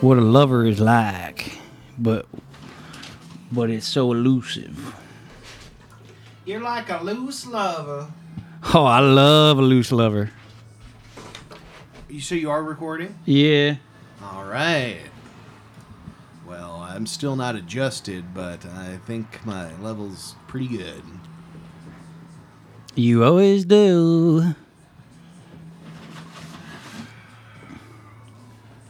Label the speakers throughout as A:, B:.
A: what a lover is like, but but it's so elusive.
B: You're like a loose lover.
A: Oh, I love a loose lover.
B: You so you are recording?
A: Yeah.
B: All right. Well, I'm still not adjusted, but I think my level's pretty good.
A: You always do.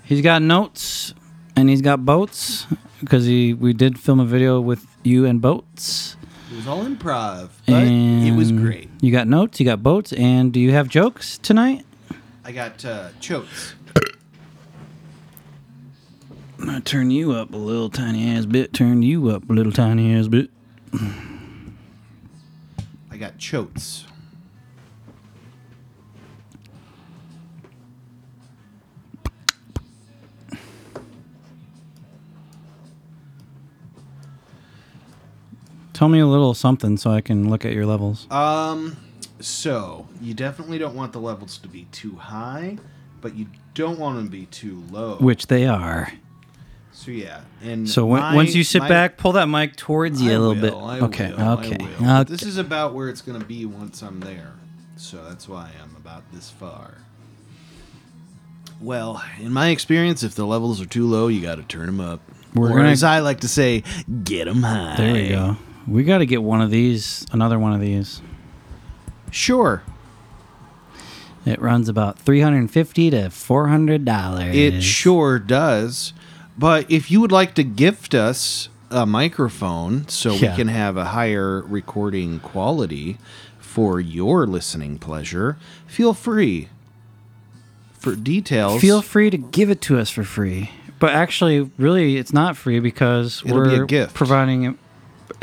A: He's got notes and he's got boats because he we did film a video with you and boats.
B: It was all improv, but it was
A: And
B: great.
A: You got notes, you got boats, and do you have jokes tonight?
B: I got uh, chokes.
A: I'm gonna turn you up a little tiny ass bit. Turn you up a little tiny ass bit.
B: I got chokes.
A: Tell me a little something so I can look at your levels.
B: Um, so you definitely don't want the levels to be too high, but you don't want them to be too low.
A: Which they are.
B: so yeah, and
A: So when,
B: my-
A: once you sit
B: my-
A: back, pull that mic towards you
B: I
A: a little
B: will,
A: bit.
B: I
A: okay,
B: will, I
A: okay.
B: will.
A: okay.
B: But This is about where it's gonna be once I'm there, so that's why I'm about this far. Well, in my experience, if the levels are too low, you got to turn them up.
A: We're
B: or
A: gonna-
B: as I like to say, get them high.
A: there we go. We got to get one of these, another one of these.
B: Sure,
A: It runs about 350 to 400 dollars.
B: It sure does. But if you would like to gift us a microphone so
A: Yeah.
B: we can have a higher recording quality for your listening pleasure, feel free. For details,
A: Feel free to give it to us for free. But actually, really, it's not free because
B: It'll be a
A: we're
B: gift.
A: providing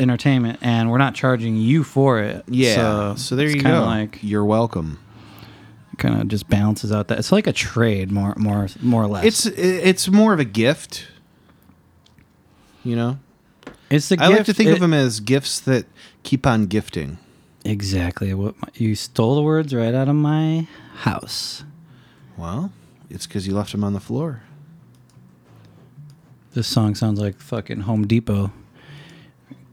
A: entertainment and we're not charging you for it.
B: yeah. So,
A: So,
B: there
A: it's
B: you
A: kinda
B: go.
A: Like
B: You're welcome.
A: kind of just balances out that it's like a trade more more more or less.
B: It's it's more of a gift. You know,
A: it's the
B: I like to
A: gift.
B: think
A: It-
B: of them as gifts that keep on gifting.
A: Exactly what my, you stole the words right out of my house.
B: Well, it's because you left them on the floor.
A: This song sounds like fucking Home Depot.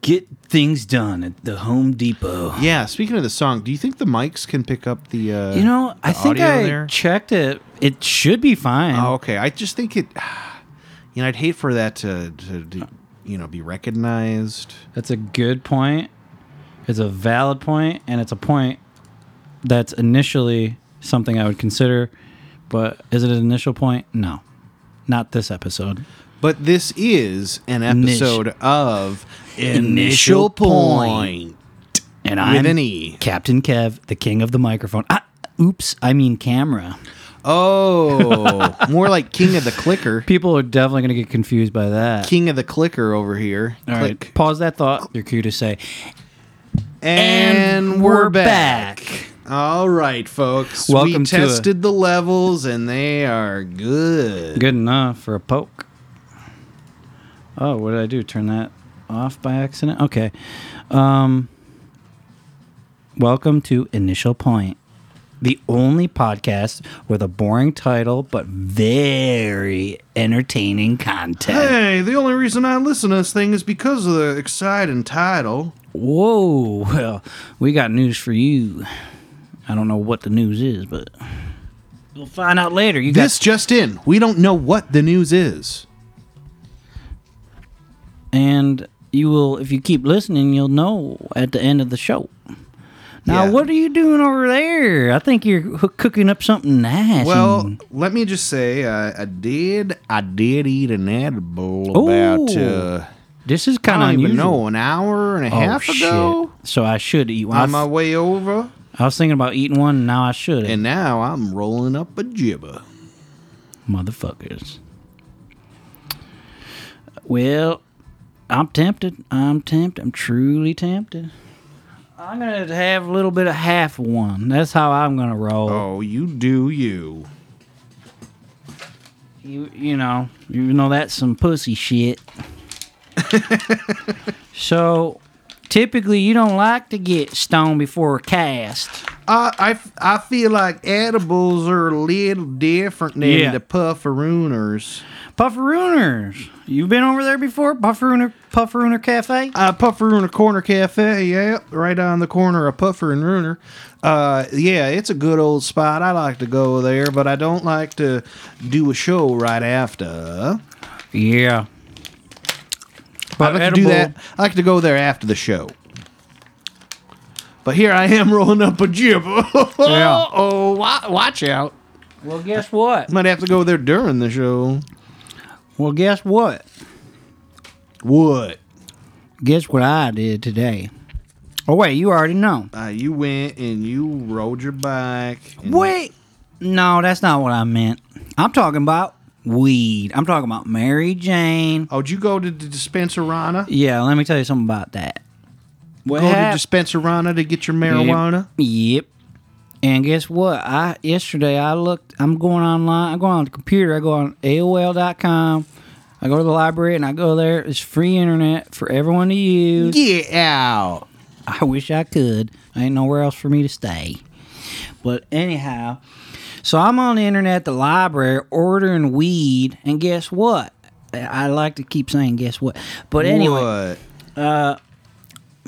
A: Get things done at the Home Depot.
B: Yeah, speaking of the song, do you think the mics can pick up the uh
A: You know, I
B: the
A: think
B: audio
A: I
B: there?
A: checked it. It should be fine.
B: Oh, okay. I just think it you know, I'd hate for that to, to, to you know, be recognized.
A: That's a good point. It's a valid point, and it's a point that's initially something I would consider. But is it an initial point? No, not this episode.
B: But this is an
A: Init-
B: episode of
A: Initial Point.
B: Point
A: And
B: with
A: I'm
B: an E.
A: Captain Kev, the king of the microphone. Ah, oops, I mean camera.
B: Oh, more like King of the Clicker.
A: People are definitely going to get confused by that.
B: King of the Clicker over here.
A: All right, pause that thought. You're cue to say,
B: And, we're,
A: we're
B: back.
A: back.
B: All right, folks.
A: Welcome
B: we
A: to a-
B: tested the levels and they are good.
A: good enough for a poke. Oh, what did I do? Turn that off by accident? Okay. Um, welcome to Initial Point, the only podcast with a boring title but very entertaining content.
B: Hey, the only reason I listen to this thing is because of the exciting title.
A: Whoa, well, we got news for you. I don't know what the news is, but we'll find out later. You
B: This just in. We don't know what the news is.
A: got, and you will, if you keep listening, you'll know at the end of the show. Now,
B: Yeah.
A: what are you doing over there? I think you're hoo- cooking up something nice.
B: Well,
A: and-
B: let me just say, uh, I, I did, I did eat an edible about,
A: Ooh.
B: uh,
A: this is
B: I
A: kind of
B: don't
A: unusual.
B: even know, an hour and a
A: Oh,
B: half
A: shit.
B: ago.
A: So I should eat one. I
B: On my
A: was-
B: way over,
A: I was thinking about eating one, and now I should.
B: and now I'm rolling up a jibber.
A: motherfuckers. Well, I'm tempted. I'm tempted. I'm truly tempted. I'm gonna have a little bit of half one. That's how I'm gonna roll.
B: Oh, you do you.
A: You, you know, you know that's some pussy shit. so, typically, you don't like to get stoned before a cast.
B: I, I f- I feel like edibles are a little different than
A: Yeah.
B: the pufferooners.
A: Pufferooners. You've been over there before? Pufferooner Pufferooner Cafe?
B: Uh, Pufferooner Corner Cafe, yeah, right on the corner of Puffer and Rooner. Uh, yeah, it's a good old spot. I like to go there, but I don't like to do a show right after.
A: Yeah.
B: I like to do that. I like to go there after the show. But here I am rolling up a jib.
A: Yeah.
B: Oh, wa- watch out!
A: Well, guess what?
B: Might have to go there during the show.
A: Well, guess what?
B: What?
A: Guess what I did today? Oh wait, you already know.
B: Uh, you went and you rode your bike. and-
A: Wait. No, that's not what I meant. I'm talking about weed. I'm talking about Mary Jane.
B: Oh, did you go to the dispenserana?
A: Yeah, let me tell you something about that. What
B: go
A: hap-
B: to dispenserana to get your marijuana.
A: Yep. And guess what? I yesterday I looked. I'm going online. I go on the computer. I go on AOL.com. I go to the library and I go there. It's free internet for everyone to use.
B: Get out.
A: I wish I could. Ain't nowhere else for me to stay. But anyhow, so I'm on the internet, at the library, ordering weed, and guess what? I like to keep saying guess what, but anyway,
B: What?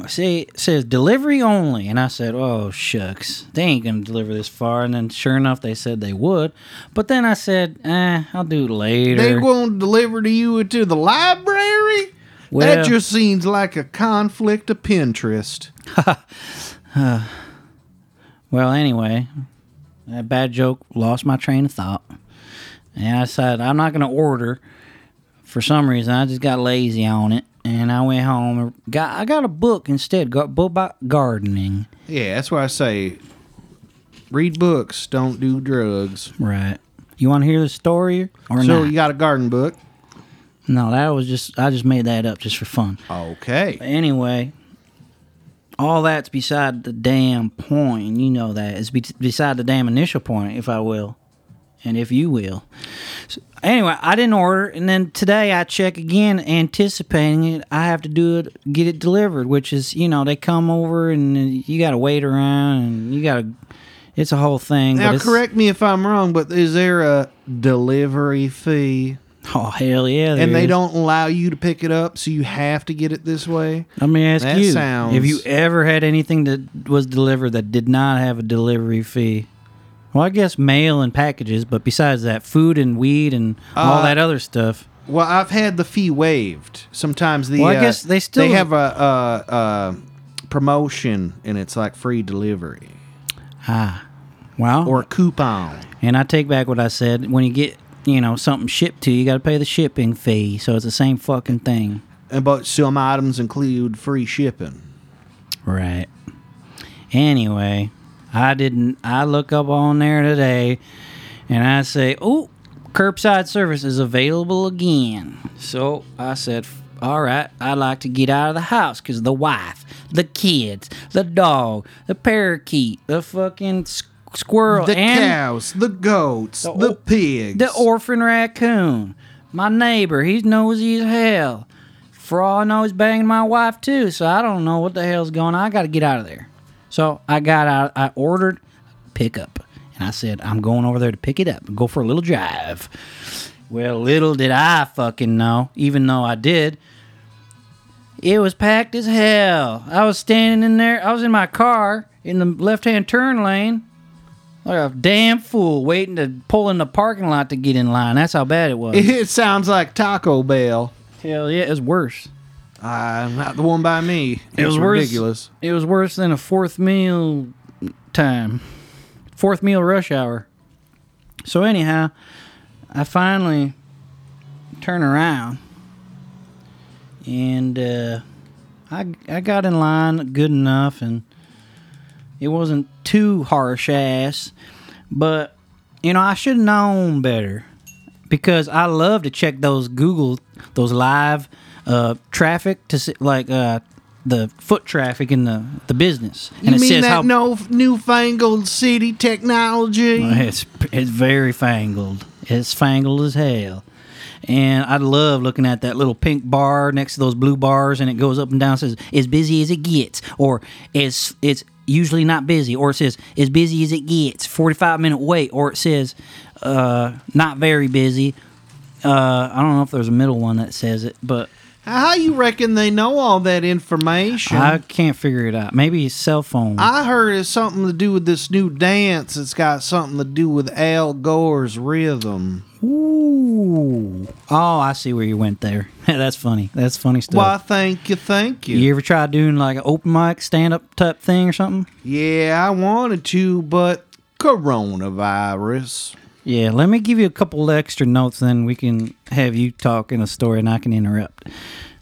A: See, it says delivery only, and I said, "Oh shucks, they ain't gonna deliver this far." And then, sure enough, they said they would. But then I said, "Eh, I'll do it later."
B: They going to deliver to you to the library?
A: Well-
B: that just seems like a conflict of Pinterest.
A: well, anyway, that bad joke lost my train of thought, and I said, "I'm not gonna order." For some reason, I just got lazy on it, and I went home. and Got I got a book instead. Got book about gardening.
B: Yeah, that's why I say read books, don't do drugs.
A: Right. You want to hear the story or
B: So
A: not?
B: you got a garden book?
A: no, that was just I just made that up just for fun.
B: Okay.
A: anyway, all that's beside the damn point. and You know that. It's be- beside the damn initial point, if I will, and if you will. So, anyway, I didn't order, and then today I check again, anticipating it. I have to do it, get it delivered, which is, you know, they come over and then you got to wait around, and you got to. It's a whole thing. but
B: Now
A: it's-
B: correct me if I'm wrong, but is there a delivery fee?
A: Oh hell yeah! there
B: And they
A: is.
B: don't allow you to pick it up, so you have to get it this way?
A: Let me ask
B: That
A: you:
B: sounds-
A: Have you ever had anything that was delivered that did not have a delivery fee? Well, I guess mail and packages, but besides that, food and weed and all
B: Uh,
A: that other stuff.
B: Well, I've had the fee waived. Sometimes the
A: Well, I
B: uh,
A: guess they still-
B: they have a, a, a promotion and it's like free delivery
A: Wow.
B: or a coupon.
A: and I take back what I said. When you get you know something shipped to you, you got to pay the shipping fee. So it's the same fucking thing.
B: And but some items include free shipping.
A: Right. Anyway, I didn't. I look up on there today, and I say, "Oh, curbside service is available again." So I said, "All right, I'd like to get out of the house because the wife, the kids, the dog, the parakeet, the fucking s- squirrel,
B: The
A: and
B: cows, the goats, the,
A: or-
B: pigs.
A: the orphan raccoon. My neighbor, he's nosy as hell. For all I know, he's banging my wife too. So I don't know what the hell's going on. I got to get out of there. So I got out. I ordered pickup, and I said I'm going over there to pick it up and go for a little drive. Well, little did I fucking know, even though I did. It was packed as hell. I was standing in there. I was in my car in the left-hand turn lane. Like a damn fool waiting to pull in the parking lot to get in line. That's how bad it was.
B: it sounds like Taco Bell.
A: Hell yeah, it was worse.
B: Uh, not the one by me.
A: It was
B: It's
A: worse.
B: ridiculous.
A: It was worse than a fourth meal time, fourth meal rush hour. So anyhow, I finally turn around and uh, I I got in line good enough, and it wasn't too harsh ass, but you know I should have known better because I love to check those Google those live uh, traffic to see, like uh, the foot traffic in the the business, and
B: you
A: it
B: mean
A: says
B: that
A: how
B: no newfangled city technology?
A: it's it's very fangled. It's fangled as hell. And I love looking at that little pink bar next to those blue bars, and it goes up and down. Says as busy as it gets, or as it's usually not busy, or it says as busy as it gets, 45 minute wait, or it says uh, not very busy. Uh, I don't know if there's a middle one that says it, but
B: How you reckon they know all that information?
A: I
B: I,
A: can't figure it out. Maybe his cell phone.
B: heard it's something to do with this new dance. It's got something to do with Al Gore's rhythm.
A: Ooh. Oh, I see where you went there. That's funny. That's funny stuff.
B: Why? Thank you, thank you.
A: You ever try doing like an open mic, stand up type thing or something?
B: Yeah, I wanted to, but coronavirus.
A: Yeah, let me give you a couple extra notes, then we can have you talk in a story and I can interrupt.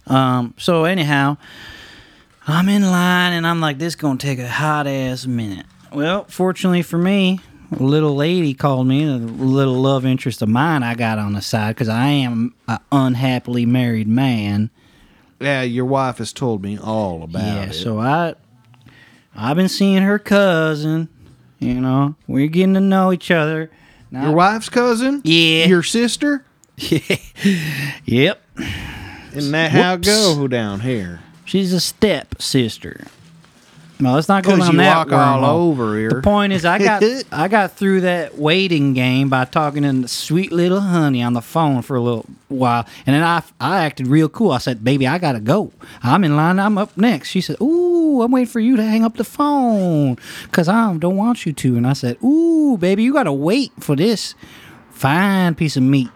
A: Um, so, anyhow, I'm in line and I'm like, this going to take a hot ass minute. Well, fortunately for me, a little lady called me, a little love interest of mine I got on the side because I am an unhappily married man.
B: Yeah, your wife has told me all about
A: Yeah,
B: it.
A: so I I've been seeing her cousin, you know. We're getting to know each other. Now,
B: your wife's cousin?
A: Yeah.
B: Your sister?
A: yep.
B: Isn't that how it
A: Whoops.
B: go down here?
A: She's a step sister. No, let's not go
B: Because
A: down
B: you
A: that
B: walk all
A: wormhole.
B: over here.
A: The point is, I got I got through that waiting game by talking to sweet little honey on the phone for a little while, and then I I acted real cool. I said, "Baby, I gotta go. I'm in line. I'm up next." She said, "Ooh, I'm waiting for you to hang up the phone, cause I don't want you to." And I said, "Ooh, baby, you gotta wait for this fine piece of meat."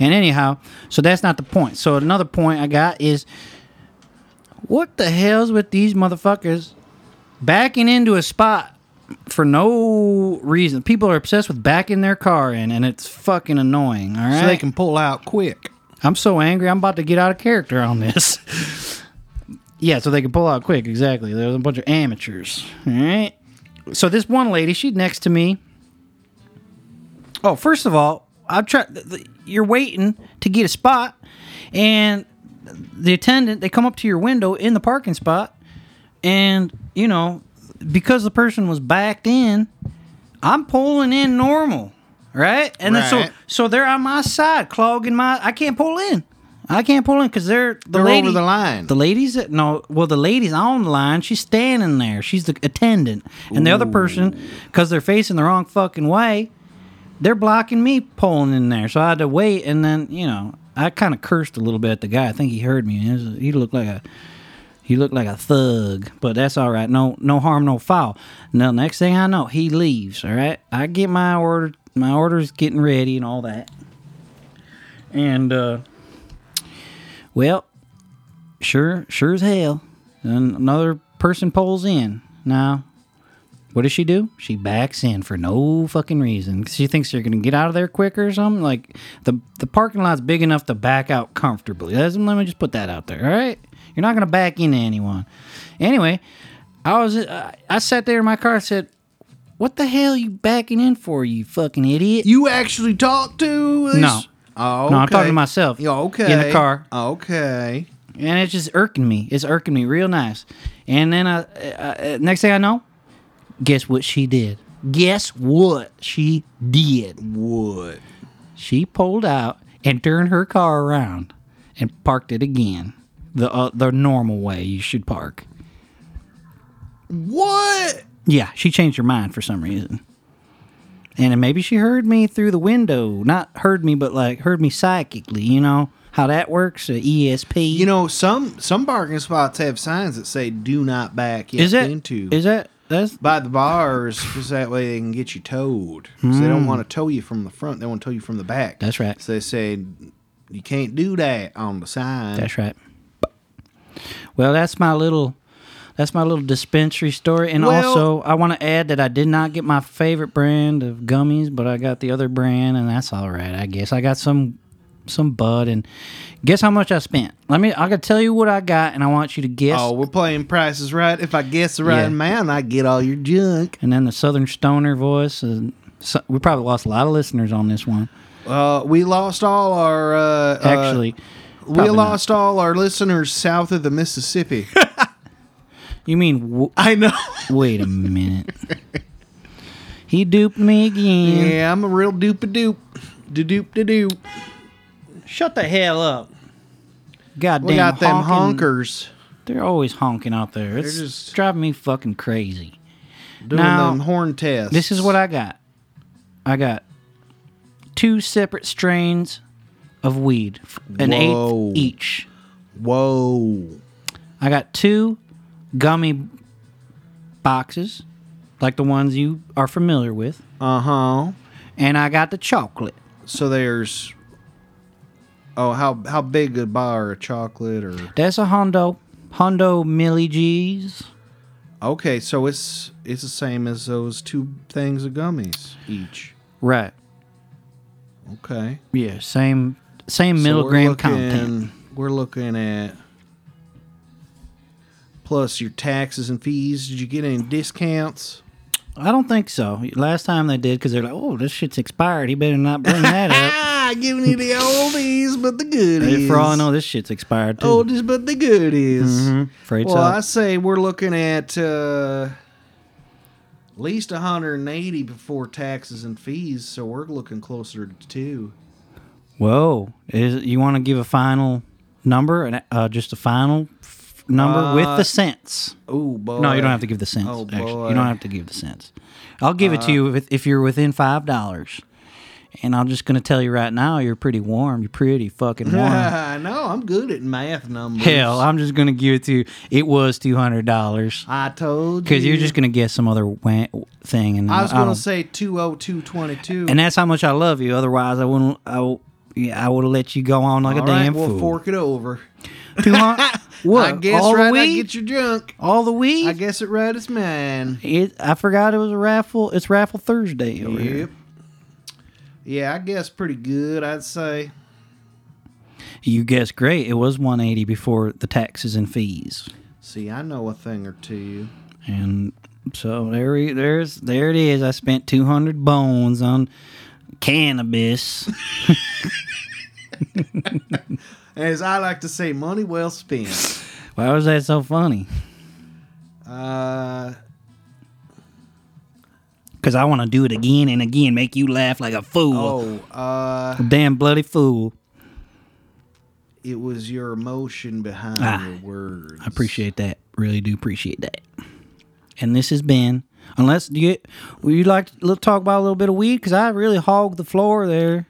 A: And anyhow, so that's not the point. So another point I got is, what the hell's with these motherfuckers backing into a spot for no reason? People are obsessed with backing their car in, and it's fucking annoying. All right,
B: So they can pull out quick.
A: I'm so angry. I'm about to get out of character on this. yeah, so they can pull out quick. Exactly. There's a bunch of amateurs. All right. So this one lady, she next to me. Oh, first of all, I try. th- th- You're waiting to get a spot, and the attendant they come up to your window in the parking spot, and you know because the person was backed in, I'm pulling in normal, right? And then
B: Right.
A: so so they're on my side, clogging my. I can't pull in. I can't pull in because they're the
B: They're
A: lady-
B: over the line.
A: The ladies that no, well, the lady's on the line. She's standing there. She's the attendant, and the other person, because they're facing the wrong fucking way, they're blocking me pulling in there. So I had to wait, and then you know, I kind of cursed a little bit at the guy. I think he heard me. He was- He looked like a he looked like a thug, but that's all right. No, no harm, no foul. Now, next thing I know, he leaves. All right, I get my order. My order's getting ready and all that. And uh, well, sure, sure as hell. Then another person pulls in. Now, what does she do? She backs in for no fucking reason. She thinks you're gonna get out of there quicker or something. Like the the parking lot's big enough to back out comfortably. That's, let me just put that out there. All right, you're not gonna back into anyone. Anyway, I was I, I sat there in my car. and said, "What the hell you backing in for? You fucking idiot!"
B: You actually talk to this?
A: No.
B: Oh,
A: No, I'm talking
B: okay.
A: to myself.
B: Yeah, okay.
A: In the car.
B: Okay.
A: and it's just irking me. It's irking me real nice. And then I, uh, uh, next thing I know, guess what she did? Guess what she did?
B: What?
A: She pulled out and turned her car around and parked it again, the uh, the normal way you should park.
B: What?
A: Yeah, she changed her mind for some reason. And then maybe she heard me through the window. Not heard me, but like heard me psychically. You know how that works? The E ESP.
B: You know, some some parking spots have signs that say "Do not back
A: is that
B: into."
A: is that that's
B: by the bars, because that way they can get you towed. 'Cause They don't want to tow you from the front; they want to tow you from the back.
A: Hmm. That's right.
B: So they say you can't do that on the sign.
A: That's right. Well, that's my little that's my little dispensary story. And
B: Well-
A: also I wanna add that I did not get my favorite brand of gummies, but I got the other brand and that's all right, I guess. I got some some bud and guess how much I spent? Let me I gotta tell you what I got and I want you to guess
B: Oh, we're playing prices right. If I guess the right
A: Yeah.
B: amount, I get all your junk.
A: and then the Southern Stoner voice and so, we probably lost a lot of listeners on this one.
B: Uh, we lost all our uh, uh,
A: Actually,
B: we
A: probably not.
B: lost all our listeners south of the Mississippi.
A: you mean w-
B: I know.
A: wait a minute? he duped me again.
B: Yeah, I'm a real doop a doop, doop doop da doop.
A: Shut the hell up. Goddamn
B: We got them
A: honking-
B: honkers.
A: They're always honking out there. It's
B: just-
A: driving me fucking crazy.
B: Doing
A: Now,
B: them horn tests.
A: This is what I got. I got two separate strains of weed, f- an
B: Whoa.
A: eighth each.
B: Whoa.
A: I got two gummy boxes, like the ones you are familiar with,
B: Uh huh.
A: and I got the chocolate.
B: So there's. Oh, how how big a bar of chocolate or?
A: That's a Hondo, Hondo Millie G's.
B: Okay, so it's it's the same as those two things of gummies each.
A: Right.
B: Okay.
A: Yeah. Same. Same
B: So we're
A: milligram
B: looking-
A: content.
B: We're looking at plus your taxes and fees. Did you get any discounts?
A: I don't think so. Last time they did, because they're like, "Oh, this shit's expired. He better not bring that up."
B: Ah, giving you the oldies but the goodies.
A: Hey, For all I know, this shit's expired too.
B: oldies but the goodies.
A: Mhm. Afraid
B: Oh, Well,
A: so.
B: I say we're looking at uh, at least 180 before taxes and fees, so we're looking closer to two.
A: Whoa! Is you want to give a final number and uh, just a final f- number with
B: Uh,
A: the cents?
B: Oh boy!
A: No, you don't have to give the cents.
B: Oh,
A: actually,
B: boy. Uh,
A: you don't have to give the cents. I'll give it to you if, if you're within five dollars. And I'm just gonna tell you right now, you're pretty warm. You're pretty fucking warm.
B: I know. I'm good at math numbers.
A: Hell, I'm just gonna give it to you. It was two hundred dollars
B: I told you.
A: because you're just gonna guess some other wa- thing. And
B: I was
A: don't-
B: gonna say 20222.
A: Um, and that's how much I love you. Otherwise, I wouldn't. I, w- yeah, I would have let you go on like
B: All
A: a
B: right,
A: damn
B: we'll
A: fool.
B: fork it over.
A: Two hun-
B: I
A: what?
B: guess
A: all
B: right.
A: the
B: I
A: weed?
B: get your junk.
A: all the weed?
B: I guess it right is mine.
A: It, I forgot it was a raffle. It's raffle Thursday. Over here.
B: Yep. Yeah, I guess pretty good. I'd say.
A: You guessed great. It was 180 before the taxes and fees.
B: See, I know a thing or two.
A: And so there we, there's there it is. I spent 200 bones on cannabis.
B: As I like to say, money well spent.
A: Why was that so funny?
B: Uh,
A: Cuz I want to do it again and again, make you laugh like a fool.
B: oh, uh,
A: Damn bloody fool.
B: it was your emotion behind
A: Ah,
B: your words.
A: I appreciate that. Really do appreciate that. And this has been unless do you would you like to l- talk about a little bit of weed cuz I really hogged the floor there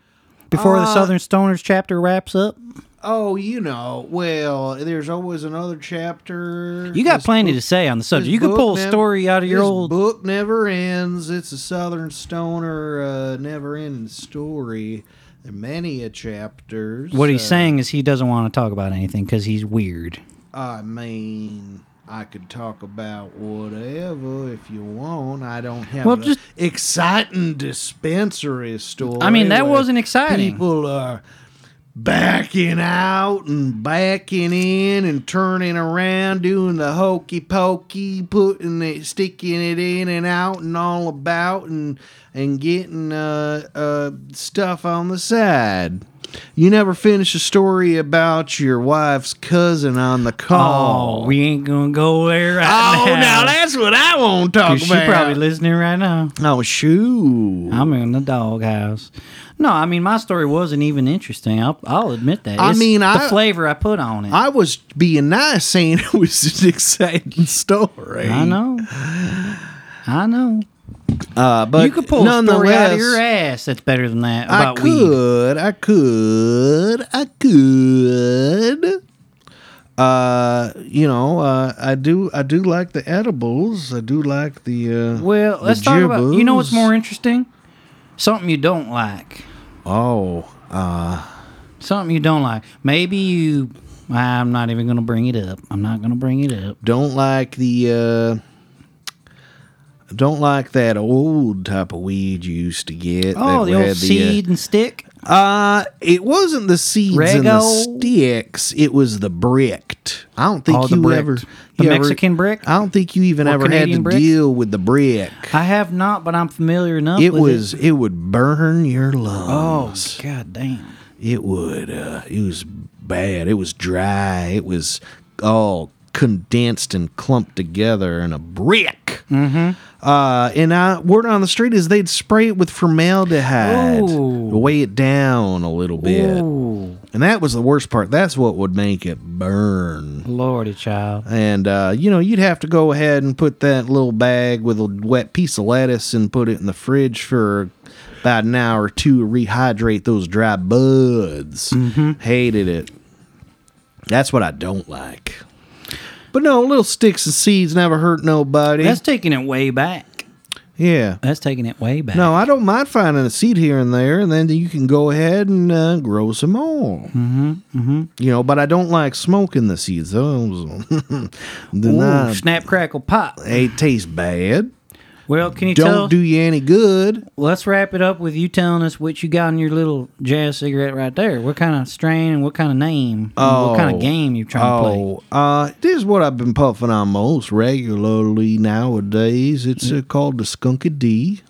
A: before the
B: Uh,
A: Southern Stoners chapter wraps up.
B: Oh, you know, well, there's always another chapter.
A: You got
B: This
A: plenty to say on the
B: This
A: subject. You could
B: book
A: pull a
B: nev-
A: story out of your
B: this
A: old.
B: book never ends. It's a Southern Stoner uh, never-ending story. There are many a chapters.
A: What he's
B: uh,
A: saying is he doesn't want to talk about anything because he's weird.
B: I mean, I could talk about whatever if you want. I don't have
A: Well,
B: a
A: just-
B: exciting dispensary story.
A: I mean, that
B: where
A: wasn't exciting.
B: People are backing out and backing in and turning around, doing the hokey pokey, putting it, sticking it in and out and all about, and and getting uh, uh, stuff on the side. You never finish a story about your wife's cousin on the call.
A: Oh, we ain't gonna go there right
B: Oh,
A: now.
B: now that's what I want to talk
A: 'Cause
B: about.
A: she probably listening right now.
B: oh, shoot.
A: I'm in the doghouse. No, I mean my story wasn't even interesting. I'll, I'll admit that.
B: I
A: It's
B: mean,
A: the
B: I-
A: flavor I put on it. I,
B: I was being nice, saying it was an exciting story.
A: know. I know.
B: Uh, but
A: you could pull a story out
B: nonetheless,
A: of your ass that's better than that
B: I
A: about weed.
B: could, I could, I could. Uh, you know, uh, I do, I do like the edibles. I do like the. Uh,
A: Well,
B: the
A: let's talk about. You know what's
B: jibbos.
A: more interesting? Something you don't like.
B: Oh, uh,
A: Something you don't like. Maybe you. I'm not even gonna bring it up. I'm not gonna bring it up.
B: don't like the. Uh, don't like that old type of weed you used to get.
A: Oh,
B: that
A: the old
B: had the, uh,
A: seed and stick.
B: Uh, it wasn't the seeds and the
A: Rego?
B: sticks. It was the bricked. I don't think
A: Oh, the
B: you
A: bricked.
B: ever
A: The
B: you ever-
A: Mexican brick?
B: I don't think you even
A: Or
B: ever had
A: Canadian
B: to
A: brick?
B: deal with the brick.
A: I have not, but I'm familiar enough.
B: It
A: with
B: was it. would burn your
A: Oh
B: lungs.
A: god damn!
B: It would. Uh, it was bad. It was dry. It was all condensed and clumped together in a brick.
A: Mm-hmm.
B: Uh, and uh, word on the street is they'd spray it with formaldehyde,
A: Ooh.
B: to weigh it down a little bit,
A: Ooh,
B: and that was the worst part. That's what would make it burn.
A: lordy, child.
B: And uh, you know, you'd have to go ahead and put that little bag with a wet piece of lettuce and put it in the fridge for about an hour or two to rehydrate those dry buds. Hated it. That's what I don't like. But no, little sticks and seeds never hurt nobody.
A: That's taking it way back.
B: yeah.
A: That's taking it way back.
B: No, I don't mind finding a seed here and there, and then you can go ahead and uh, grow some more. Mm-hmm, mm-hmm. You know, but I don't like smoking the seeds. Those, do
A: Ooh,
B: not-
A: snap, crackle, pop.
B: they taste bad.
A: Well, can you tell?
B: Don't do you any good.
A: let's wrap it up with you telling us what you got in your little jazz cigarette right there. What kind of strain and what kind of name? and what kind
B: Oh.
A: of game you're trying to play?
B: Oh, uh, this is what I've been puffing on most regularly nowadays. It's uh, called the Skunky D.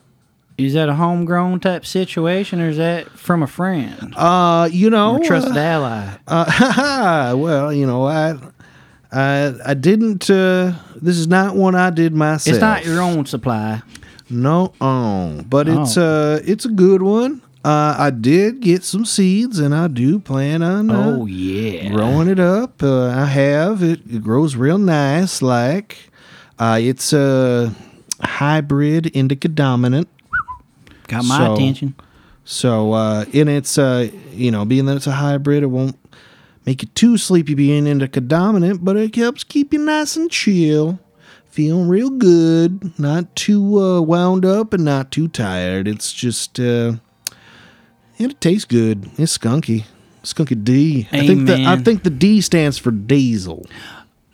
A: Is that a homegrown type situation or is that from a friend
B: Uh, you know,
A: or trusted
B: uh,
A: ally?
B: uh, well, you know, I, I, I didn't. Uh, this is not one I did myself.
A: It's not your own supply.
B: No, um, but
A: Oh.
B: it's uh, it's a good one. Uh, I did get some seeds, and I do plan on. Uh,
A: oh yeah.
B: growing it up. Uh, I have it. It grows real nice. Like uh, it's a hybrid indica dominant.
A: Got my
B: so-
A: attention.
B: So uh, and it's uh, you know being that it's a hybrid, it won't make you too sleepy being indica dominant, but it helps keep you nice and chill. Feeling real good, not too uh, wound up and not too tired. It's just, uh, and it tastes good. It's skunky, skunky D. I think the I
A: Amen.
B: think the D stands for diesel.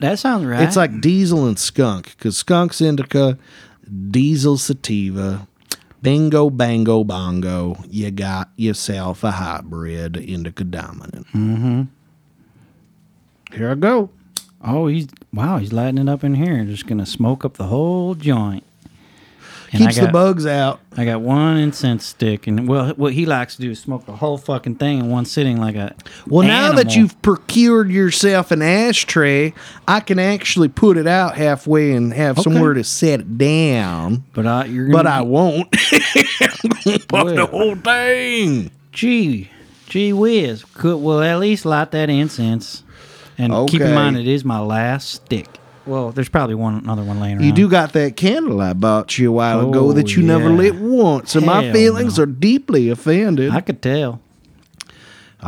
A: That sounds right.
B: It's like diesel and skunk because skunk's indica, diesel sativa. Bingo, bango, bongo. You got yourself a hybrid indica dominant. Mm-hmm. Here I go.
A: oh, he's wow, he's lighting it up in here. Just gonna smoke up the whole joint. And
B: Keeps
A: I got,
B: the bugs out.
A: I got one incense stick, and well, what he likes to do is smoke the whole fucking thing in one sitting, like a.
B: Well, now that
A: animal.
B: you've procured yourself an ashtray, I can actually put it out halfway and have somewhere to set it down.
A: but I, you're gonna,
B: But I won't. I'm gonna puff the
A: Well.
B: whole thing.
A: Gee, gee whiz. Could well at least light that incense, and keep in
B: Okay.
A: mind it is my last stick. Well, there's probably one another one laying around.
B: You do got that candle I bought you a while ago
A: Oh,
B: that you never
A: yeah.
B: lit once, and my
A: Hell
B: feelings
A: no.
B: are deeply offended.
A: I
B: I,
A: could tell.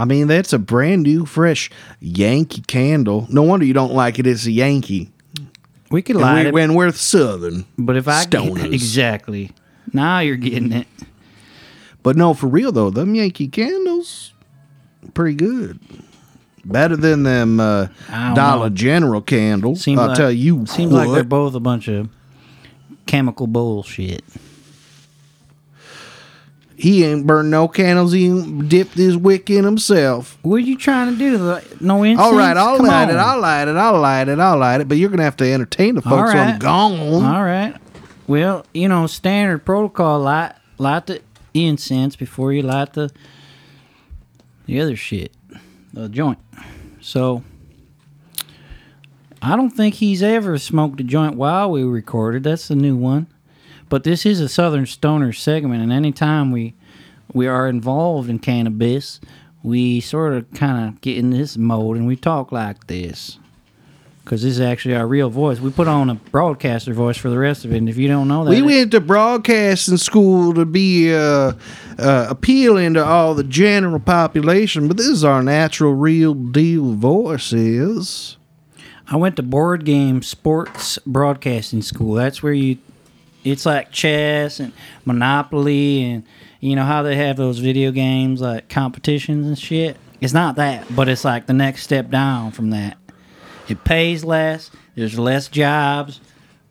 B: mean, that's a brand new, fresh Yankee candle. No wonder you don't like it. It's a Yankee.
A: We could
B: And
A: light
B: we,
A: it,
B: when we're Southern.
A: but if I
B: Stoners.
A: exactly now you're getting it.
B: But no, for real though, them Yankee candles, pretty good. Better than them uh,
A: I don't
B: Dollar
A: know.
B: General candles.
A: Seems
B: I'll
A: like,
B: tell you
A: Seems
B: what.
A: like they're both a bunch of chemical bullshit.
B: he ain't burned no candles. He ain't dipped his wick in himself.
A: What are you trying to do? Like, No incense.
B: All right, I'll
A: Come
B: light it.
A: on.
B: I'll light it. I'll light it. I'll light it. But you're gonna have to entertain the folks. So I'm
A: right.
B: gone.
A: All right. Well, you know, standard protocol light light the incense before you light the the other shit, the joint. So I don't think he's ever smoked a joint while we recorded. That's the new one. But this is a Southern Stoner segment, and anytime we we are involved in cannabis, we sort of kind of get in this mode and we talk like this because this is actually our real voice. We put on a broadcaster voice for the rest of it, and if you don't know that,
B: We went to broadcasting school to be uh, uh, appealing to all the general population, but this is our natural, real deal voices.
A: I went to board game sports broadcasting school. That's where you, it's like chess and Monopoly, and you know how they have those video games like competitions and shit. It's not that, but it's like the next step down from that. It pays less. There's less jobs,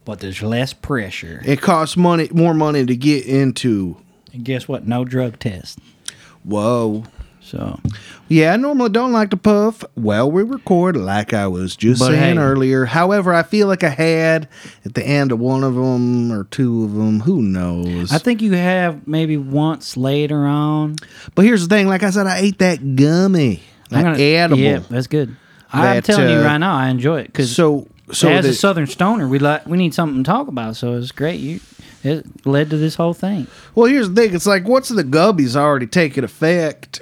A: but there's less pressure.
B: It costs money, more money to get into.
A: And guess what? No drug test.
B: Whoa.
A: So
B: Yeah, I normally don't like to puff. Well, we record like I was just
A: But
B: saying
A: hey.
B: earlier. However, I feel like I had at the end of one of them or two of them. Who knows?
A: I think you have maybe once later on.
B: But here's the thing, like I said, I ate that gummy, that
A: I'm gonna-
B: edible.
A: Yeah, that's good. I'm
B: That,
A: telling you
B: uh,
A: right now, I enjoy it because
B: So So
A: as
B: the-
A: a Southern stoner, we like we need something to talk about. So it's great. You it led to this whole thing.
B: Well, here's the thing. It's like once the gubby's already taken effect,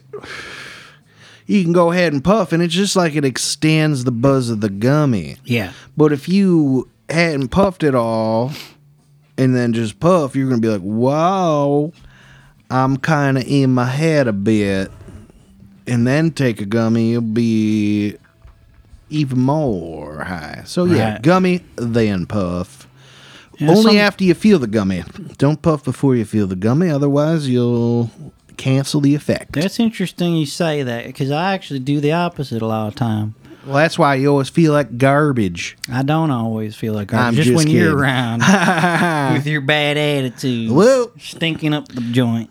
B: you can go ahead and puff, and it's just like it extends the buzz of the gummy.
A: Yeah.
B: But if you hadn't puffed it all and then just puff, you're gonna be like, "Wow, I'm kind of in my head a bit," and then take a gummy, you'll be even more high. So yeah,
A: Right.
B: gummy then puff.
A: Yeah,
B: Only
A: some-
B: after you feel the gummy. Don't puff before you feel the gummy, otherwise you'll cancel the effect.
A: That's interesting you say that because I actually do the opposite a lot of time.
B: well, that's why you always feel like garbage.
A: I don't always feel like
B: I'm
A: garbage. Just,
B: just
A: when
B: kidding.
A: you're around with your bad attitude,
B: Whoa.
A: stinking up the joint.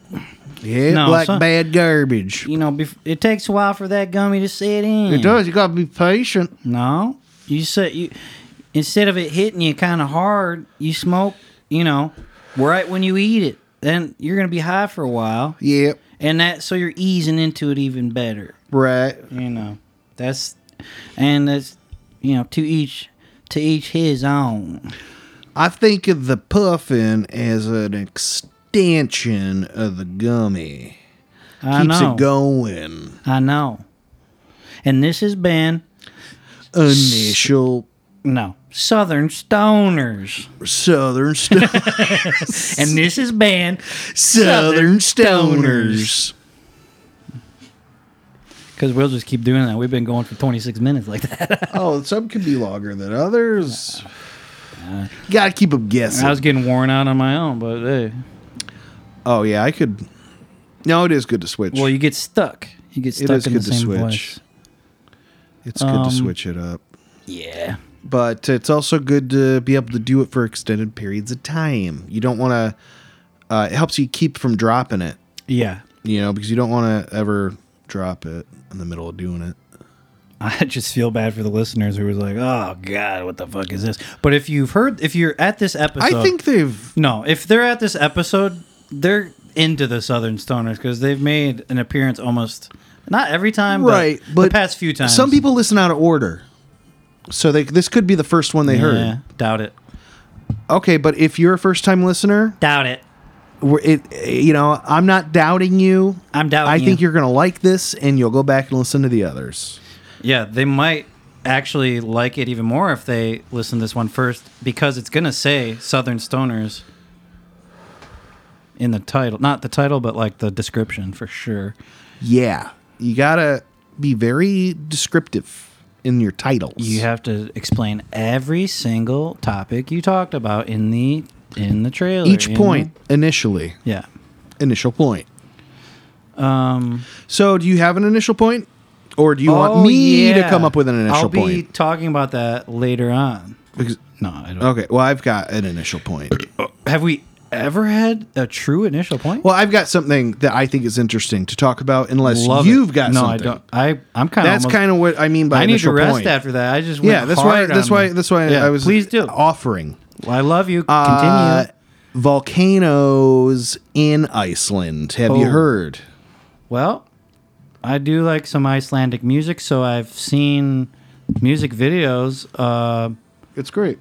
B: Yeah,
A: No,
B: like
A: so-
B: bad garbage.
A: You know, bef- it takes a while for that gummy to set in.
B: It does. You gotta be patient.
A: No, you said you instead of it hitting you kind of hard, you smoke. You know, right when you eat it, then you're gonna be high for a while,
B: Yeah,
A: and that so you're easing into it even better.
B: right.
A: You know, that's and that's you know to each to each his own.
B: I think of the puffin as an extension of the gummy.
A: I
B: Keeps
A: know.
B: it going.
A: I know. And this has been
B: Initial
A: no Southern Stoners,
B: Southern sto-
A: and this has been
B: Southern Stoners.
A: because we'll just keep doing that. We've been going for 26 minutes like that.
B: Oh, some can be longer than others. You gotta keep them guessing.
A: Uh, I was getting worn out on my own, but hey.
B: oh yeah, I could. No, it is good to switch.
A: Well, you get stuck. You get
B: It
A: stuck
B: is
A: in the
B: good to
A: same
B: switch.
A: place.
B: it's good
A: um,
B: to switch it up,
A: Yeah.
B: but it's also good to be able to do it for extended periods of time. You don't want to. Uh, it helps you keep from dropping it.
A: Yeah.
B: you know, because you don't want to ever drop it in the middle of doing it.
A: I just feel bad for the listeners who was like, "Oh God, what the fuck is this?" But if you've heard, if you're at this episode,
B: I think they've
A: no, if they're at this episode, they're into the Southern Stoners because they've made an appearance almost not every time, but
B: right, but
A: the past few times.
B: some people listen out of order, so they this could be the first one they
A: Yeah,
B: heard.
A: doubt it,
B: Okay, but if you're a first time listener,
A: doubt it.
B: we're- it you know I'm not doubting you.
A: I'm doubting.
B: I think
A: you.
B: you're gonna like this, and you'll go back and listen to the others.
A: Yeah, they might actually like it even more if they listen to this one first because it's going to say Southern Stoners in the title. Not the title, but like the description for sure.
B: Yeah, you gotta be very descriptive in your titles.
A: You have to explain every single topic you talked about in the in the trailer.
B: each
A: you know?
B: point initially,
A: Yeah.
B: initial point.
A: Um,
B: So, do you have an initial point, or do you
A: oh,
B: want me to
A: yeah.
B: come up with an initial
A: I'll be
B: point?
A: talking about that later on.
B: Because,
A: No, I don't.
B: okay, well, I've got an initial point.
A: Have we ever had a true initial point?
B: Well, I've got something that I think is interesting to talk about, unless
A: Love it.
B: you've got
A: no,
B: something.
A: I don't. I I'm kind of
B: That's kind of what I mean by
A: I need to
B: initial
A: rest
B: point.
A: after that. I just went
B: yeah, that's why.
A: hard on
B: That's why.
A: you.
B: That's why
A: Yeah,
B: I was
A: Please do.
B: offering.
A: I love you. Continue.
B: Uh, volcanoes in Iceland. Have you
A: Oh.
B: heard?
A: well, I do like some Icelandic music, so I've seen music videos. Uh,
B: It's great.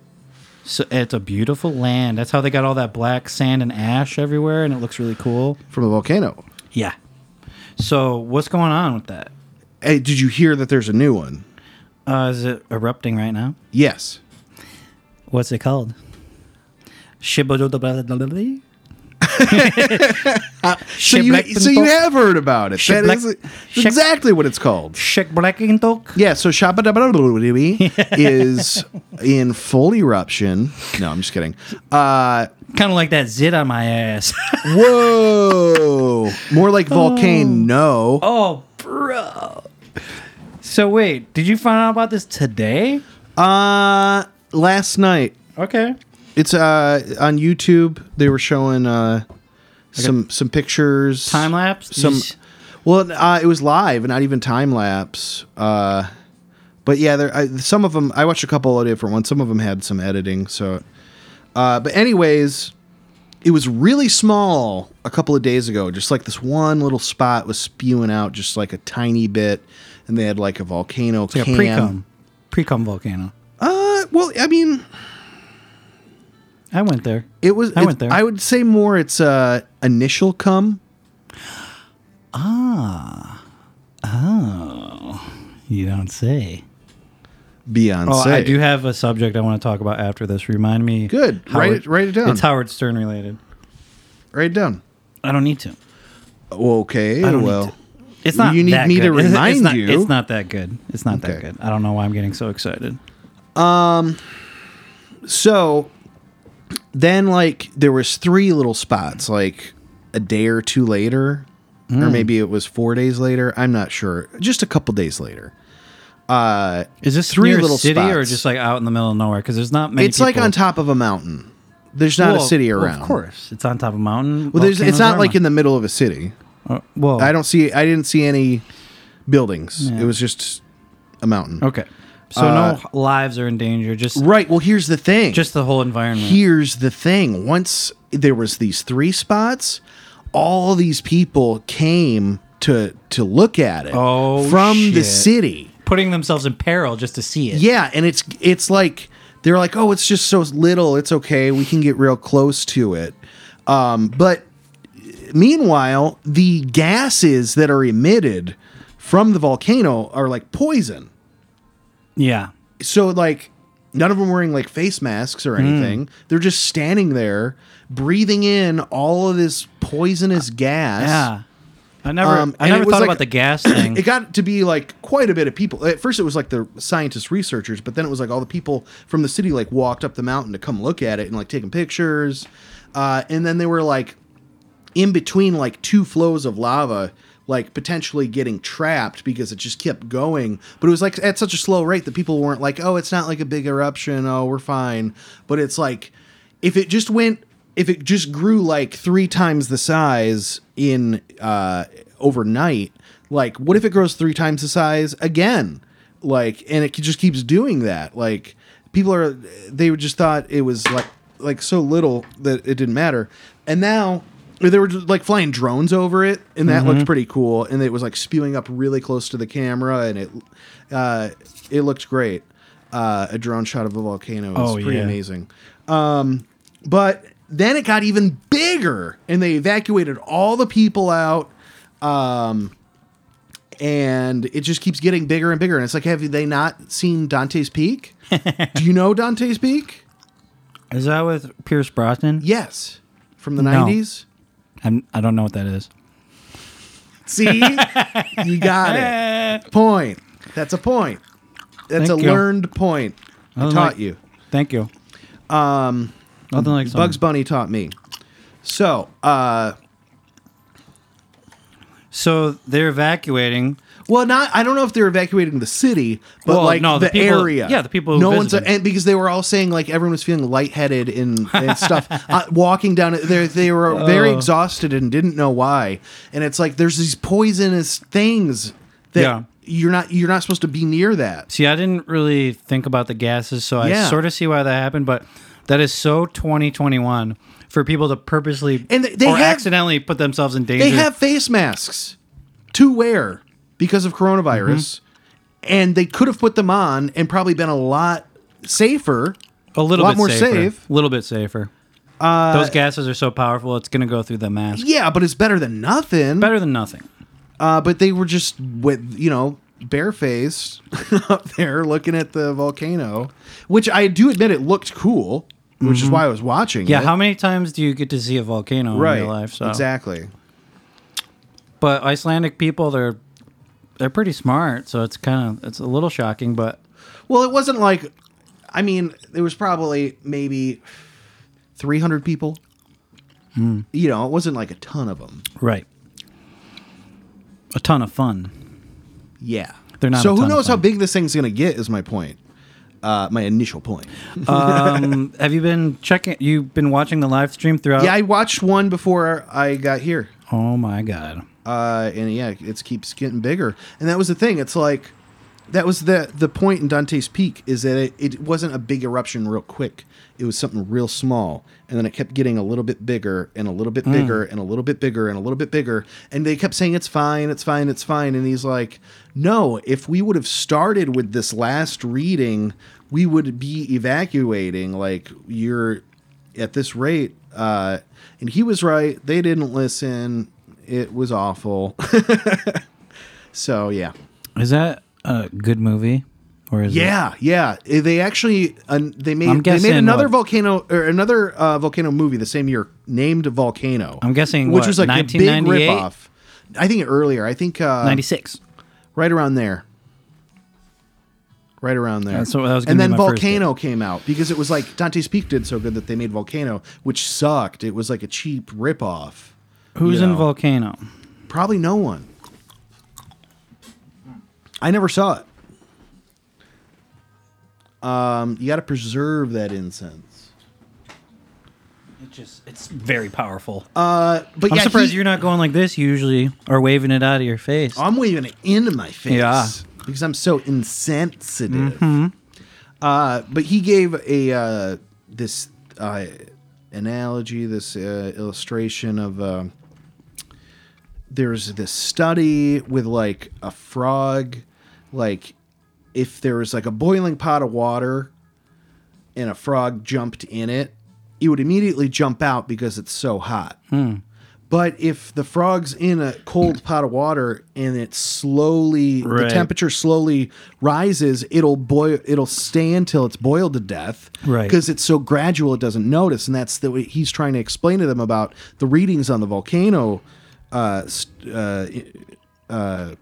A: so it's a beautiful land. That's how they got all that black sand and ash everywhere, and it looks really cool.
B: From a volcano.
A: Yeah. So what's going on with that?
B: Hey, did you hear that there's a new one?
A: Uh, is it erupting right now?
B: Yes.
A: What's it called? Shibboleth- Uh,
B: So you, so you have heard about it.
A: Shit
B: That
A: black-
B: is
A: shit-
B: exactly what it's called.
A: Shibboleth-
B: Yeah, so Shabba is in full eruption. No, I'm just kidding. Uh,
A: kind of like that zit on my ass.
B: whoa! More like volcano.
A: oh, bro. So wait, did you find out about this today?
B: Uh, last night,
A: Okay.
B: it's uh on YouTube. They were showing uh some some pictures.
A: Time lapse.
B: Some. Well, uh, it was live, not even time lapse. Uh, but yeah, there. I, some of them. I watched a couple of different ones. Some of them had some editing. So, uh, but anyways, it was really small a couple of days ago. Just like this one little spot was spewing out just like a tiny bit, and they had like a volcano
A: Like a
B: can.
A: precum, precum volcano.
B: Uh, Uh, well, I mean,
A: I went there.
B: it was.
A: I
B: it's-
A: went there.
B: I would say more it's uh, initial cum.
A: You don't say.
B: Beyonce.
A: Oh, I do have a subject I want to talk about after this. Remind me.
B: Good. Write it- write it down.
A: It's Howard Stern related.
B: Write it down.
A: I don't need to.
B: Okay.
A: I don't
B: well,
A: need to. It's not.
B: You need
A: that
B: me to
A: good. It's-
B: remind
A: it's not,
B: you.
A: It's not that good. It's not that
B: Okay.
A: good. I don't know why I'm getting so excited.
B: so then like there was three little spots like a day or two later
A: Hmm.
B: or maybe it was four days later i'm not sure just a couple days later uh
A: Is this
B: Three
A: near a
B: little
A: city or
B: spots.
A: just like out in the middle of nowhere? Because there's not many.
B: it's like on top of a mountain there's not a city around
A: Of course, it's on top of a mountain.
B: well there's it's not like in the middle of a city
A: Uh, well,
B: i don't see i didn't see any buildings
A: Yeah.
B: it was just a mountain
A: Okay, so
B: Uh,
A: no lives are in danger. Just
B: right well here's the thing
A: just the whole environment.
B: here's the thing once there was these three spots all these people came to to look at it
A: Oh,
B: from the
A: shit.
B: city
A: putting themselves in peril just to see it.
B: yeah and it's it's like they're like oh it's just so little it's okay we can get real close to it um but meanwhile the gases that are emitted from the volcano are like poison
A: yeah.
B: so like none of them wearing like face masks or anything. They're just standing there breathing in all of this poisonous gas.
A: Yeah. I never,
B: Um,
A: I
B: and
A: never
B: it was
A: thought
B: like-
A: about the gas thing.
B: It got to be like quite a bit of people. At first, it was like the scientists, researchers, but then it was like all the people from the city like walked up the mountain to come look at it and like taking pictures. Uh, and then they were like in between like two flows of lava, like potentially getting trapped because it just kept going. But it was like at such a slow rate that people weren't like, oh, it's not like a big eruption. Oh, we're fine. But it's like if it just went, if it just grew like three times the size in uh, overnight, like what if it grows three times the size again? Like, and it just keeps doing that. Like, people are, they just thought it was like, like so little that it didn't matter. And now they were just, like flying drones over it, and that
A: Mm-hmm.
B: looked pretty cool. And it was like spewing up really close to the camera, and it uh, it looked great. Uh, a drone shot of a volcano is
A: Oh,
B: pretty
A: yeah.
B: amazing. Um, but then it got even bigger, and they evacuated all the people out. Um, and it just keeps getting bigger and bigger. And it's like, have they not seen Dante's Peak? Do you know Dante's Peak?
A: Is that with Pierce Brosnan?
B: Yes, from the
A: No.
B: nineties.
A: I'm, I don't know what that is.
B: See, you got it. Point. That's a point. That's
A: Thank
B: a
A: you.
B: learned point. I
A: Nothing
B: taught
A: like-
B: you.
A: Thank you. Um, nothing like some-
B: Um, Bugs Bunny taught me. So, uh,
A: So they're evacuating.
B: well, not. I don't know if they're evacuating the city, but
A: Well,
B: like
A: no,
B: the,
A: the people-
B: area.
A: yeah, the people who
B: no one's
A: visited.
B: and because they were all saying like everyone was feeling lightheaded and, and stuff. uh, walking down, it- they they were very
A: Oh.
B: exhausted and didn't know why. And it's like there's these poisonous things that
A: Yeah.
B: you're not you're not supposed to be near that.
A: See, I didn't really think about the gases, so I
B: Yeah.
A: sort of see why that happened, but that is so 2021 for people to purposely
B: And they- they
A: or
B: have-
A: accidentally put themselves in danger.
B: They have face masks to wear because of
A: Mm-hmm.
B: coronavirus, and they could have put them on and probably been a lot safer.
A: a little
B: lot
A: bit
B: more
A: safer,
B: safe.
A: A little bit safer. Uh, Those gases are so powerful, it's going to go through the mask.
B: Yeah, but it's better than nothing.
A: Better than nothing.
B: Uh, but they were just with you know barefaced up there looking at the volcano, which I do admit it looked cool, which is why I was watching.
A: Mm-hmm. Yeah,
B: it.
A: how many times do you get to see a volcano
B: right?
A: in your life? So.
B: Exactly.
A: But Icelandic people, they're they're pretty smart, so it's kind of it's a little shocking, but
B: Well, it wasn't like, I mean, there was probably maybe 300 people.
A: Hmm.
B: You know, it wasn't like a ton of them.
A: right. A ton of fun.
B: Yeah.
A: They're not
B: So
A: a
B: who
A: ton of
B: knows how
A: fun.
B: big this thing's going to get is my point. Uh, my initial point.
A: Um, have you been checking? You've been watching the live stream throughout.
B: Yeah, I watched one before I got here.
A: oh my god.
B: Uh, and yeah, it keeps getting bigger. And that was the thing. It's like That was the the point in Dante's Peak is that it, it wasn't a big eruption real quick. It was something real small, and then it kept getting a little bit bigger and a little bit bigger and a little bit bigger and a little bit bigger. And they kept saying it's fine, it's fine, it's fine. And he's like, "No, if we would have started with this last reading, we would be evacuating. Like you're at this rate." Uh, and he was right. They didn't listen. It was awful. so yeah.
A: Is that a good movie? Or is it?
B: Yeah, yeah. Eh, They actually uh, they made
A: I'm
B: they
A: guessing
B: made another
A: what-
B: volcano or another uh, volcano movie the same year named Volcano.
A: I'm guessing
B: which
A: what,
B: was like a big
A: 1998?
B: ripoff. I think earlier. I think
A: Um,
B: uh,
A: 96.
B: right around there. Right around there.
A: That's what- that was
B: and
A: gonna
B: then
A: be my first
B: Volcano came out because it was like Dante's Peak did so good that they made Volcano, which sucked. It was like a cheap ripoff.
A: Who's
B: you
A: in
B: know.
A: Volcano?
B: Probably no one. I never saw it. Um, you got to preserve that incense.
A: It just it's very powerful.
B: Uh, but
A: I'm
B: yeah,
A: surprised
B: he-
A: you're not going like this usually or waving it out of your face.
B: I'm waving it into my face.
A: Yeah.
B: Because I'm so insensitive. Uh, but he gave a uh, this uh, analogy, this uh, illustration of uh, there's this study with like a frog, like if there was like a boiling pot of water and a frog jumped in it, it would immediately jump out because it's so hot.
A: Hmm.
B: But if the frog's in a cold pot of water and it slowly the
A: Right.
B: temperature slowly rises, it'll boil it'll stay until it's boiled to death.
A: Right.
B: Because it's so gradual it doesn't notice. And that's the way he's trying to explain to them about the readings on the volcano uh, st- uh, uh,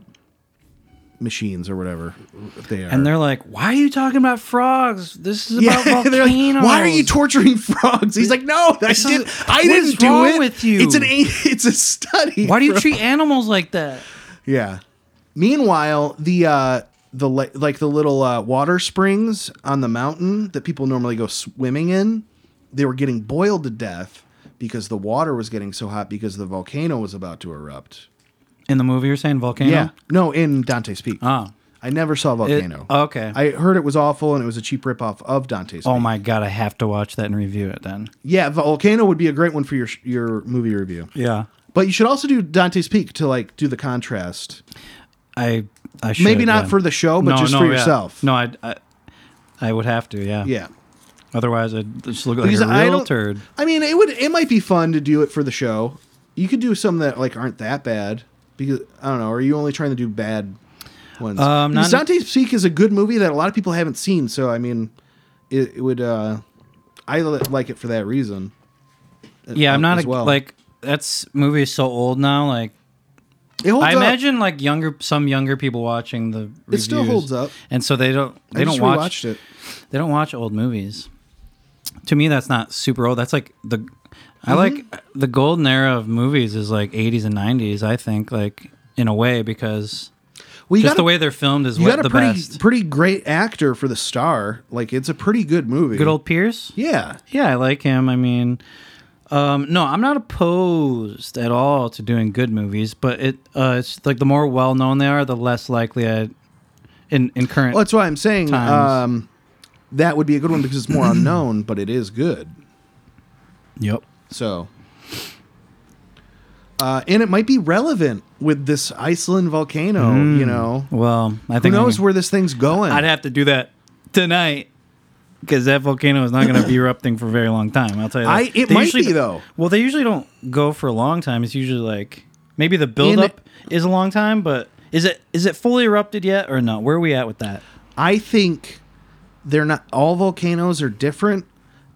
B: machines or whatever they are.
A: and they're like, "Why are you talking about frogs? This is about
B: Yeah, they're like,
A: volcanoes."
B: why are you torturing frogs? He's like, no, I
A: This is-
B: did. I
A: what
B: didn't
A: is
B: do
A: wrong
B: it.
A: with you?
B: It's an. a- It's a study.
A: Why do you
B: bro."
A: treat animals like that?
B: Yeah. Meanwhile, the uh, the li- like the little uh, water springs on the mountain that people normally go swimming in, they were getting boiled to death because the water was getting so hot because the volcano was about to erupt.
A: In the movie, you're saying volcano.
B: Yeah. No, in Dante's Peak.
A: Oh.
B: I never saw
A: It- uh,
B: volcano.
A: okay.
B: I heard it was awful and it was a cheap ripoff of Dante's.
A: oh
B: Peak.
A: my god, I have to watch that and review it then.
B: Yeah, volcano would be a great one for your your movie review.
A: Yeah.
B: But you should also do Dante's Peak to like do the contrast.
A: I I should,
B: Maybe not
A: yeah.
B: for the show, but
A: No,
B: just
A: no,
B: for
A: yeah.
B: yourself.
A: No, I, I I would have to, yeah.
B: Yeah.
A: Otherwise, I'd just look like
B: Because
A: a
B: I
A: real
B: don't-
A: turd.
B: I mean, it would it might be fun to do it for the show. You could do some that like aren't that bad because I don't know. Are you only trying to do bad ones?
A: Um,
B: Because
A: not-
B: Dante's Peak is a good movie that a lot of people haven't seen. So I mean, it, it would. uh I li- like it for that reason.
A: Yeah, I'm
B: um,
A: not
B: as
A: a,
B: well.
A: like that's movie is so old now. Like
B: It holds
A: I
B: up.
A: imagine like younger some younger people watching the
B: it still
A: reviews,
B: holds up.
A: and so they don't they
B: I
A: don't
B: just
A: watch
B: rewatched it.
A: they don't watch old movies. To me, that's not super old. That's like the
B: Mm-hmm.
A: I like the golden era of movies is like 80s and 90s. I think like in a way because
B: Well, you
A: just
B: got
A: the way they're filmed is
B: you
A: what
B: got
A: the
B: a pretty
A: best.
B: pretty great actor for the star. Like it's a pretty good movie.
A: Good old Pierce.
B: yeah.
A: Yeah, I like him. I mean, um, no, I'm not opposed at all to doing good movies, but it uh, it's like the more well known they are, the less likely I in in current.
B: Well, that's why I'm saying
A: Times.
B: um, that would be a good one because it's more unknown, but it is good.
A: yep.
B: So, uh, and it might be relevant with this Iceland volcano. You know,
A: Well, Mm. I
B: who
A: think
B: knows
A: I'm-
B: where this thing's going?
A: I'd have to do that tonight because that volcano is not going to be erupting for a very long time. I'll tell you. That.
B: I- it
A: They
B: might
A: usually-
B: be, though.
A: Well, they usually don't go for a long time. It's usually like maybe the buildup is a long time, but is it is it fully erupted yet or not? Where are we at with that?
B: I think they're not all volcanoes are different.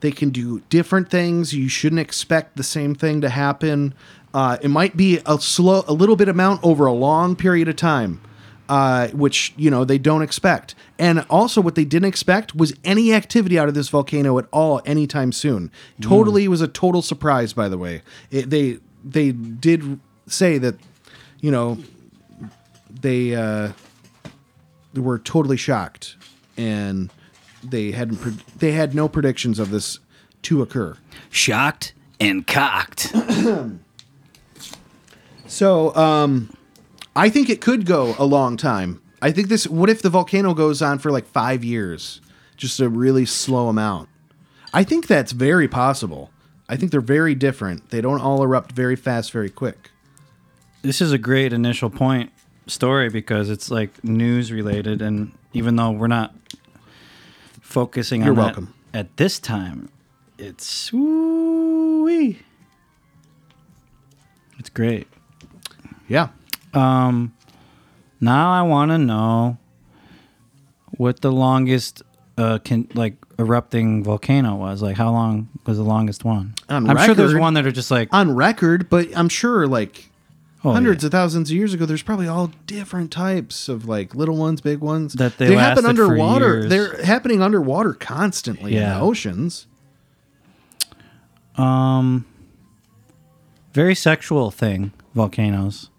B: They can do different things. You shouldn't expect the same thing to happen. Uh, it might be a slow, a little bit amount over a long period of time, uh, which you know they don't expect. And also, what they didn't expect was any activity out of this volcano at all anytime soon. Totally it was a total surprise. By the way, it, they they did say that, you know, they. Uh, were totally shocked, and they had pre- they had no predictions of this to occur.
A: Shocked and cocked.
B: So, um, I think it could go a long time. I I think this. What if the volcano goes on for like five years, just a really slow amount? I think that's very possible. I think they're very different. They don't all erupt very fast, very quick.
A: This is a great initial point story because it's like news related, and even though we're not focusing
B: You're
A: on that
B: welcome.
A: at this time, it's ooh It's great.
B: Yeah.
A: Um, now I want to know what the longest uh can like erupting volcano was. Like how long was the longest one?
B: On
A: I'm sure there's
B: record-
A: one that are just like
B: On record, but I'm sure like
A: oh,
B: hundreds
A: yeah.
B: of thousands of years ago, there's probably all different types of like little ones, big ones
A: That they
B: happen
A: lasted for
B: underwater.
A: years.
B: They're happening underwater constantly in
A: Yeah.
B: the oceans.
A: Um, very sexual thing. Volcanoes.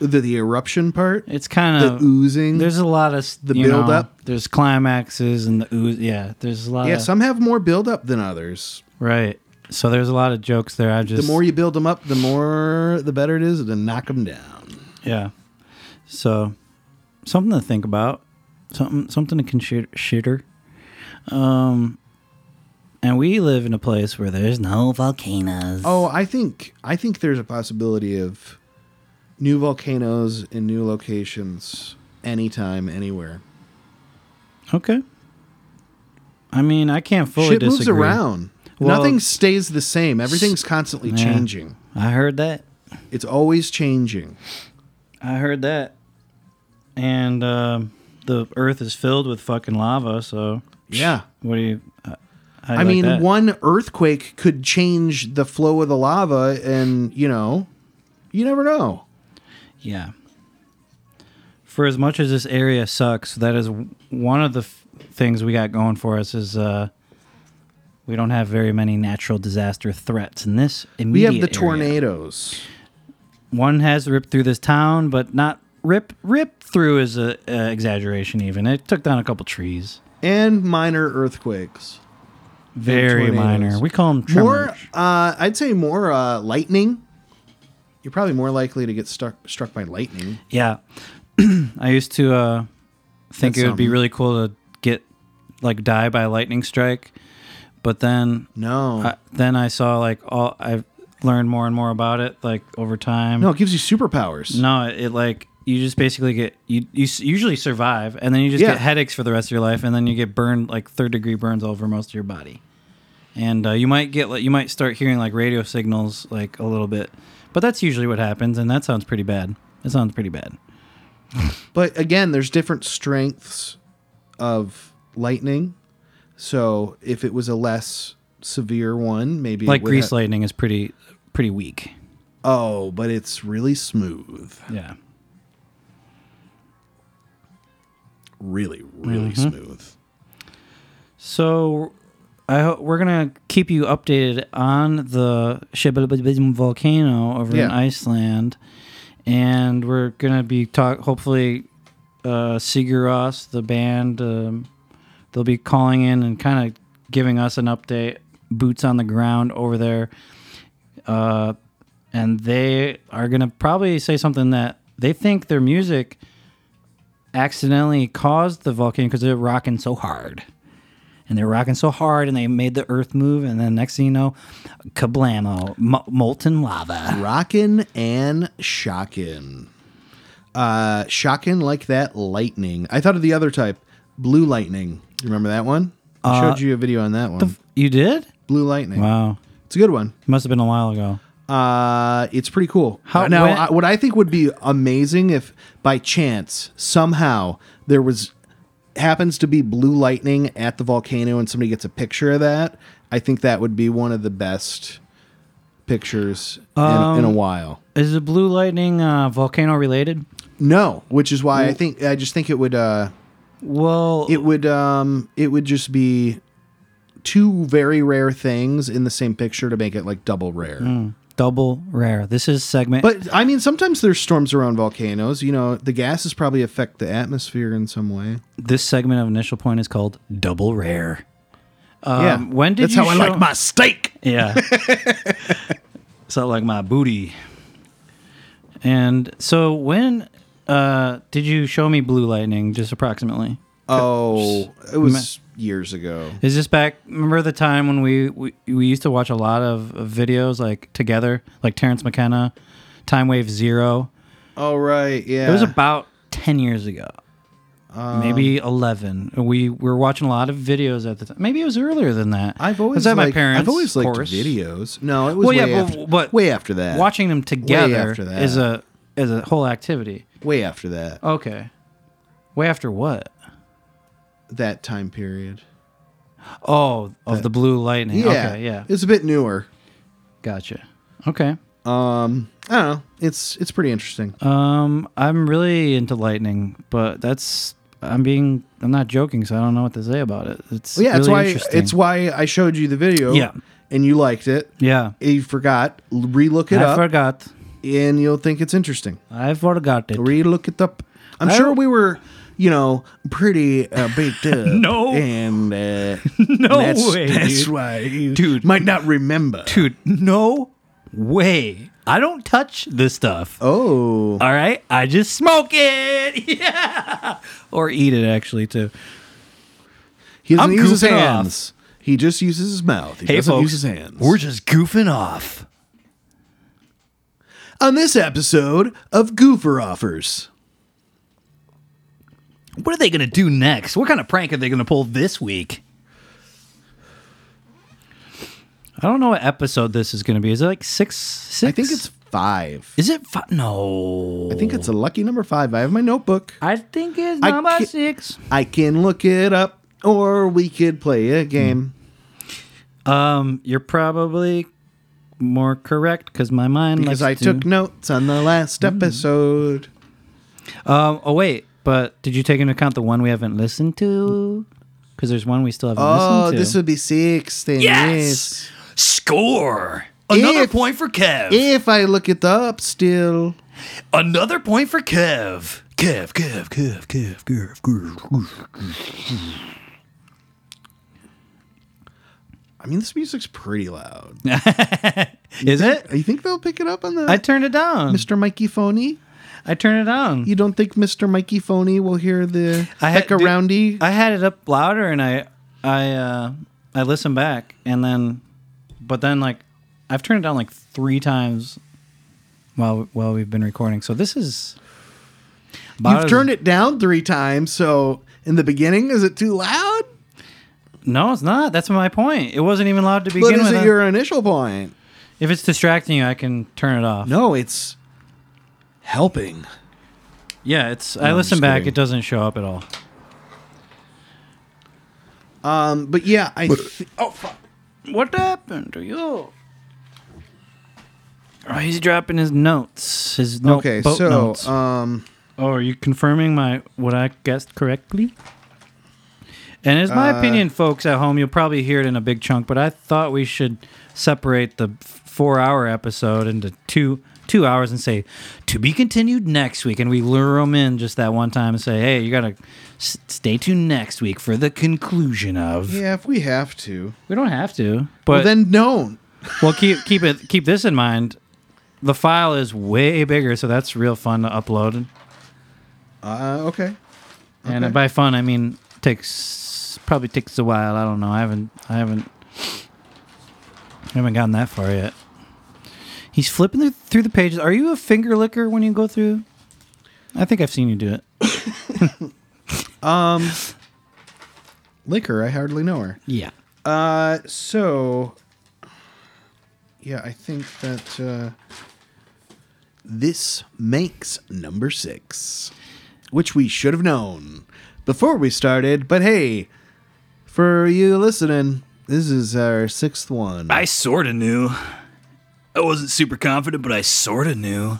B: The, the eruption part,
A: It's
B: the
A: kind of
B: oozing.
A: there's a lot of the
B: build up.
A: There's climaxes and the ooze. Yeah, there's a lot.
B: yeah,
A: of,
B: some have more buildup than others.
A: right. So there's a lot of jokes there. I
B: The
A: just
B: more you build them up, the more the better it is to knock them down.
A: Yeah. So, something to think about. Something something to consider. Um, and we live in a place where there's no volcanoes.
B: Oh, I think I think there's a possibility of new volcanoes in new locations anytime, anywhere.
A: okay. I mean, I can't fully
B: Shit
A: disagree.
B: moves around.
A: Well-
B: Nothing stays the same. Everything's constantly
A: Yeah.
B: changing.
A: I heard that.
B: It's always changing.
A: I heard that. And um the Earth is filled with fucking lava. So,
B: Yeah.
A: what do you? I, I
B: I,
A: like
B: mean,
A: that.
B: one earthquake could change the flow of the lava, and you know, you never know.
A: Yeah. For as much as this area sucks, that is w- one of the f- things we got going for us is uh, we don't have very many natural disaster threats in this immediate
B: We have the
A: area.
B: tornadoes.
A: One has ripped through this town, but not rip rip through is a, a exaggeration. Even it took down a couple trees.
B: and minor earthquakes.
A: Very
B: tornadoes.
A: minor. We call them
B: More,
A: tremors.
B: uh, I'd say more uh, lightning. You're probably more likely to get struck struck by lightning.
A: Yeah. I used to uh, think
B: That's
A: it would be
B: something.
A: really cool to get like die by lightning strike, but then
B: No,
A: I, then I saw like all I've learned more and more about it like over time.
B: no, it gives you superpowers.
A: no, it, like you just basically get you you s- usually survive and then you just
B: Yeah.
A: get headaches for the rest of your life and then you get burned like third degree burns all over most of your body. And uh, you might get like you might start hearing like radio signals like a little bit. But that's usually what happens and that sounds pretty bad. That sounds pretty bad.
B: But again, there's different strengths of lightning. So if it was a less severe one, maybe it
A: Like
B: would
A: grease
B: ha-
A: lightning is pretty pretty weak.
B: Oh, but it's really smooth,
A: Yeah.
B: really, really
A: Mm-hmm.
B: smooth.
A: So, I ho- we're gonna keep you updated on the Shibbolethbism volcano over in
B: Yeah.
A: Iceland, and we're gonna be talk. Hopefully, uh, Sigur Rós, the band, um, they'll be calling in and kind of giving us an update, boots on the ground over there, uh, and they are gonna probably say something that they think their music accidentally caused the volcano because they're rocking so hard and they're rocking so hard and they made the earth move and then next thing you know kablamo mo- molten lava
B: Rockin' and shockin'. Uh, shockin' like that lightning. I thought of the other type, blue lightning. You remember that one? I showed you a video on that one.
A: you did
B: blue lightning.
A: Uh, wow
B: It's a good one.
A: must have been a while ago
B: Uh, it's pretty cool.
A: How-
B: now,
A: when-
B: I, what I think would be amazing if by chance somehow there was happens to be blue lightning at the volcano and somebody gets a picture of that. I think that would be one of the best pictures in,
A: Um,
B: in a while.
A: is the blue lightning uh, volcano related
B: No, which is why I think I just think it would uh
A: well
B: it would um it would just be two very rare things in the same picture to make it like double rare.
A: Hmm. double rare this is segment
B: But I mean sometimes there's storms around volcanoes, you know, the gases probably affect the atmosphere in some way.
A: this segment of initial point is called double rare um,
B: yeah.
A: when did
B: That's
A: you
B: how I
A: show-
B: like my steak.
A: Yeah. so like my booty. And so when uh, did you show me Blue Lightning just approximately?
B: Oh, it was years ago.
A: Is this back? Remember the time when we, we we used to watch a lot of of videos like together, like Terrence McKenna, Time Wave Zero.
B: Oh right, yeah. Um,
A: It was about ten years ago, maybe eleven. We were watching a lot of videos at the time. Maybe it was earlier than that.
B: I've
A: I
B: always
A: was at my
B: liked-
A: parents.
B: I've always liked
A: course.
B: videos. No, it was
A: Well, yeah,
B: way,
A: but-
B: after,
A: but
B: way after that.
A: Watching them together
B: after that.
A: is a is a whole activity.
B: way after that.
A: Okay, way after what?
B: That time period.
A: Oh, of the Blue Lightning.
B: Yeah,
A: Okay, yeah,
B: It's a bit newer.
A: gotcha. Okay.
B: Um, I don't know. It's it's pretty interesting.
A: Um, I'm really into lightning, but that's I'm being I'm not joking, so I don't know what to say about it. It's
B: yeah, it's
A: really
B: why
A: interesting.
B: it's why I showed you the video.
A: Yeah.
B: and you liked it.
A: yeah.
B: You forgot. L- Relook it
A: I
B: up,
A: forgot.
B: and you'll think it's interesting.
A: I forgot it.
B: Relook it up. I'm
A: I
B: sure
A: don't-
B: we were, you know, pretty uh, baked up.
A: No.
B: and uh,
A: No
B: that's,
A: way,
B: That's
A: dude.
B: why you
A: Dude.
B: might not remember.
A: Dude, no way. I don't touch this stuff.
B: Oh,
A: All right, I just smoke it. Yeah, or eat it actually too.
B: he doesn't
A: I'm
B: use his
A: goofing off.
B: hands. He just uses his mouth. He
A: Hey
B: doesn't
A: folks,
B: use his hands.
A: we're just goofing off.
B: on this episode of Goofer Offers.
A: What are they gonna do next? What kind of prank are they gonna pull this week? I don't know what episode this is gonna be. Is it like six? Six?
B: I think it's five.
A: Is it five? No.
B: I think it's a lucky number five. I have my notebook.
A: I think it's
B: I
A: number
B: ca-
A: six.
B: I can look it up, or we could play a game.
A: Um, you're probably more correct because my mind
B: Because I
A: likes to-
B: took notes on the last
A: Mm.
B: episode.
A: Um. Oh wait, but did you take into account the one we haven't listened to? Because there's one we still haven't
B: Oh,
A: listened to.
B: this would be six. Then yes.
A: Yes! score. Another
B: If-
A: point for Kev.
B: If I look it up still.
A: Another point for Kev. Kev, Kev, Kev, Kev, Kev, Kev.
B: I mean, this music's pretty loud.
A: Is it?
B: You think they'll pick it up on the
A: I turned it down.
B: Mr. Mikey Phony?
A: I turned it down.
B: You don't think Mr. Mikey Phony will hear the
A: I had-
B: Becca
A: did-
B: Roundy?
A: I had it up louder, and I, I, uh, I listened back, and then, but then like, I've turned it down like three times while while we've been recording. So this is.
B: You've turned it down three times, so in the beginning, is it too loud?
A: No, it's not. That's my point. It wasn't even loud to begin
B: But is
A: with.
B: it your initial point?
A: if it's distracting you, I can turn it off.
B: No, it's helping.
A: Yeah, it's.
B: No,
A: I
B: I'm
A: listen
B: just
A: back.
B: kidding.
A: It doesn't show up at all.
B: Um, but yeah, I th- oh fuck.
A: What happened to you? Oh, he's dropping his notes. His note,
B: Okay,
A: boat
B: so
A: notes.
B: um,
A: oh, are you confirming my what I guessed correctly? And it's my
B: Uh,
A: opinion, folks at home, you'll probably hear it in a big chunk. But I thought we should separate the four-hour episode into two two hours and say to be continued next week, and we lure them in just that one time and say, hey, you gotta s- stay tuned next week for the conclusion of.
B: yeah, if we have to,
A: We don't have to, but
B: well, then don't.
A: well, keep keep it keep this in mind. The file is way bigger, so that's real fun to upload.
B: Uh, okay. Okay.
A: And by fun, I mean takes probably takes a while. I don't know. I haven't I haven't I haven't gotten that far yet. He's flipping through- through the pages. Are you a finger licker when you go through? I think I've seen you do it.
B: Um, liquor. I hardly know her.
A: Yeah.
B: Uh, so yeah, I think that uh, this makes number six, which we should have known before we started. But hey, for you listening, this is our sixth one.
C: I sort of knew. I wasn't super confident, but I sort of knew.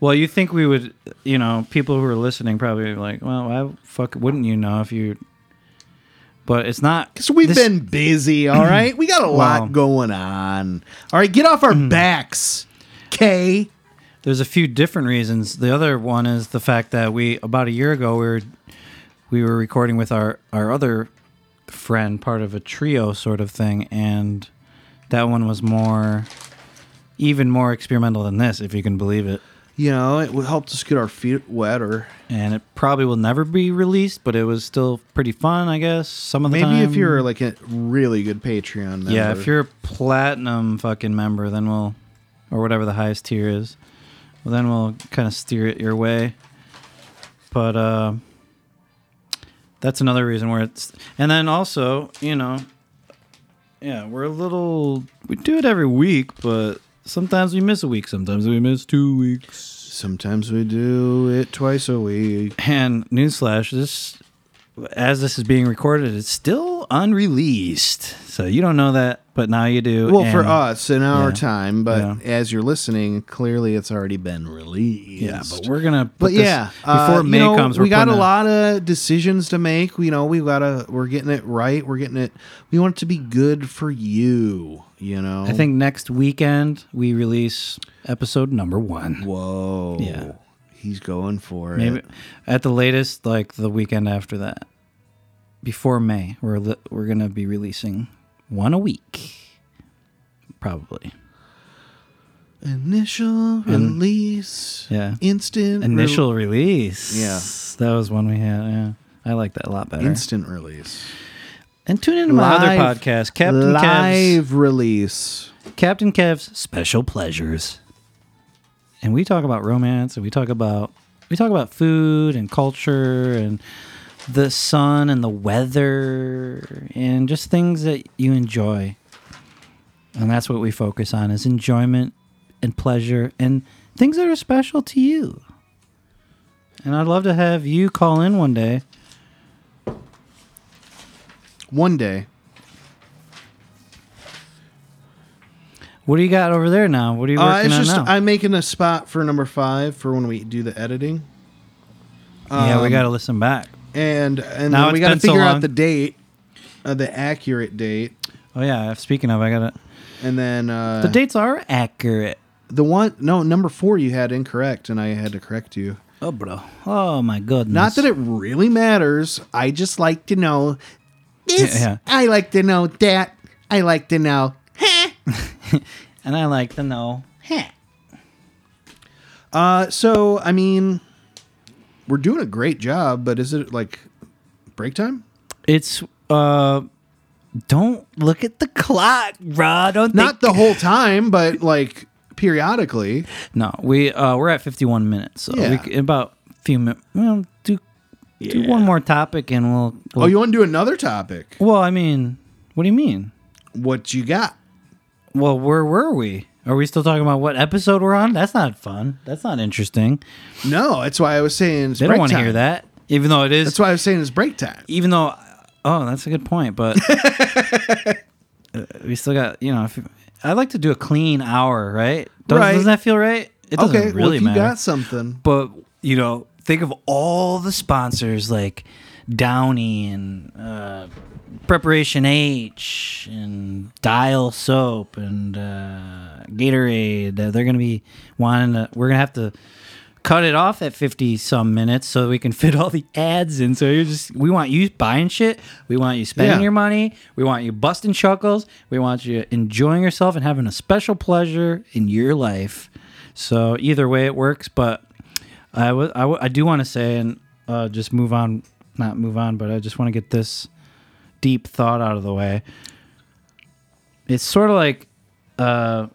A: Well, you think we would, you know, people who are listening probably like, well, why fuck wouldn't you know if you? But it's not
B: So we've
A: this-
B: been busy, all right? We got a
A: Wow.
B: lot going on. All right, get off our
A: Mm.
B: backs, Kay.
A: There's a few different reasons. The other one is the fact that we about a year ago we were we were recording with our our other friend, part of a trio sort of thing, and that one was more even more experimental than this, if you can believe it.
B: You know, it would help us get our feet wetter.
A: and it probably will never be released, but it was still pretty fun, I guess. Some of the
B: Maybe
A: time.
B: if you're like a really good Patreon member.
A: yeah, if you're a platinum fucking member, then we'll or whatever the highest tier is, well, then we'll kind of steer it your way. But uh, that's another reason where it's and then also you know, yeah, we're a little we do it every week, but sometimes we miss a week, sometimes we miss two weeks.
B: Sometimes we do it twice a week.
A: And newsflash, this as this is being recorded, it's still unreleased. So you don't know that, but now you do.
B: Well, for
A: and-
B: us in our
A: yeah,
B: time, but
A: yeah.
B: as you're listening, clearly it's already been released.
A: yeah, but we're gonna. put
B: But
A: this-
B: yeah,
A: before
B: uh,
A: May
B: you know,
A: comes, we're
B: we got a
A: putting
B: lot of decisions to make. You know, we gotta we're getting it right. We're getting it. We want it to be good for you. You know,
A: I think next weekend we release episode number one.
B: Whoa,
A: Yeah.
B: he's going for
A: Maybe
B: it.
A: at the latest, like the weekend after that, before May, we're li- we're gonna be releasing one a week, probably.
B: Initial release.
A: yeah.
B: instant re-
A: Initial release.
B: Yeah.
A: that was one we had. Yeah, I like that a lot better.
B: instant release.
A: And tune into my other
B: Live-
A: podcast, Captain
B: live release.
A: Kev's Captain Kev's Special Pleasures. And we talk about romance and we talk about we talk about food and culture and the sun and the weather and just things that you enjoy. And that's what we focus on is enjoyment and pleasure and things that are special to you. And I'd love to have you call in one day.
B: One day.
A: What do you got over there now? What are you working
B: Uh, it's
A: on
B: just
A: now?
B: I'm making a spot for number five for when we do the editing.
A: yeah, we
B: Um,
A: got to listen back.
B: and and
A: Now
B: then we
A: it's
B: got to
A: been so
B: figure
A: long.
B: out the date, uh, the accurate date,
A: Oh yeah. Speaking of, I got to
B: and then uh,
A: The dates are accurate.
B: the one no number four you had incorrect, and I had to correct you.
A: Oh, bro. Oh my goodness.
B: Not that it really matters. I just like to know this.
A: Yeah, yeah.
B: I like to know that. I like to know.
A: And I like to know.
B: Uh, so I mean, we're doing a great job, but is it like break time?
A: It's uh, don't look at the clock, bro. Don't think-
B: Not the whole time, but like periodically.
A: No, we uh we're at fifty one minutes. So
B: Yeah.
A: we c- about a few minutes. Well, do do one more topic and we'll. we'll
B: Oh, you want to do another topic?
A: well, I mean, what do you mean?
B: What you got?
A: Well, where were we? Are we still talking about what episode we're on? That's not fun. That's not interesting.
B: No, that's why I was saying it's
A: They
B: break
A: don't want to
B: time.
A: hear that, even though it is.
B: That's why I was saying it's break time.
A: even though oh that's a good point but Uh, we still got you know if, i like to do a clean hour right, Does,
B: Right.
A: doesn't that feel right it doesn't
B: Okay, well,
A: really
B: if you
A: matter
B: got something,
A: but you know think of all the sponsors like downey and uh, preparation h and dial soap and uh, gatorade uh, they're gonna be wanting to we're gonna have to cut it off at 50 some minutes so we can fit all the ads in so you're just we want you buying shit we want you spending
B: Yeah.
A: your money we want you busting chuckles we want you enjoying yourself and having a special pleasure in your life so either way it works but I wa- I wa- I do want to say and uh, just move on, not move on, but I just want to get this deep thought out of the way. It's sort of like uh,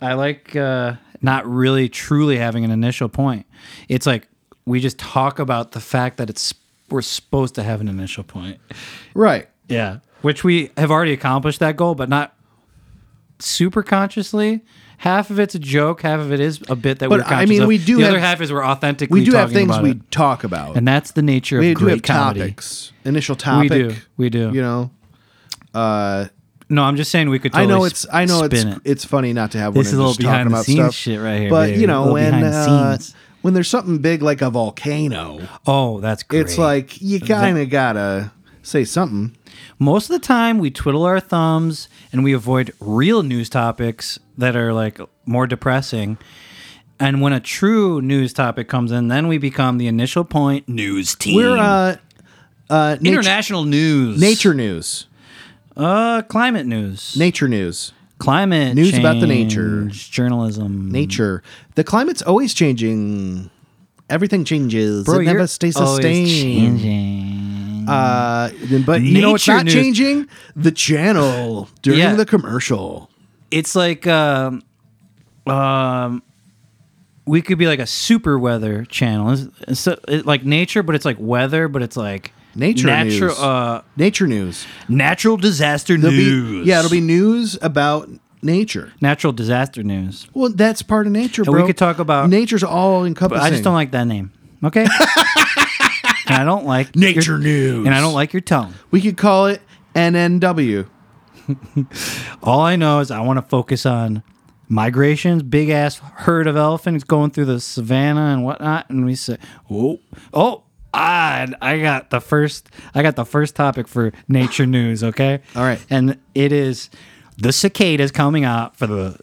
A: I like uh, not really truly having an initial point. It's like we just talk about the fact that it's we're supposed to have an initial point.
B: right?
A: Yeah. Which we have already accomplished that goal, but not super consciously. Half of it's a joke, half of it is a bit that
B: But,
A: we're
B: I
A: conscious
B: mean,
A: of.
B: we do
A: the
B: have-
A: other half is we're authentically
B: We do have
A: talking
B: things
A: about
B: we
A: it.
B: talk about,
A: And that's the nature of
B: we do
A: great
B: have
A: comedy.
B: topics, initial
A: We
B: topic.
A: do. We do.
B: You know, uh,
A: No, I'm just saying we could
B: I
A: totally
B: know it's I know it's
A: spin it.
B: it's funny not to have
A: This
B: one
A: is a
B: and
A: little
B: just talking
A: behind the
B: about
A: scenes
B: stuff,
A: shit right here,
B: but
A: baby.
B: you
A: A
B: know
A: little
B: when
A: behind the
B: uh,
A: scenes.
B: when there's something big like a volcano,
A: Oh, that's great.
B: it's like you kind of gotta say something.
A: most of the time we twiddle our thumbs and we avoid real news topics that are like more depressing. And when a true news topic comes in, then we become the initial point
C: News team.
B: We're uh, uh, nature,
A: international news,
B: nature news,
A: uh, climate news,
B: nature news.
A: Climate
B: News about the nature.
A: change, journalism,
B: Nature. The climate's always changing. Everything changes.
A: Bro,
B: it never
A: you're
B: stays the
A: always
B: same.
A: changing.
B: Uh, but you know what's
A: Nature
B: not
A: news.
B: changing? The channel during
A: Yeah.
B: the commercial.
A: it's like um, um, we could be like a super weather channel. It's, it's, it's like nature, but it's like weather, but it's like
B: Nature
A: natural,
B: news.
A: uh,
B: Nature news.
A: natural disaster
B: There'll
A: news.
B: Be, yeah, it'll be news about nature.
A: natural disaster news.
B: Well, that's part of nature,
A: And
B: bro.
A: we could talk about-
B: nature's all encompassing.
A: But I just don't like that name. Okay. and I don't like your-
B: Nature news.
A: and I don't like your tone.
B: We could call it NNW.
A: All I know is I want to focus on migrations, big ass herd of elephants going through the savannah and whatnot. And we say, oh, oh, I, I got the first, I got the first topic for nature news. Okay,
B: All right.
A: and it is the cicadas coming out for the.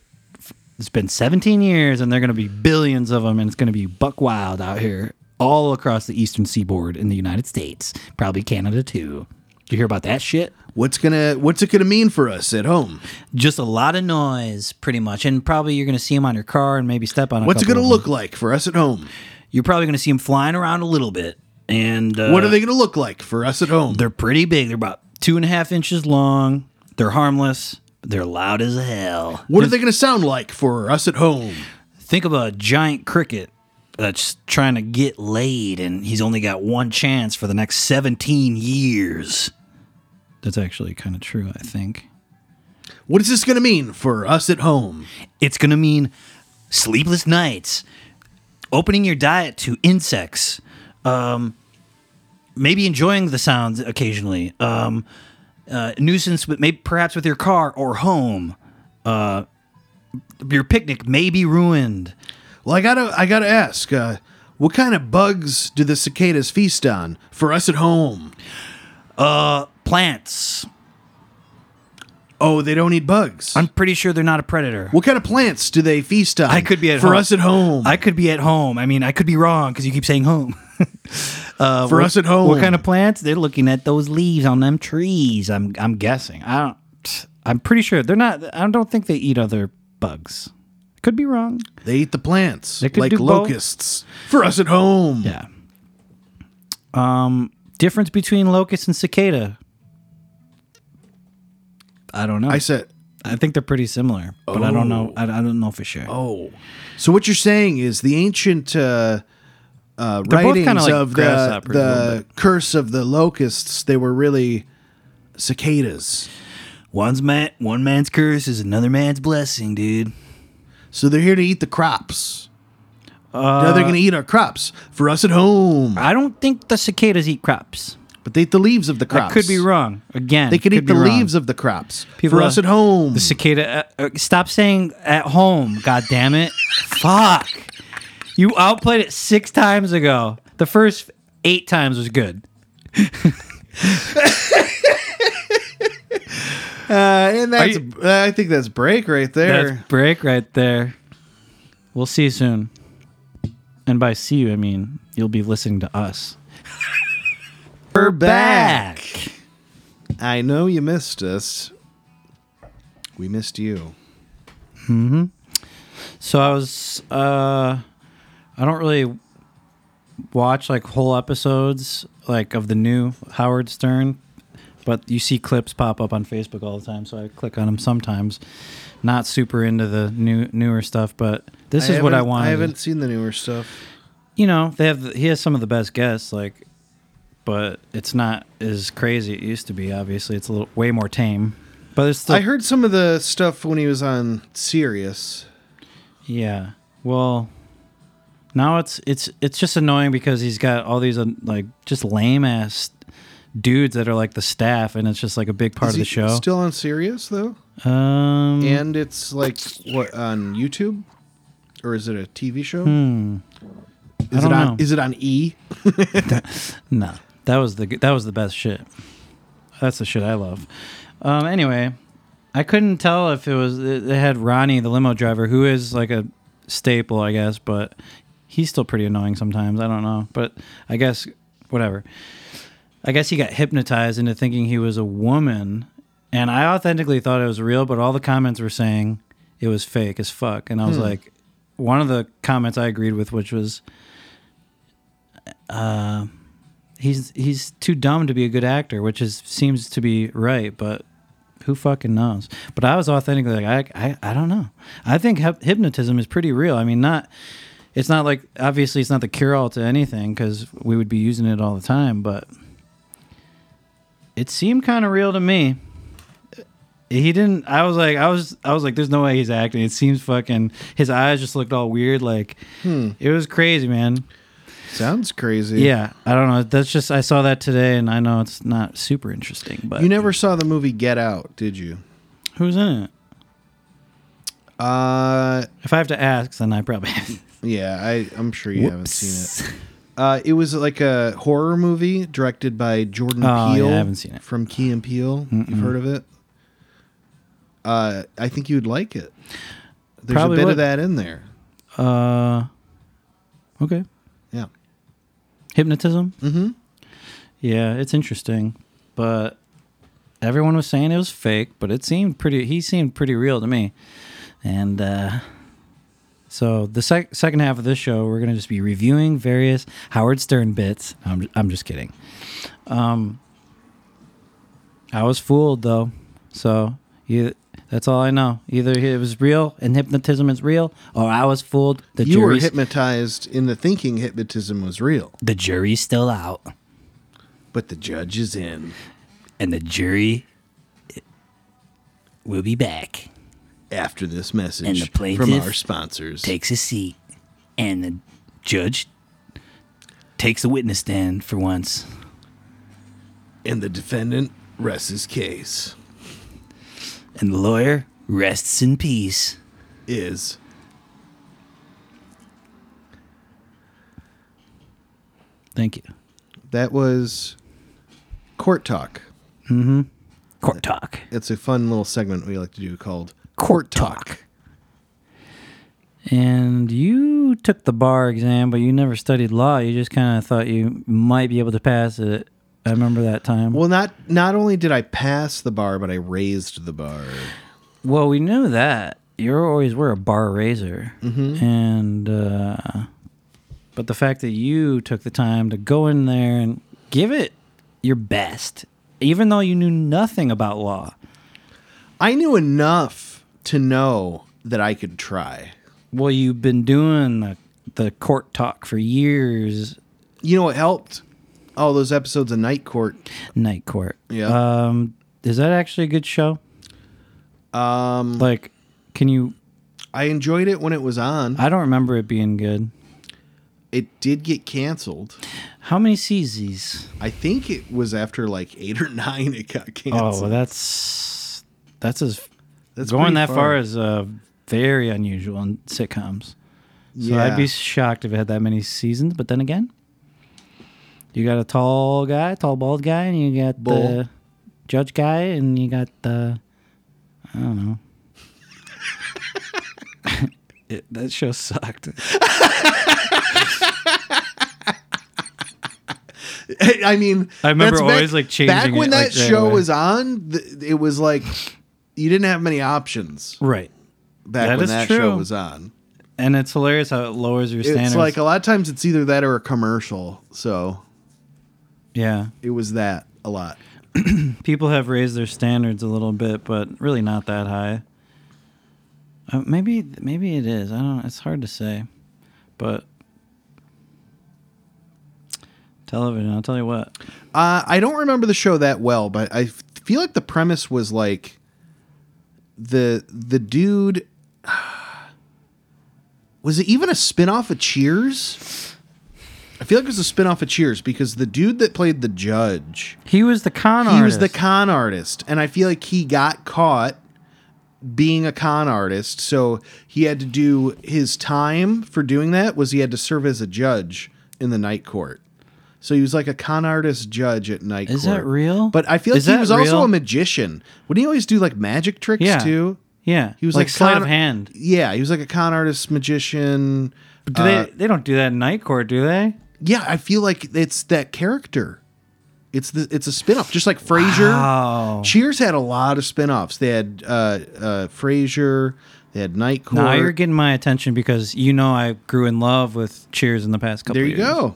A: It's been 17 years, and they're going to be billions of them, and it's going to be buck wild out here all across the eastern seaboard in the United States, probably Canada too. Did you hear about that shit?
B: What's gonna What's it gonna mean for us at home?
A: just a lot of noise, pretty much, and probably you're going to see them on your car and maybe step on. A
B: What's it
A: couple
B: gonna
A: of
B: look like for us at home?
A: them. You're probably going to see them flying around a little bit, and uh,
B: What are they gonna look like for us at home?
A: They're pretty big. They're about two and a half inches long. They're harmless. They're loud as hell.
B: What are they gonna sound like for us at home?
A: Think of a giant cricket that's trying to get laid, and he's only got one chance for the next 17 years. That's actually kind of true, I think.
B: What is this gonna mean for us at home?
A: It's going to mean sleepless nights, opening your diet to insects, um, maybe enjoying the sounds occasionally, um, uh, nuisance, but maybe perhaps with your car or home. Uh, your picnic may be ruined.
B: Well, I gotta I gotta ask. Uh, what kind of bugs do the cicadas feast on for us at home?
A: Uh, plants.
B: Oh, they don't eat bugs.
A: I'm pretty sure they're not a predator.
B: what kind of plants do they feast on?
A: I could be at
B: for
A: home.
B: us at home.
A: I could be at home. I mean, I could be wrong because you keep saying home. uh,
B: For
A: what-
B: us at home.
A: what kind of plants? They're looking at those leaves on them trees. I'm I'm guessing. I don't. I'm pretty sure they're not. I don't think they eat other bugs. Could be wrong.
B: They eat the plants
A: could
B: like
A: do both.
B: locusts for us at home.
A: Yeah. Um, difference between locust and cicada. I don't know.
B: I
A: I,
B: said,
A: think they're pretty similar, but I don't know. I, I don't know for sure.
B: oh. So what you're saying is the ancient uh, uh,
A: both
B: writings
A: kinda like
B: of the,
A: grasshoppers a little
B: the curse of the locusts, they were really cicadas.
A: One's man, one man's curse is another man's blessing, dude.
B: So they're here to eat the crops. now they're
A: Uh,
B: going to eat our crops for us at home.
A: I don't think the cicadas eat crops.
B: But they eat the leaves of the
A: I
B: crops.
A: could be wrong. Again,
B: They could, eat the
A: be wrong.
B: leaves of the crops
A: People
B: for
A: are-
B: us at home.
A: The cicada. Uh, uh, stop saying at home. God damn it! Fuck. You outplayed it six times ago. The first eight times was good.
B: Uh, and that's,
A: you-
B: I think that's break right there.
A: That's break right there. We'll see you soon. And by see you, I mean you'll be listening to us.
B: We're
A: back.
B: I know you missed us. We missed you.
A: So I was uh I don't really watch like whole episodes like of the new Howard Stern, but you see clips pop up on Facebook all the time, so I click on them sometimes. Not super into the new newer stuff, but this is what I
B: haven't-
A: wanted.
B: I haven't seen the newer stuff.
A: You know, they have he has some of the best guests like but it's not as crazy it used to be obviously. It's a little way more tame. But it's still
B: I heard some of the stuff when he was on Sirius.
A: Yeah. Well, now it's it's it's just annoying because he's got all these uh, like just lame ass dudes that are like the staff, and it's just like a big part
B: Is
A: of the
B: he
A: show.
B: Still on Sirius though,
A: um.
B: and it's like what on YouTube, or is it a TV show? Is
A: Hmm. don't
B: it on?
A: know.
B: Is it on E?
A: No, that was the that was the best shit. That's the shit I love. Um. Anyway, I couldn't tell if it was it, it had Ronnie the limo driver, who is like a staple, I guess, but he's still pretty annoying sometimes. I don't know, but I guess whatever. I guess he got hypnotized into thinking he was a woman And I authentically thought it was real, but all the comments were saying it was fake as fuck. And I was like, one of the comments I agreed with, which was, uh, he's he's too dumb to be a good actor, which is seems to be right, but who fucking knows? But I was authentically like, I I, I don't know. I think hyp- hypnotism is pretty real. I mean, not. It's not like obviously it's not the cure all to anything because we would be using it all the time, but it seemed kind of real to me. He didn't. I was like, I was, I was like, there's no way he's acting. It seems fucking. His eyes just looked all weird. Like, it was crazy, man.
B: Sounds crazy.
A: Yeah, I don't know. That's just I saw that today, and I know it's not super interesting, but
B: You never saw the movie Get Out, did you?
A: who's in it?
B: Uh,
A: If I have to ask, then I probably
B: yeah, I, I'm sure you haven't seen it. Uh, it was like a horror movie directed by Jordan
A: Oh,
B: Peele.
A: yeah, I haven't seen it.
B: From Key and Peele. You've heard of it? Uh, I think you'd like it. There's
A: Probably
B: a bit
A: would.
B: of that in there.
A: Uh, okay.
B: Yeah.
A: Hypnotism.
B: Mm-hmm.
A: Yeah, it's interesting, but everyone was saying it was fake, but it seemed pretty. He seemed pretty real to me, and uh, so the sec- second half of this show, we're gonna just be reviewing various Howard Stern bits. I'm I'm just kidding. Um, I was fooled though, so you. That's all I know. Either it was real and hypnotism is real, or I was fooled. The
B: You were
A: jury's-
B: hypnotized into thinking hypnotism was real,
A: the jury's still out,
B: but the judge is in
A: and the jury will be back.
B: after this message
D: And the
B: from
D: plaintiff
B: our sponsors.
D: takes a seat, and the judge takes the witness stand for once.
B: and the defendant rests his case.
D: And the lawyer rests in peace.
B: Is
A: Thank you.
B: that was court talk.
D: Court talk.
B: It's a fun little segment we like to do called
D: Court talk.
A: And you took the bar exam, but you never studied law. You just kind of thought you might be able to pass it. I remember that time. Well,
B: Well, not not only did I pass the bar, but I raised the bar.
A: we knew that you always were a bar raiser, and uh, but the fact that you took the time to go in there and give it your best, even though you knew nothing about law.
B: I knew enough to know that I could try.
A: Well, you've been doing the, the court talk for years,
B: You know what helped? All those episodes of Night Court.
A: night court.
B: Yeah.
A: Um, is that actually a good show?
B: Um,
A: Like, can you
B: I enjoyed it when it was on.
A: I don't remember it being good.
B: It did get canceled.
A: How many CZs?
B: I think it was after like eight or nine. It got
A: Oh,
B: canceled.
A: well, that's that's as
B: That's
A: going
B: pretty
A: that
B: far.
A: far is uh, very unusual in sitcoms. So I'd be shocked if it had that many seasons. But then again, you got a tall guy, tall bald guy, and you got
B: Bull.
A: the judge guy, and you got the I don't know. It- that show sucked.
B: I mean,
A: I remember
B: that's
A: always, like, changing
B: Back when
A: it,
B: that
A: like, right
B: show
A: away.
B: was on, th- it was like you didn't have many options
A: Right.
B: back
A: That
B: when
A: is
B: that show
A: true.
B: was on.
A: And it's hilarious how it lowers your standards.
B: It's like a lot of times it's either that or a commercial. So
A: yeah.
B: it was that a lot.
A: people have raised their standards a little bit, but really not that high. Uh, maybe maybe it is. I don't. It's hard to say, but television. I'll tell you what.
B: Uh, I don't remember the show that well, but I f- feel like the premise was like the the dude was it even a spin-off of Cheers? I feel like it was a spin-off of Cheers because the dude that played the judge
A: He was the con
B: he was
A: artist.
B: the con artist and i feel like he got caught being a con artist so he had to do his time for doing that was he had to serve as a judge in the night court so he was like a con artist judge at night
A: Is
B: court
A: that real?
B: but i feel like
A: Is
B: he
A: that
B: was also
A: real?
B: a magician would he always do like magic tricks
A: Yeah.
B: too
A: yeah.
B: he was
A: like,
B: like
A: sleight
B: con-
A: of hand.
B: yeah he was like a con artist magician
A: Do
B: Uh,
A: they? They don't do that in night court, do they?
B: yeah i feel like it's that character It's the it's a spinoff, just like Frasier.
A: Wow.
B: Cheers had a lot of spinoffs. They had uh, uh, Frasier. They had Night Court.
A: Now you're getting my attention because you know I grew in love with Cheers in the past couple.
B: there you
A: years,
B: go.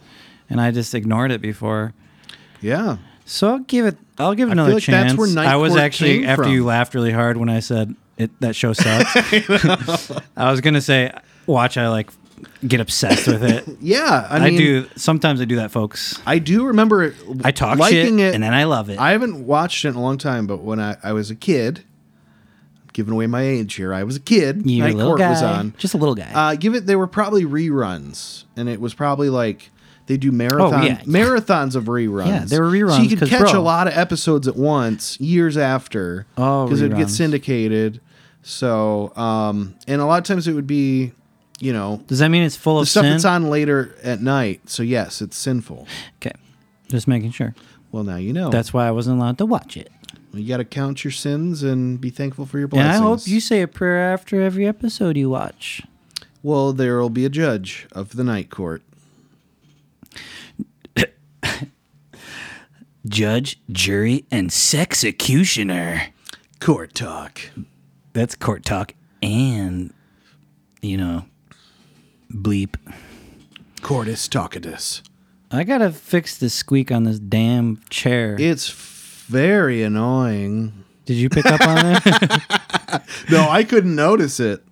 A: And I just ignored it before,
B: Yeah.
A: so I'll give it. I'll give it
B: I feel
A: another
B: like
A: chance.
B: that's where Night
A: I was
B: Court
A: actually
B: came
A: after
B: from.
A: you laughed really hard when I said it. That show sucks. I was gonna say, watch. I like get obsessed with it.
B: Yeah. I,
A: I,
B: mean,
A: do. Sometimes I do that, folks.
B: I do remember it,
A: I talk
B: liking
A: shit
B: it.
A: and then I love it.
B: I haven't watched it in a long time, but when I, I was a kid, giving away my age here, I was a kid.
A: you
B: Night
A: little
B: Court
A: guy,
B: was on.
A: just a little guy.
B: Uh, give it. They were probably reruns, and it was probably like they do marathon
A: Oh, yeah.
B: marathons of reruns.
A: Yeah, they were
B: So you
A: reruns,
B: could
A: 'cause,
B: catch
A: bro-
B: a lot of episodes at once, years after,
A: Oh,
B: it'd get
A: reruns.
B: syndicated. So, um, and a lot of times it would be, you know,
A: Does that mean it's full
B: the
A: of
B: stuff
A: sin?
B: that's on later at night. So yes, it's sinful.
A: Okay, just making sure.
B: Well, now you know.
A: That's why I wasn't allowed to watch it.
B: you got to count your sins and be thankful for your
A: And
B: blessings.
A: I hope you say a prayer after every episode you watch.
B: Well, there will be a judge of the night court.
D: Judge, jury, and sexecutioner.
B: Court talk.
D: That's court talk and, you know, bleep.
B: Courtis talkatus.
A: I gotta fix the squeak on this damn chair.
B: It's very annoying.
A: Did you pick up on it?
B: No, I couldn't notice it.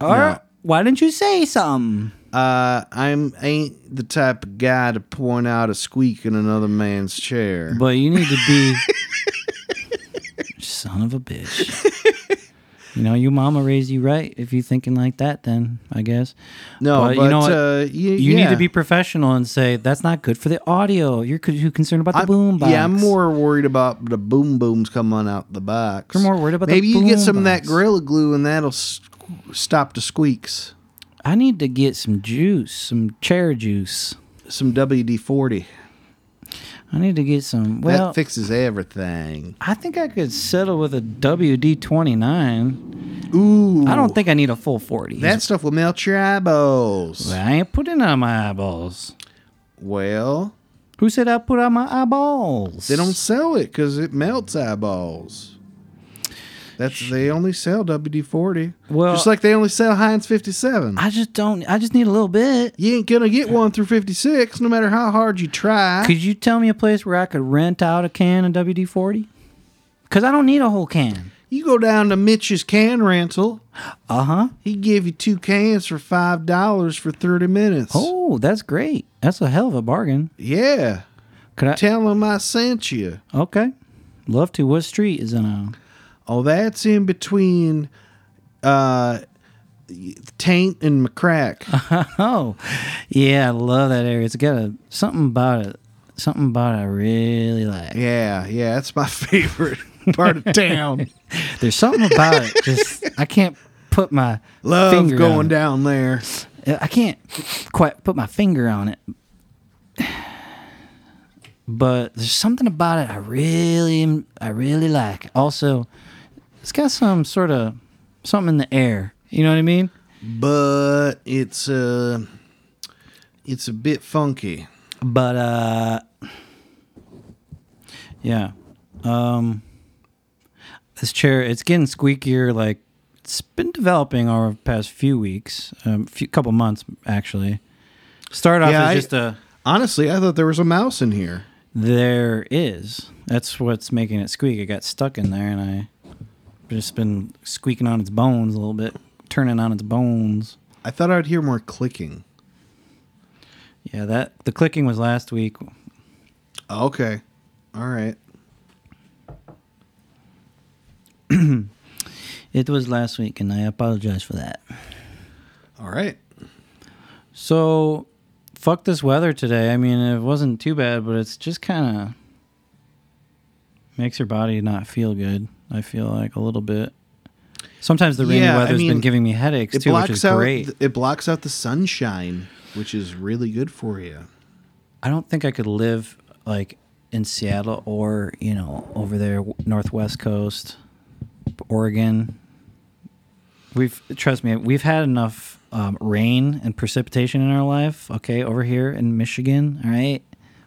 A: or why didn't you say something?
B: Uh, I'm ain't the type of guy to point out a squeak in another man's chair.
A: But you need to be son of a bitch. You know, your mama raised you right. If you thinking like that, then I guess.
B: no,
A: but
B: but,
A: you know what?
B: uh, you,
A: You
B: yeah.
A: need to be professional and say that's not good for the audio. You're co- too concerned about the
B: I'm-
A: boom box.
B: Yeah, I'm more worried about the boom booms coming out the box.
A: You're more worried about the
B: maybe you get
A: boom
B: some of that
A: box.
B: gorilla glue and that'll s- stop the squeaks.
A: I need to get some juice, some chair juice.
B: Some WD forty
A: I need to get some. Well,
B: that fixes everything.
A: I think I could settle with a WD twenty nine.
B: Ooh,
A: I don't think I need a full forty.
B: that stuff will melt your eyeballs.
A: I ain't putting on my eyeballs.
B: Well,
A: Who said I put on my eyeballs?
B: They don't sell it because it melts eyeballs. That's they only sell WD forty.
A: Well-
B: just like they only sell Heinz fifty seven.
A: I just don't. I just need a little bit.
B: You ain't gonna get one through fifty six, no matter how hard you try.
A: Could you tell me a place where I could rent out a can of WD forty? Cause I don't need a whole can.
B: you go down to Mitch's Can Rental.
A: Uh huh.
B: He give you two cans for five dollars for thirty minutes.
A: Oh, that's great. That's a hell of a bargain.
B: yeah.
A: Could I?
B: Tell him I sent you.
A: okay. Love to. What street is uh, it on?
B: Oh, that's in between, uh, taint and McCrack.
A: Oh, yeah, I love that area. It's got a something about it. Something about it I really like.
B: yeah, yeah, that's my favorite part of town.
A: There's something about it. Just I can't put my
B: Love
A: finger
B: going
A: on
B: down there.
A: It. I can't quite put my finger on it. But there's something about it I really I really like. Also, it's got some sort of something in the air. You know what I mean?
B: but it's uh it's a bit funky.
A: But uh yeah. Um this chair it's getting squeakier like it's been developing over the past few weeks, um few couple months actually. Start off
B: Yeah,
A: as
B: I-
A: just a
B: Honestly, I thought there was a mouse in here.
A: there is. That's what's making it squeak. It got stuck in there and I just been squeaking on its bones a little bit, turning on its bones.
B: I thought I'd hear more clicking.
A: Yeah, that the clicking was last week.
B: Okay. All right.
A: It was last week and I apologize for that.
B: All right.
A: So, fuck this weather today. I mean, it wasn't too bad, but it's just kind of makes your body not feel good. I feel like a little bit. Sometimes the rainy
B: Yeah, I
A: weather's
B: mean,
A: been giving me headaches
B: It
A: too, which is
B: blocks out
A: great.
B: it blocks out the sunshine, which is really good for you.
A: I don't think I could live like in Seattle or you know over there w- northwest coast, Oregon. We've trust me, we've had enough um, rain and precipitation in our life. Okay, over here in Michigan, all right,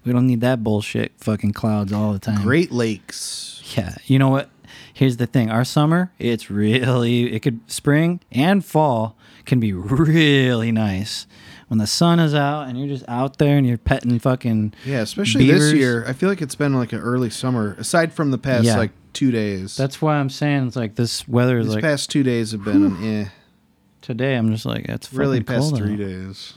A: We don't need that bullshit fucking clouds all the time.
B: Great Lakes.
A: Yeah. You know what? Here's the thing. Our summer, it's really it could spring and fall can be really nice when the sun is out and you're just out there and you're petting fucking
B: Yeah, especially
A: beavers.
B: this year. I feel like it's been like an early summer, aside from the past
A: Yeah.
B: like two days.
A: That's why I'm saying it's like this weather is
B: These
A: like
B: past two days have been, eh. yeah,
A: today. I'm just like it's
B: really
A: really
B: past
A: cold
B: three
A: out.
B: days.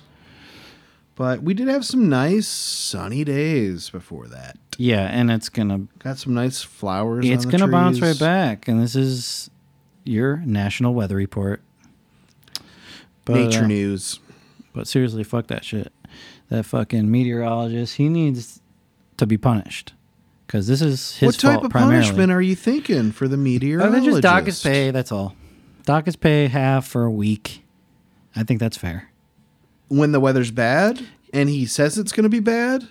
B: But we did have some nice sunny days before that.
A: Yeah, and it's gonna
B: Got some nice flowers.
A: it's
B: on the
A: gonna bounce
B: trees.
A: right back. And this is your national weather report. But,
B: Nature
A: uh,
B: news.
A: But seriously, fuck that shit. That fucking meteorologist, he needs to be punished because this is his
B: What type
A: fault
B: of
A: primarily.
B: punishment are you thinking for the
A: Or
B: meteorologist?
A: they just dock his pay. That's all. Dock his pay half for a week. I think that's fair.
B: When the weather's bad and he says it's going to be bad,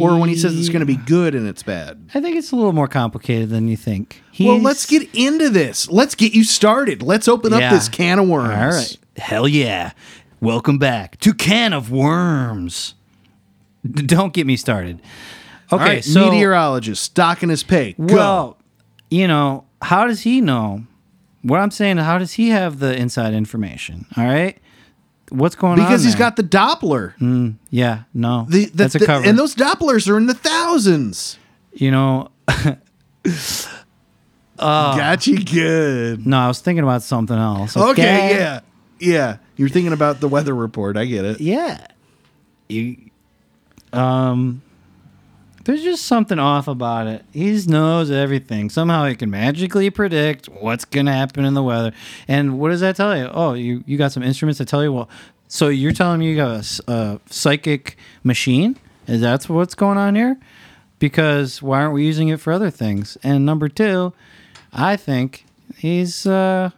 B: or when he says it's going to be good and it's bad.
A: I think it's a little more complicated than you think.
B: well,
A: He's-
B: let's get into this. Let's get you started. Let's open
A: Yeah.
B: up this can of worms.
A: all right.
D: Hell
A: Ah,
D: yeah. Welcome back to Can of Worms.
A: D- Don't get me started. Okay,
B: All right,
A: so
B: meteorologist docking his pay. Go.
A: well, you know, how does he know? What I'm saying, how does he have the inside information? All right, what's going on?
B: because he's
A: there?
B: got the Doppler.
A: Yeah, no.
B: The, the,
A: that's a
B: the-
A: cover.
B: And those Dopplers are in the thousands.
A: you know, Oh.
B: Got you good.
A: no, I was thinking about something else.
B: Okay, yeah. Yeah. You're thinking about the weather report. I get it.
A: Yeah. You um there's just something off about it. He just knows everything. Somehow he can magically predict what's gonna happen in the weather. And what does that tell you? Oh, you, you got some instruments that tell you well so you're telling me you got a s- a, psychic machine? Is that's what's going on here? Because why aren't we using it for other things? And number two, I think he's uh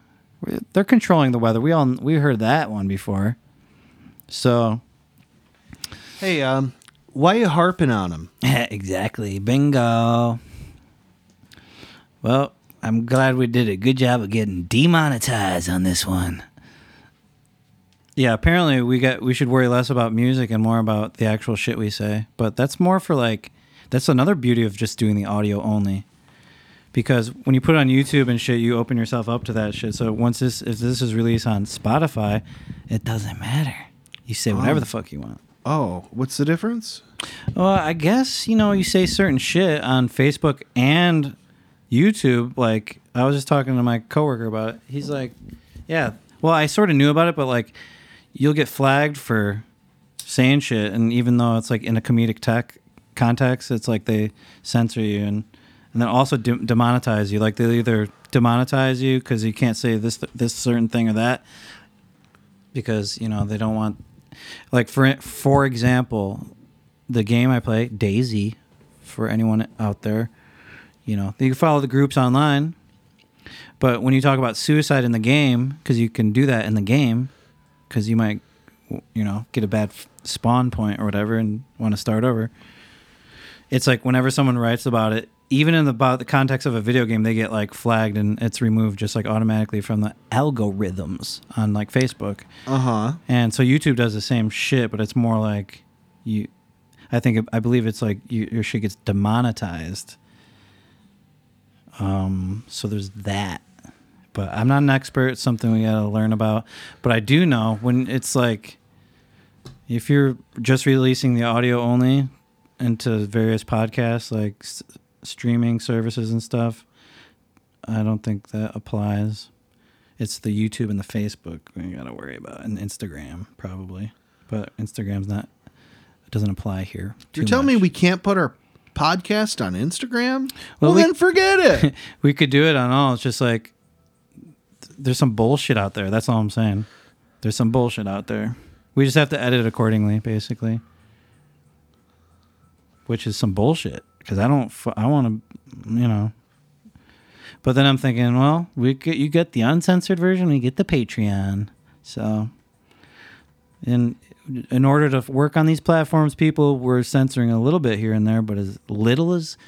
A: they're controlling the weather. We all we heard that one before. So
B: Hey, um, why you harping on him?
D: exactly. Bingo. Well, I'm glad we did a good job of getting demonetized on this one.
A: yeah, apparently we got we should worry less about music and more about the actual shit we say. But that's more for like that's another beauty of just doing the audio only. Because when you put it on YouTube and shit, you open yourself up to that shit. So once this if this is released on Spotify, it doesn't matter. You say whatever the fuck you want.
B: Oh, what's the difference?
A: Well, I guess you know you say certain shit on Facebook and YouTube. Like I was just talking to my coworker about it. He's like, "Yeah, well, I sort of knew about it, but like, you'll get flagged for saying shit, and even though it's like in a comedic tech context, it's like they censor you and and then also de- demonetize you. Like they either demonetize you because you can't say this this certain thing or that because you know they don't want like for for example the game I play, Daisy, for anyone out there, you know, you can follow the groups online. But when you talk about suicide in the game, because you can do that in the game, because you might, you know, get a bad f- spawn point or whatever and want to start over. It's like whenever someone writes about it, even in the, about the context of a video game, they get like flagged and it's removed just like automatically from the algorithms on like Facebook.
B: Uh huh.
A: And so YouTube does the same shit, but it's more like you. I think I believe it's like you, your shit gets demonetized. Um, so there's that. But I'm not an expert. It's something we gotta learn about. But I do know when it's like, if you're just releasing the audio only into various podcasts, like s- streaming services and stuff, I don't think that applies. It's the YouTube and the Facebook we gotta worry about, and Instagram probably, but Instagram's not. It doesn't apply here. too
B: You're telling me
A: much.
B: we can't put our podcast on Instagram? Well,
A: Well, we-
B: then forget it.
A: we could do it on all. It's just like th- there's some bullshit out there. That's all I'm saying. There's some bullshit out there. We just have to edit accordingly, basically. Which is some bullshit because I don't. fu- I want to, you know. But then I'm thinking, well, we get you get the uncensored version, we get the Patreon, so. In in order to work on these platforms, people were censoring a little bit here and there, but as little as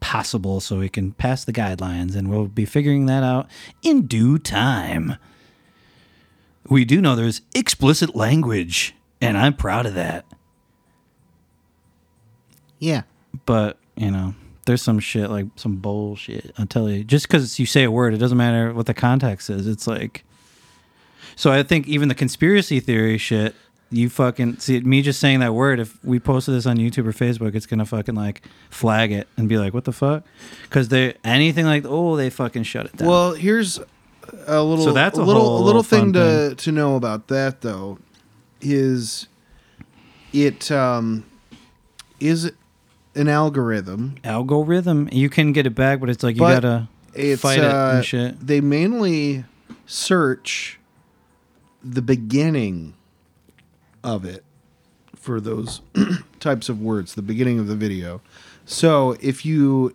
A: possible so we can pass the guidelines and we'll be figuring that out in due time.
D: We do know there's explicit language, and I'm proud of that.
B: Yeah.
A: but you know there's some shit like some bullshit i tell you just because you say a word it doesn't matter what the context is it's like so i think even the conspiracy theory shit you fucking see me just saying that word if we posted this on youtube or facebook it's gonna fucking like flag it and be like what the fuck because they anything like oh they fucking shut it down
B: Well, here's a little
A: So that's a
B: a little
A: whole
B: a little
A: fun
B: thing to to know about that though is it um is an algorithm.
A: algorithm you can get it back but it's like you
B: But
A: gotta
B: It's
A: fight
B: uh,
A: it and shit
B: they mainly search the beginning of it for those types of words, the beginning of the video. So if you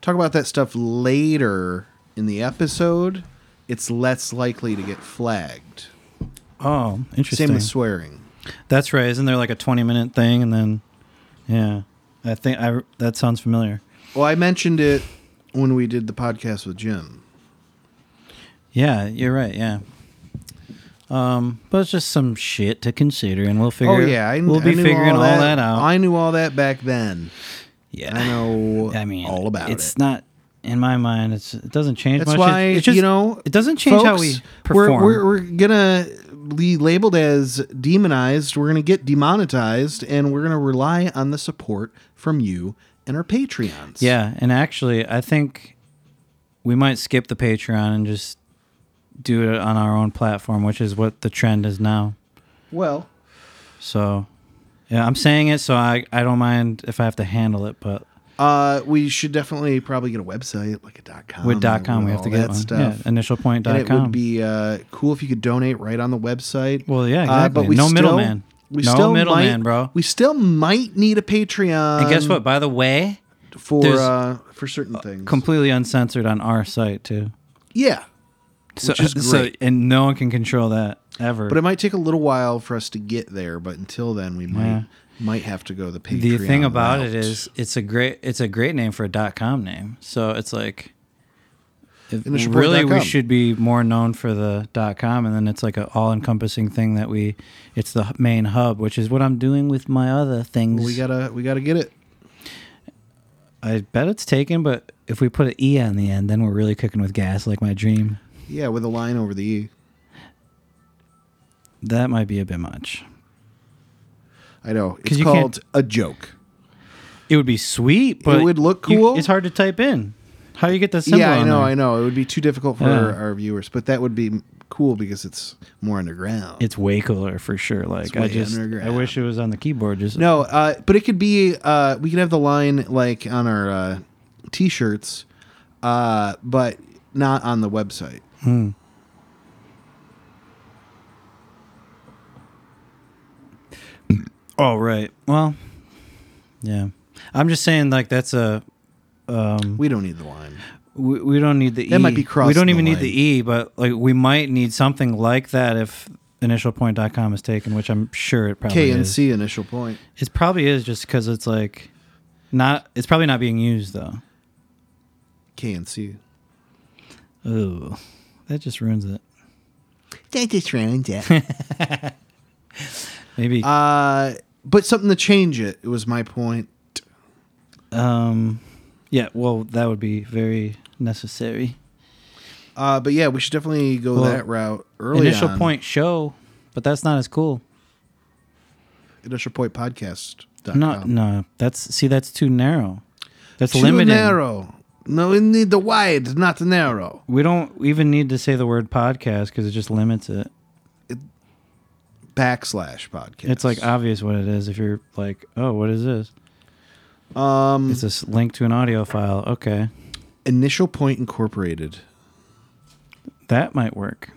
B: talk about that stuff later in the episode, it's less likely to get flagged.
A: oh interesting
B: Same with swearing.
A: That's right. Isn't there like a 20 minute thing and then yeah. I think I that sounds familiar.
B: Well, I mentioned it when we did the podcast with Jim.
A: Yeah, you're right. Yeah. Um, but it's just some shit to consider and we'll figure
B: Oh yeah, I,
A: we'll
B: I
A: be
B: knew
A: figuring all that, out.
B: I knew all that back then.
A: yeah.
B: I know
A: I mean,
B: all about it.
A: It's not in my mind it's it doesn't change
B: That's
A: much.
B: why
A: It's- it's just-
B: you know
A: it doesn't change how we
B: folks, we're-
A: perform.
B: We're, we're gonna be labeled as demonized. We're gonna get demonetized, and we're gonna rely on the support from you and our Patreons.
A: Yeah, and actually, I think we might skip the Patreon and just do it on our own platform, which is what the trend is now.
B: Well,
A: So, yeah, I'm saying it, so I, I don't mind if I have to handle it, but
B: uh, we should definitely probably get a website like a dot com.
A: with dot com, we have
B: all
A: to get
B: that
A: one.
B: stuff.
A: Yeah, initialpoint.com.
B: and it would be uh, cool if you could donate right on the website.
A: Well, yeah,
B: Uh,
A: exactly. No
B: still-
A: middleman.
B: We
A: No
B: still
A: middleman,
B: might,
A: bro.
B: We still might need a Patreon.
A: and guess what? By the way,
B: For
A: There's-
B: uh, for certain things,
A: completely uncensored on our site too.
B: yeah.
A: So,
B: Which is
A: so
B: great.
A: and no one can control that ever.
B: But it might take a little while for us to get there. But until then, we might
A: Yeah.
B: might have to go the Patreon.
A: the thing about
B: route.
A: it is it's a great it's a great name for a dot com name so it's like if
B: Initialport
A: really
B: dot
A: we
B: com.
A: should be more known for the dot com and then it's like an all-encompassing thing that we it's the h- main hub which is what i'm doing with my other things
B: we gotta we gotta get it.
A: i bet it's taken but if we put an e on the end then we're really cooking with gas like my dream
B: Yeah, with a line over the e.
A: that might be a bit much
B: I know
A: 'Cause
B: it's
A: you
B: called a joke.
A: it would be sweet but
B: would look
A: you-
B: cool.
A: it's hard to type in how you get the symbol
B: yeah, I
A: on
B: know,
A: there?
B: I know. It would be too difficult for
A: Yeah.
B: our, our viewers, but that would be m- cool because it's more underground.
A: it's way cooler for sure like i
B: way
A: just i
B: underground.
A: wish it was on the keyboard just
B: No, uh, but it could be. Uh, we could have the line like on our uh, t-shirts, uh, but not on the website.
A: hmm. Oh right. Well, yeah. I'm just saying like that's a um,
B: We don't need the line.
A: we, we don't need the
B: That
A: e.
B: might be
A: we
B: crossing
A: don't
B: the
A: even need
B: line.
A: the e, but like we might need something like that if initialpoint.com is taken, which I'm sure it probably
B: K and
A: is.
B: C initial point.
A: It probably is just because it's like not. It's probably not being used though.
B: K and C.
A: Ooh, that just ruins it.
B: That just ruins it.
A: Maybe
B: Uh, but something to change it. It was my point.
A: um, yeah. Well, that would be very necessary.
B: Uh, but yeah, we should definitely go
A: Well,
B: that route early.
A: Initial
B: on.
A: point show, but that's not as cool.
B: Initial point podcast.
A: No, no. That's see, that's too narrow. That's
B: Too
A: limited.
B: narrow. No, we need the wide, not the narrow.
A: We don't even need to say the word podcast because it just limits it.
B: Backslash podcast.
A: It's like uh, obvious what it is if you're like, oh, what is this?
B: um,
A: It's this link to an audio file. Okay,
B: initial point incorporated.
A: that might work.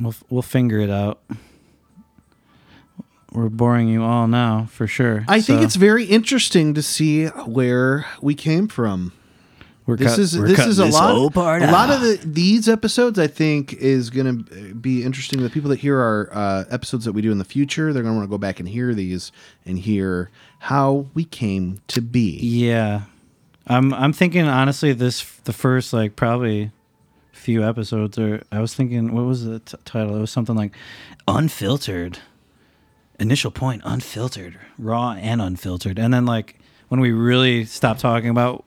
A: We'll we'll figure it out. We're boring you all now for sure.
B: I think
A: so
B: it's very interesting to see where we came from.
A: we're
B: This
A: cut-
B: is
A: we're
B: this
A: cut-
B: is a
D: this whole
B: lot.
D: part
B: a lot of
D: out.
B: the, these episodes, I think, is going to be interesting. The people that hear our uh, episodes that we do in the future, they're going to want to go back and hear these and hear how we came to be.
A: Yeah, I'm. I'm thinking honestly. This the first like probably few episodes. Or I was thinking, what was the t- title? It was something like
D: Unfiltered.
A: initial point unfiltered, raw and unfiltered. And then like when we really stop talking about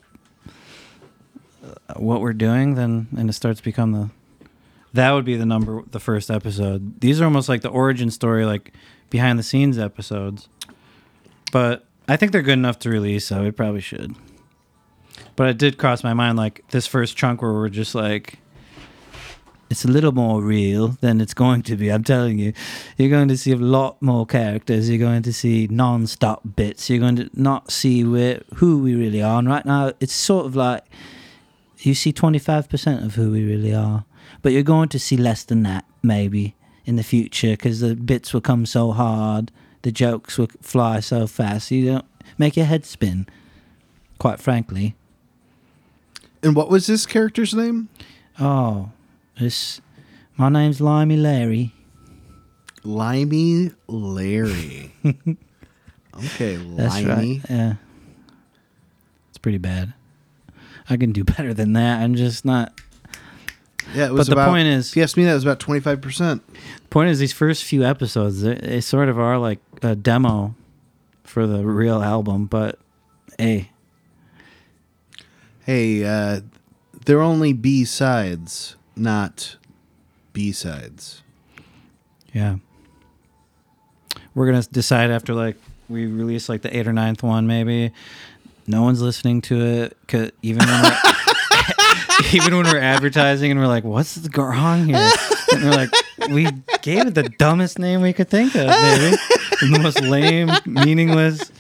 A: uh, what we're doing, then and it starts to become the that would be the number the first episode. These are almost like the origin story, like behind the scenes episodes. But I think they're good enough to release, so it probably should. But it did cross my mind like this first chunk where we're just like it's a little more real than it's going to be. I'm telling you, you're going to see a lot more characters. You're going to see non-stop bits. You're going to not see where, who we really are. And right now, it's sort of like you see 25% of who we really are, but you're going to see less than that maybe in the future because the bits will come so hard, the jokes will fly so fast. You don't make your head spin. Quite frankly,
B: And what was this character's name?
A: oh, this. My name's Limey Larry.
B: Limey Larry. okay,
A: That's
B: Limey.
A: right. Yeah. It's pretty bad. I can do better than that. I'm just not.
B: Yeah, it was
A: But the
B: about-
A: point is-
B: if you asked me, that was about twenty five percent.
A: Point is, these first few episodes, they, they sort of are like a demo for the real album. But hey,
B: Hey, uh, they're only B sides, not B sides.
A: yeah, we're gonna decide after like we release like the eight or ninth one, maybe. No one's listening to it. 'cause even when we're, even when we're advertising, and we're like, "What's wrong here?" And we're like, "We gave it the dumbest name we could think of, maybe the most lame, meaningless,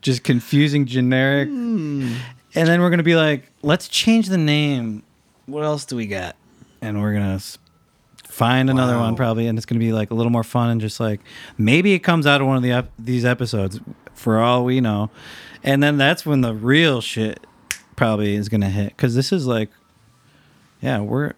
A: just confusing, generic." And then we're gonna be like, "Let's change the name. What else do we got?" And we're gonna s- find another one probably, and it's gonna be like a little more fun and just like maybe it comes out of one of the ep- these episodes for all we know. And then that's when the real shit probably is gonna hit because this is like, yeah, we're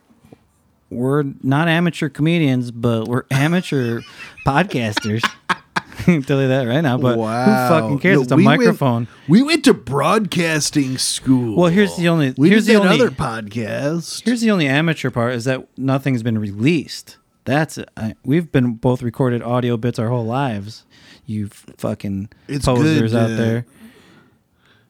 A: we're not amateur comedians, but we're amateur podcasters. I can tell you that right now, but who fucking cares?
B: No,
A: it's a
B: we went-
A: microphone.
B: we went to broadcasting school.
A: Well, here's the only-
B: We
A: here's
B: did
A: the
B: that
A: only-
B: other podcast.
A: Here's the only amateur part is that nothing's been released. That's I, we've been both recorded audio bits our whole lives. You f- fucking
B: It's
A: posers
B: good,
A: out
B: uh,
A: there.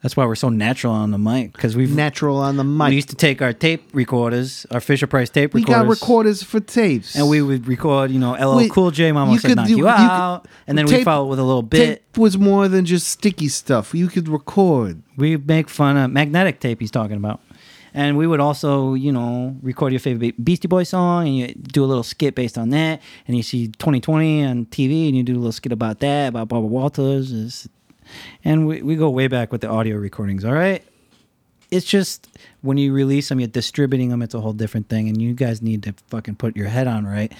A: That's why we're so natural on the mic because we've
B: Natural on the mic.
A: we used to take our tape recorders, our Fisher Price tape
B: we
A: recorders,
B: got recorders for tapes,
A: and we would record. You know, LL
B: We-
A: Cool J, Mama
B: you
A: said
B: could
A: knock
B: do-
A: you,
B: you could-
A: out, and then we
B: tape-
A: follow with a little bit.
B: tape was more than just sticky stuff. You could record.
A: We make fun of magnetic tape he's talking about. And we would also, you know, record your favorite Beastie Boy song and you do a little skit based on that. And you see 2020 on TV and you do a little skit about that, about Barbara Walters. It's- And we, we go way back with the audio recordings, all right? It's just when you release them, you're distributing them, it's a whole different thing. And you guys need to fucking put your head on right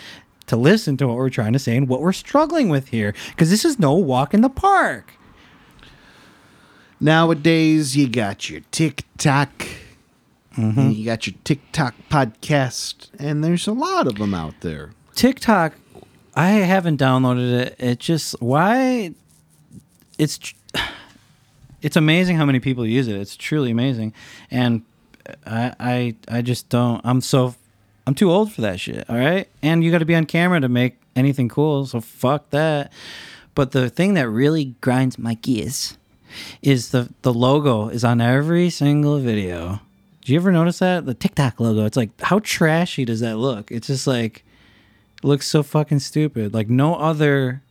A: to listen to what we're trying to say and what we're struggling with here. Because this is no walk in the park.
B: Nowadays, you got your TikTok, and you got your TikTok podcast, and there's a lot of them out there.
A: TikTok, I haven't downloaded it. It just why it's tr- it's amazing how many people use it. It's truly amazing, and I I I just don't. I'm so I'm too old for that shit. All right, and you got to be on camera to make anything cool. So fuck that. But the thing that really grinds my gears is the the logo is on every single video. Do you ever notice that the TikTok logo? It's like how trashy does that look? It's just like looks so fucking stupid. Like no other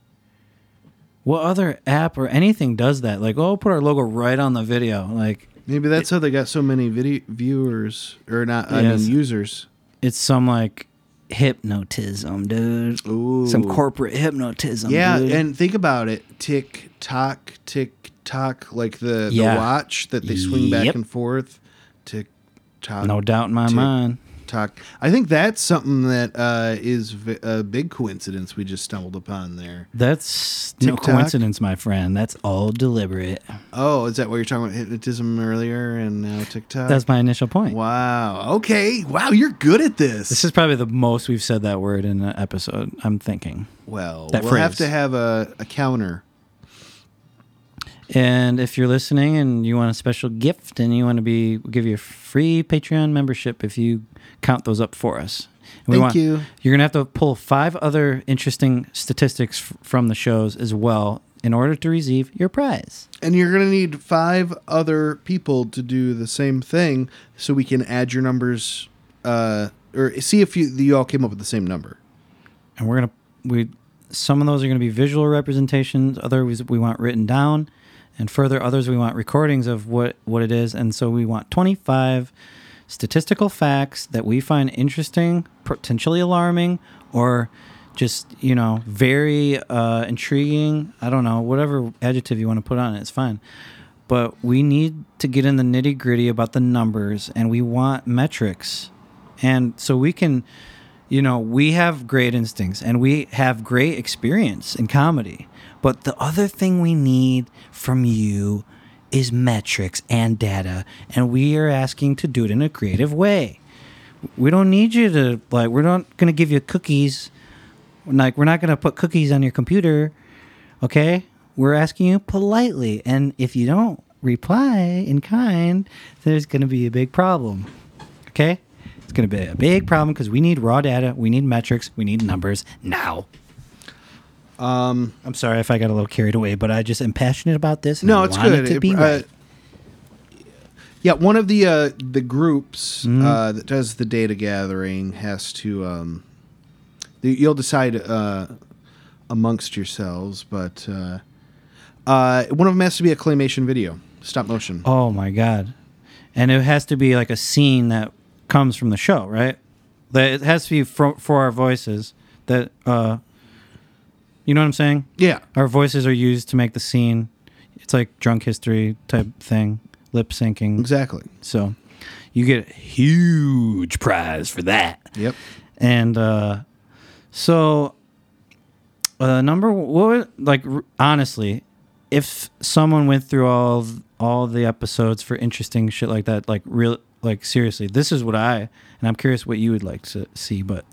A: what other app or anything does that? Like, oh, put our logo right on the video. Like
B: Maybe that's how they got so many video viewers, or not, I
A: Yes.
B: mean, users.
A: it's some like hypnotism, dude.
B: Ooh.
A: Some corporate hypnotism.
B: Yeah,
A: dude.
B: and think about it. Tick tock, tick tock, like the,
A: Yeah.
B: the watch that they swing back
A: Yep.
B: and forth. Tick tock.
A: no doubt in my
B: Tick.
A: mind.
B: Tock. I think that's something that uh, is v- a big coincidence we just stumbled upon there.
A: That's no
B: TikTok.
A: coincidence, my friend. That's all deliberate.
B: Oh, is that what you're talking about hypnotism earlier and now TikTok?
A: That's my initial point.
B: wow. Okay. Wow, you're good at this.
A: This is probably the most we've said that word in an episode. I'm thinking.
B: well,
A: that
B: we'll have
A: phrase.
B: to have a, a counter.
A: And if you're listening and you want a special gift and you want to be, we'll give you a free Patreon membership if you count those up for us. And
B: Thank you.
A: You're going to have to pull five other interesting statistics f- from the shows as well in order to receive your prize.
B: And you're going to need five other people to do the same thing so we can add your numbers uh, or see if you, you all came up with the same number.
A: and we're gonna we some of those are gonna be visual representations others we want written down and further others we want recordings of what what it is and so we want 25 statistical facts that we find interesting potentially alarming or just you know very uh, intriguing i don't know whatever adjective you want to put on it it's fine but we need to get in the nitty gritty about the numbers and we want metrics and so we can you know, we have great instincts and we have great experience in comedy. But the other thing we need from you is metrics and data. And we are asking to do it in a creative way. We don't need you to, like, we're not going to give you cookies. Like, we're not going to put cookies on your computer. Okay? We're asking you politely. And if you don't reply in kind, there's going to be a big problem. Okay? It's going to be a big problem because we need raw data, we need metrics, we need numbers now. Um, I'm sorry if I got a little carried away, but I just am passionate about this. And
B: No,
A: I
B: it's
A: want
B: good.
A: It to
B: It-
A: be
B: uh,
A: right.
B: yeah, one of the uh, the groups
A: Mm-hmm.
B: uh, that does the data gathering has to. Um, the- you'll decide uh, amongst yourselves, but uh, uh, one of them has to be a claymation video, stop motion.
A: Oh my god! And it has to be like a scene that comes from the show, right? That it has to be for, for our voices. That uh, you know what I'm saying?
B: Yeah,
A: Our voices are used to make the scene. It's like drunk history type thing, lip syncing.
B: exactly.
A: So you get
D: Huge prize for that.
B: Yep.
A: and uh, so uh, number what would, like r- honestly, if someone went through all of- all the episodes for interesting shit like that, like real like seriously, this is what I and I'm curious what you would like to see, but.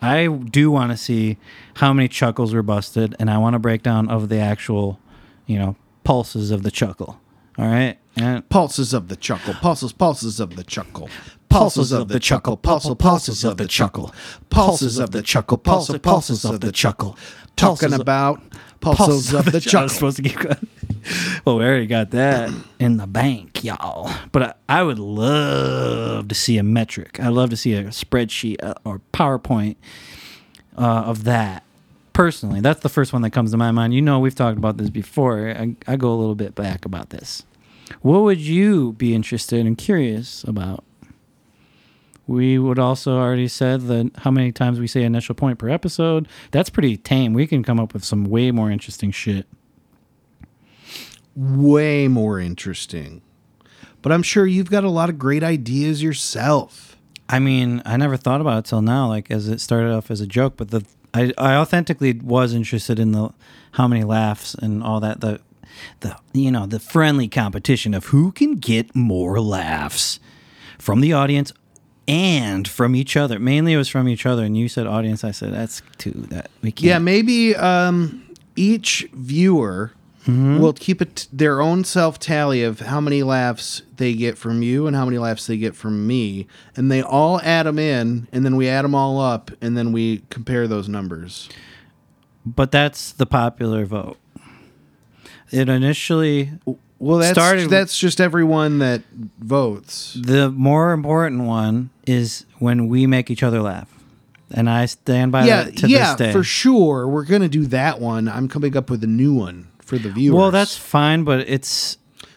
A: I do want to see how many chuckles were busted, and I want a breakdown of the actual, you know, pulses of the chuckle. All right, and
B: Pulses of the chuckle, pulses, pulses of the chuckle. Pulses of the chuckle, pulses, pulses of the chuckle. Pulses of the chuckle, pulses, pulses of the chuckle. Talking about pulses of the
A: I was
B: chuckle.
A: supposed to keep going. well, we already got that in the bank, y'all. But I, I would love to see a metric. I'd love to see a spreadsheet uh, or PowerPoint uh, of that. Personally, that's the first one that comes to my mind. You know, we've talked about this before. I, I go a little bit back about this. What would you be interested and curious about? We would also already said that how many times we say initial point per episode. That's pretty tame. We can come up with some way more interesting shit.
B: Way more interesting. But I'm sure you've got a lot of great ideas yourself.
A: I mean, I never thought about it till now. Like as it started off as a joke, but the I, I authentically was interested in the how many laughs and all that. The the you know the friendly competition of who can get more laughs from the audience and from each other. Mainly, it was from each other. And you said audience. I said that's too that we can't.
B: Yeah, maybe um, each viewer
A: Mm-hmm.
B: will keep it their own self tally of how many laughs they get from you and how many laughs they get from me, and they all add them in, and then we add them all up, and then we compare those numbers.
A: But that's the popular vote. It initially
B: Well, that's
A: Started-
B: that's just everyone that votes.
A: the more important one is when we make each other laugh, and I stand by
B: Yeah,
A: that to
B: yeah,
A: this day.
B: for sure. We're gonna do that one. I'm coming up with a new one for the viewers.
A: Well, that's fine, but it's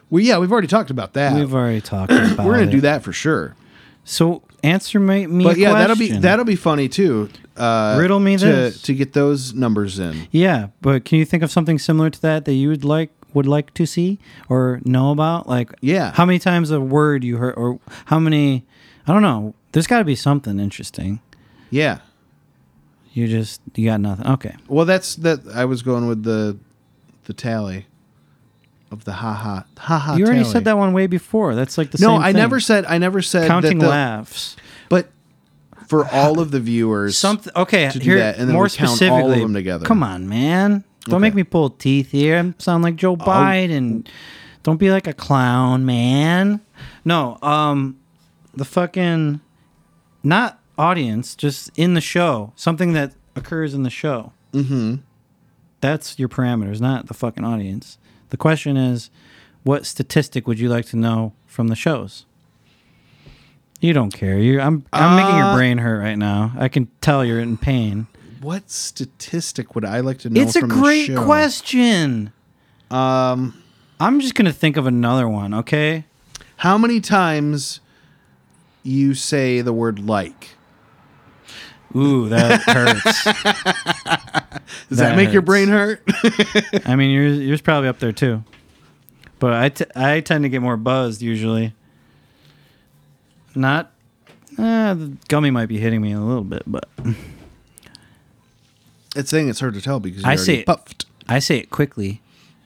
B: well, yeah, we've already talked about that.
A: we've already talked about.
B: We're gonna
A: it.
B: do that for sure.
A: So answer me, me
B: But
A: a
B: yeah, that'll be
A: question.
B: that'll be funny too. Uh,
A: Riddle me
B: to,
A: this.
B: to get those numbers in.
A: Yeah, but can you think of something similar to that that you would like would like to see or know about? Like,
B: Yeah.
A: how many times a word you heard, or how many? I don't know. There's got to be something interesting.
B: Yeah.
A: You just you got nothing. Okay.
B: Well, that's that. I was going with the the tally of the haha haha.
A: You already
B: tally.
A: said that one way before. That's like the
B: No,
A: same
B: I
A: thing.
B: never said. I never said
A: counting
B: that the,
A: laughs.
B: But for all of the viewers,
A: Something okay
B: to do
A: here
B: that, and then
A: more
B: we count all of
A: specifically.
B: them together.
A: Come on, man. Don't make me pull teeth here. I sound like Joe Biden. Don't be like a clown, man. No, um, the fucking not audience, just in the show, something that occurs in the show. Mm-hmm. That's your parameters, not the fucking audience. The question is, what statistic would you like to know from the shows? You don't care. You, I'm, I'm making your
B: Uh,
A: brain hurt right now. I can tell you're in pain.
B: What statistic would I like to know?
A: it's a
B: from the
A: great
B: show?
A: question.
B: Um,
A: I'm just gonna think of another one, okay?
B: how many times you say the word like?
A: Ooh, that hurts.
B: Does that, make your
A: hurts.
B: brain hurt?
A: I mean, yours yours probably up there too, but I, t- I tend to get more buzzed usually. Not, uh, the gummy might be hitting me a little bit, but
B: it's saying it's hard to tell because you
A: I
B: already
A: say it.
B: puffed.
A: I say it quickly.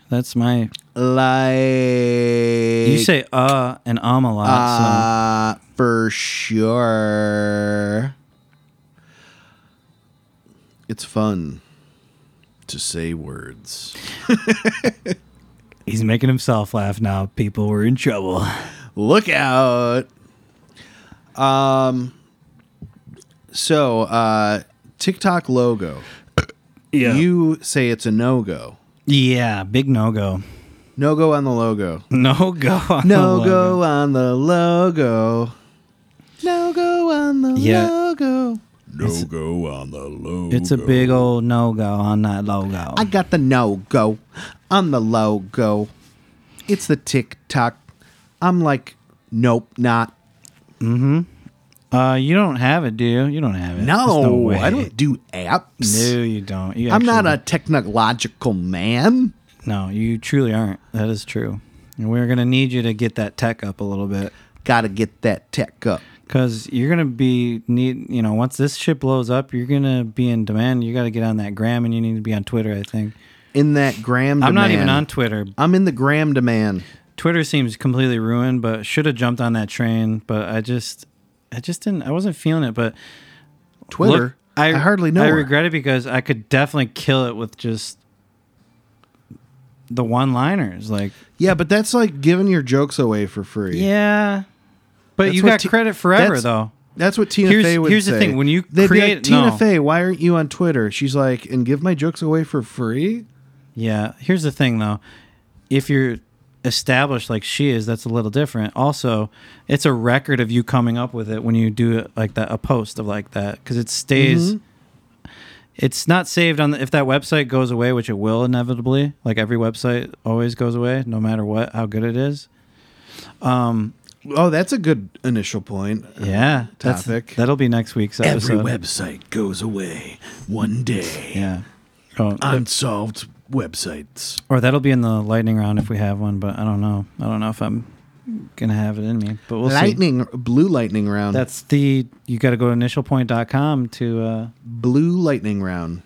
A: That's my.
B: Like
A: You say uh and um a lot. so.
B: Uh, for sure. It's fun to say words.
A: He's making himself laugh now. People, we're in trouble.
B: Look out. Um so uh TikTok logo.
C: Yeah.
B: You say it's a no-go.
A: Yeah, big no go.
B: No-go on the logo.
A: No go. on the
B: No
A: logo.
B: go on the logo. No go on the
A: Yeah.
B: logo.
C: no go on the low.
A: It's a big old no go on that logo.
B: I got the no go on the logo. It's the TikTok. I'm like, nope, not.
A: Uh, you don't have it, do you? You don't have it.
B: No,
A: There's way.
B: I don't do apps.
A: No, you don't. You
B: I'm not a
A: actually-
B: technological man.
A: No, you truly aren't. That is true. And we're gonna need you to get that tech up a little bit,
B: Gotta get that tech up.
A: because you're gonna be need. You know, once this shit blows up, you're gonna be in demand. You got to get on that gram, and you need to be on Twitter. I think.
B: In that gram demand.
A: I'm not even on Twitter.
B: I'm in the gram demand.
A: Twitter seems completely ruined, but should have jumped on that train. But I just, I just didn't. I wasn't feeling it. But
B: Twitter.
A: Look,
B: I, hardly know.
A: I
B: her.
A: regret it because I could definitely kill it with just the one-liners. Like,
B: Yeah, but that's like giving your jokes away for free.
A: yeah, but
B: That's
A: you
B: what
A: got
B: Ti-
A: credit forever
B: that's-
A: though.
B: That's what Tina
A: Here's-
B: Fey would
A: here's
B: say.
A: the thing, when you
B: They'd be like,
A: create-
B: Tina
A: no.
B: Fey, why aren't you on Twitter? She's like, and give my jokes away for free.
A: Yeah. Here's the thing though, if you're established like she is, that's a little different. Also, it's a record of you coming up with it when you do it like that, a post of like that, because it stays. It's not saved on the, if that website goes away, which it will inevitably. Like every website always goes away, no matter what, how good it is.
B: Oh, that's a good initial point.
A: Yeah, that's-
B: topic.
A: that'll be next week's episode.
C: Every website goes away one day.
A: Yeah. Oh,
C: Unsolved websites.
A: or that'll be in the lightning round if we have one, but I don't know. I don't know if I'm gonna have it in me, but we'll see.
B: lightning, blue lightning round.
A: That's the you got to go to initialpoint.com to uh,
B: blue lightning round.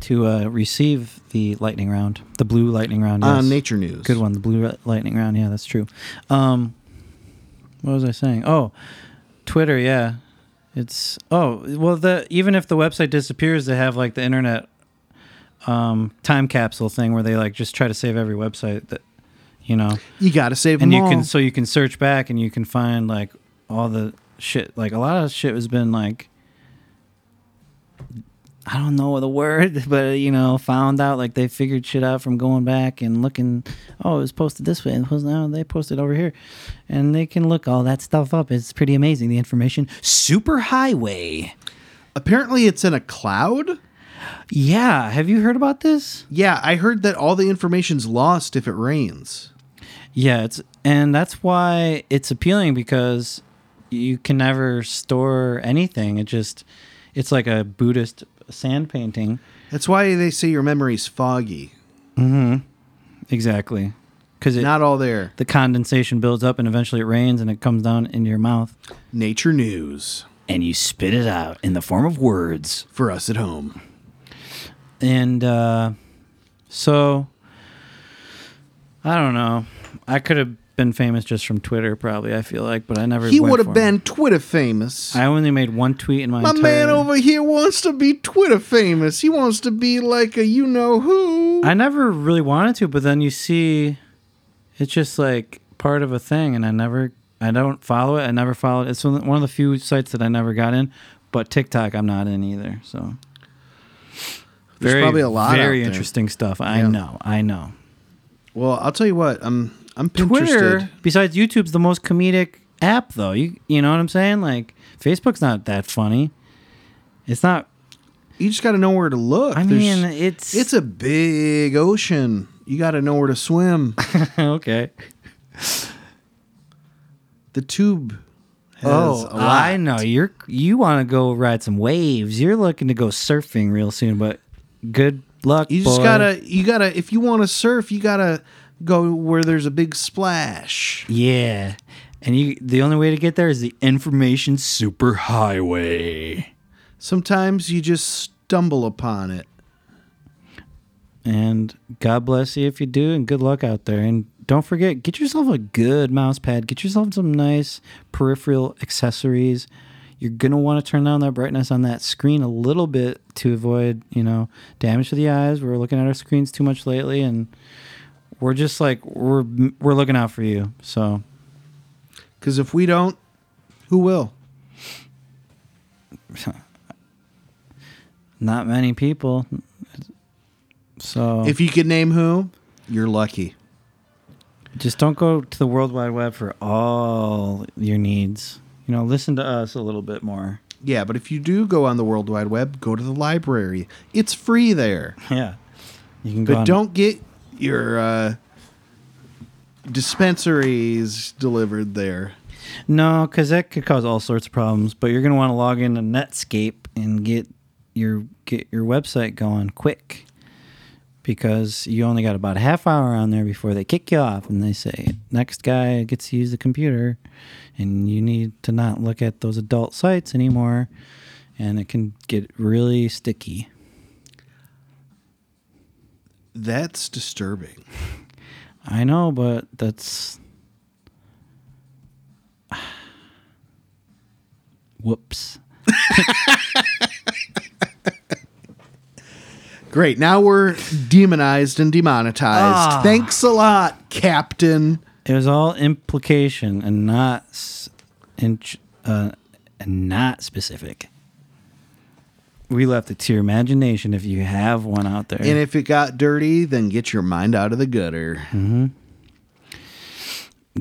A: to uh, receive the lightning round, the blue lightning round. Yes.
B: On Nature News.
A: Good one, the blue ri- lightning round. Yeah, that's true. Um, what was I saying? Oh, Twitter. Yeah, it's oh well. The even if the website disappears, they have like the internet um, time capsule thing where they like just try to save every website that you know,
B: You got to save
A: and
B: them
A: you
B: all.
A: can so you can search back and you can find like all the shit. Like a lot of shit has been like. I don't know the word, but you know, found out like they figured shit out from going back and looking. Oh, it was posted this way, and it was now they posted over here, and they can look all that stuff up. It's pretty amazing the information.
D: Super highway.
B: Apparently, it's in a cloud.
A: Yeah, have you heard about this?
B: Yeah, I heard that all the information's lost if it rains.
A: Yeah, it's and that's why it's appealing because you can never store anything. It just it's like a Buddhist sand painting.
B: That's why they say your memory's foggy.
A: Exactly. Cuz
B: Not all there.
A: the condensation builds up and eventually it rains and it comes down into your mouth.
B: Nature News
D: And you spit it out in the form of words.
B: for us at home.
A: And uh so I don't know. I could have been famous just from Twitter, probably. I feel like, but I never.
B: He
A: went
B: would
A: for
B: have
A: it.
B: been Twitter famous.
A: I only made one tweet in my.
B: My
A: entire,
B: man over here wants to be Twitter famous. He wants to be like a you know who.
A: I never really wanted to, but then you see, it's just like part of a thing, and I never, I don't follow it. I never followed. It's one one of the few sites that I never got in, but TikTok I'm not in either. So
B: There's probably a lot
A: Very
B: out there.
A: interesting stuff. I
B: Yeah.
A: know. I know.
B: Well, I'll tell you what. I'm I'm
A: Twitter,
B: Pinterested.
A: besides YouTube's the most comedic app, though. You you know what I'm saying? Like Facebook's not that funny. It's not.
B: You just got to know where to look.
A: I
B: There's-
A: mean, it's
B: it's a big ocean. You got to know where to swim.
A: okay.
B: the tube. Has
A: Oh,
B: a lot.
A: I know. You're you want to go ride some waves. You're looking to go surfing real soon, but good luck.
B: You just
A: boy.
B: gotta. You gotta. If you want to surf, you gotta go where there's a big splash.
A: Yeah. And you the only way to get there is the information superhighway.
B: Sometimes you just stumble upon it.
A: And God bless you if you do, and good luck out there. And don't forget, get yourself a good mouse pad. Get yourself some nice peripheral accessories. You're gonna want to turn down that brightness on that screen a little bit to avoid, you know, damage to the eyes. We're looking at our screens too much lately, and we're just like we're we're looking out for you. So
B: Because if we don't, who will?
A: not many people. So
B: If you could name who, you're lucky.
A: Just don't go to the World Wide Web for all your needs. You know, listen to us a little bit more.
B: Yeah, but if you do go on the World Wide Web, go to the library. It's free there.
A: Yeah. You can go
B: But
A: on-
B: don't get your uh, dispensaries delivered there.
A: No, because that could cause all sorts of problems. But you're gonna want to log into Netscape and get your get your website going quick, because you only got about a half hour on there before they kick you off and they say next guy gets to use the computer, and you need to not look at those adult sites anymore, and it can get really sticky.
B: That's disturbing.
A: I know, but that's. Whoops.
B: Great. Now we're demonized and demonetized. Thanks a lot, Captain.
A: It was all implication and not s- inch, uh, and not specific. We left it to your imagination if you have one out there.
B: And if it got dirty, then get your mind out of the gutter.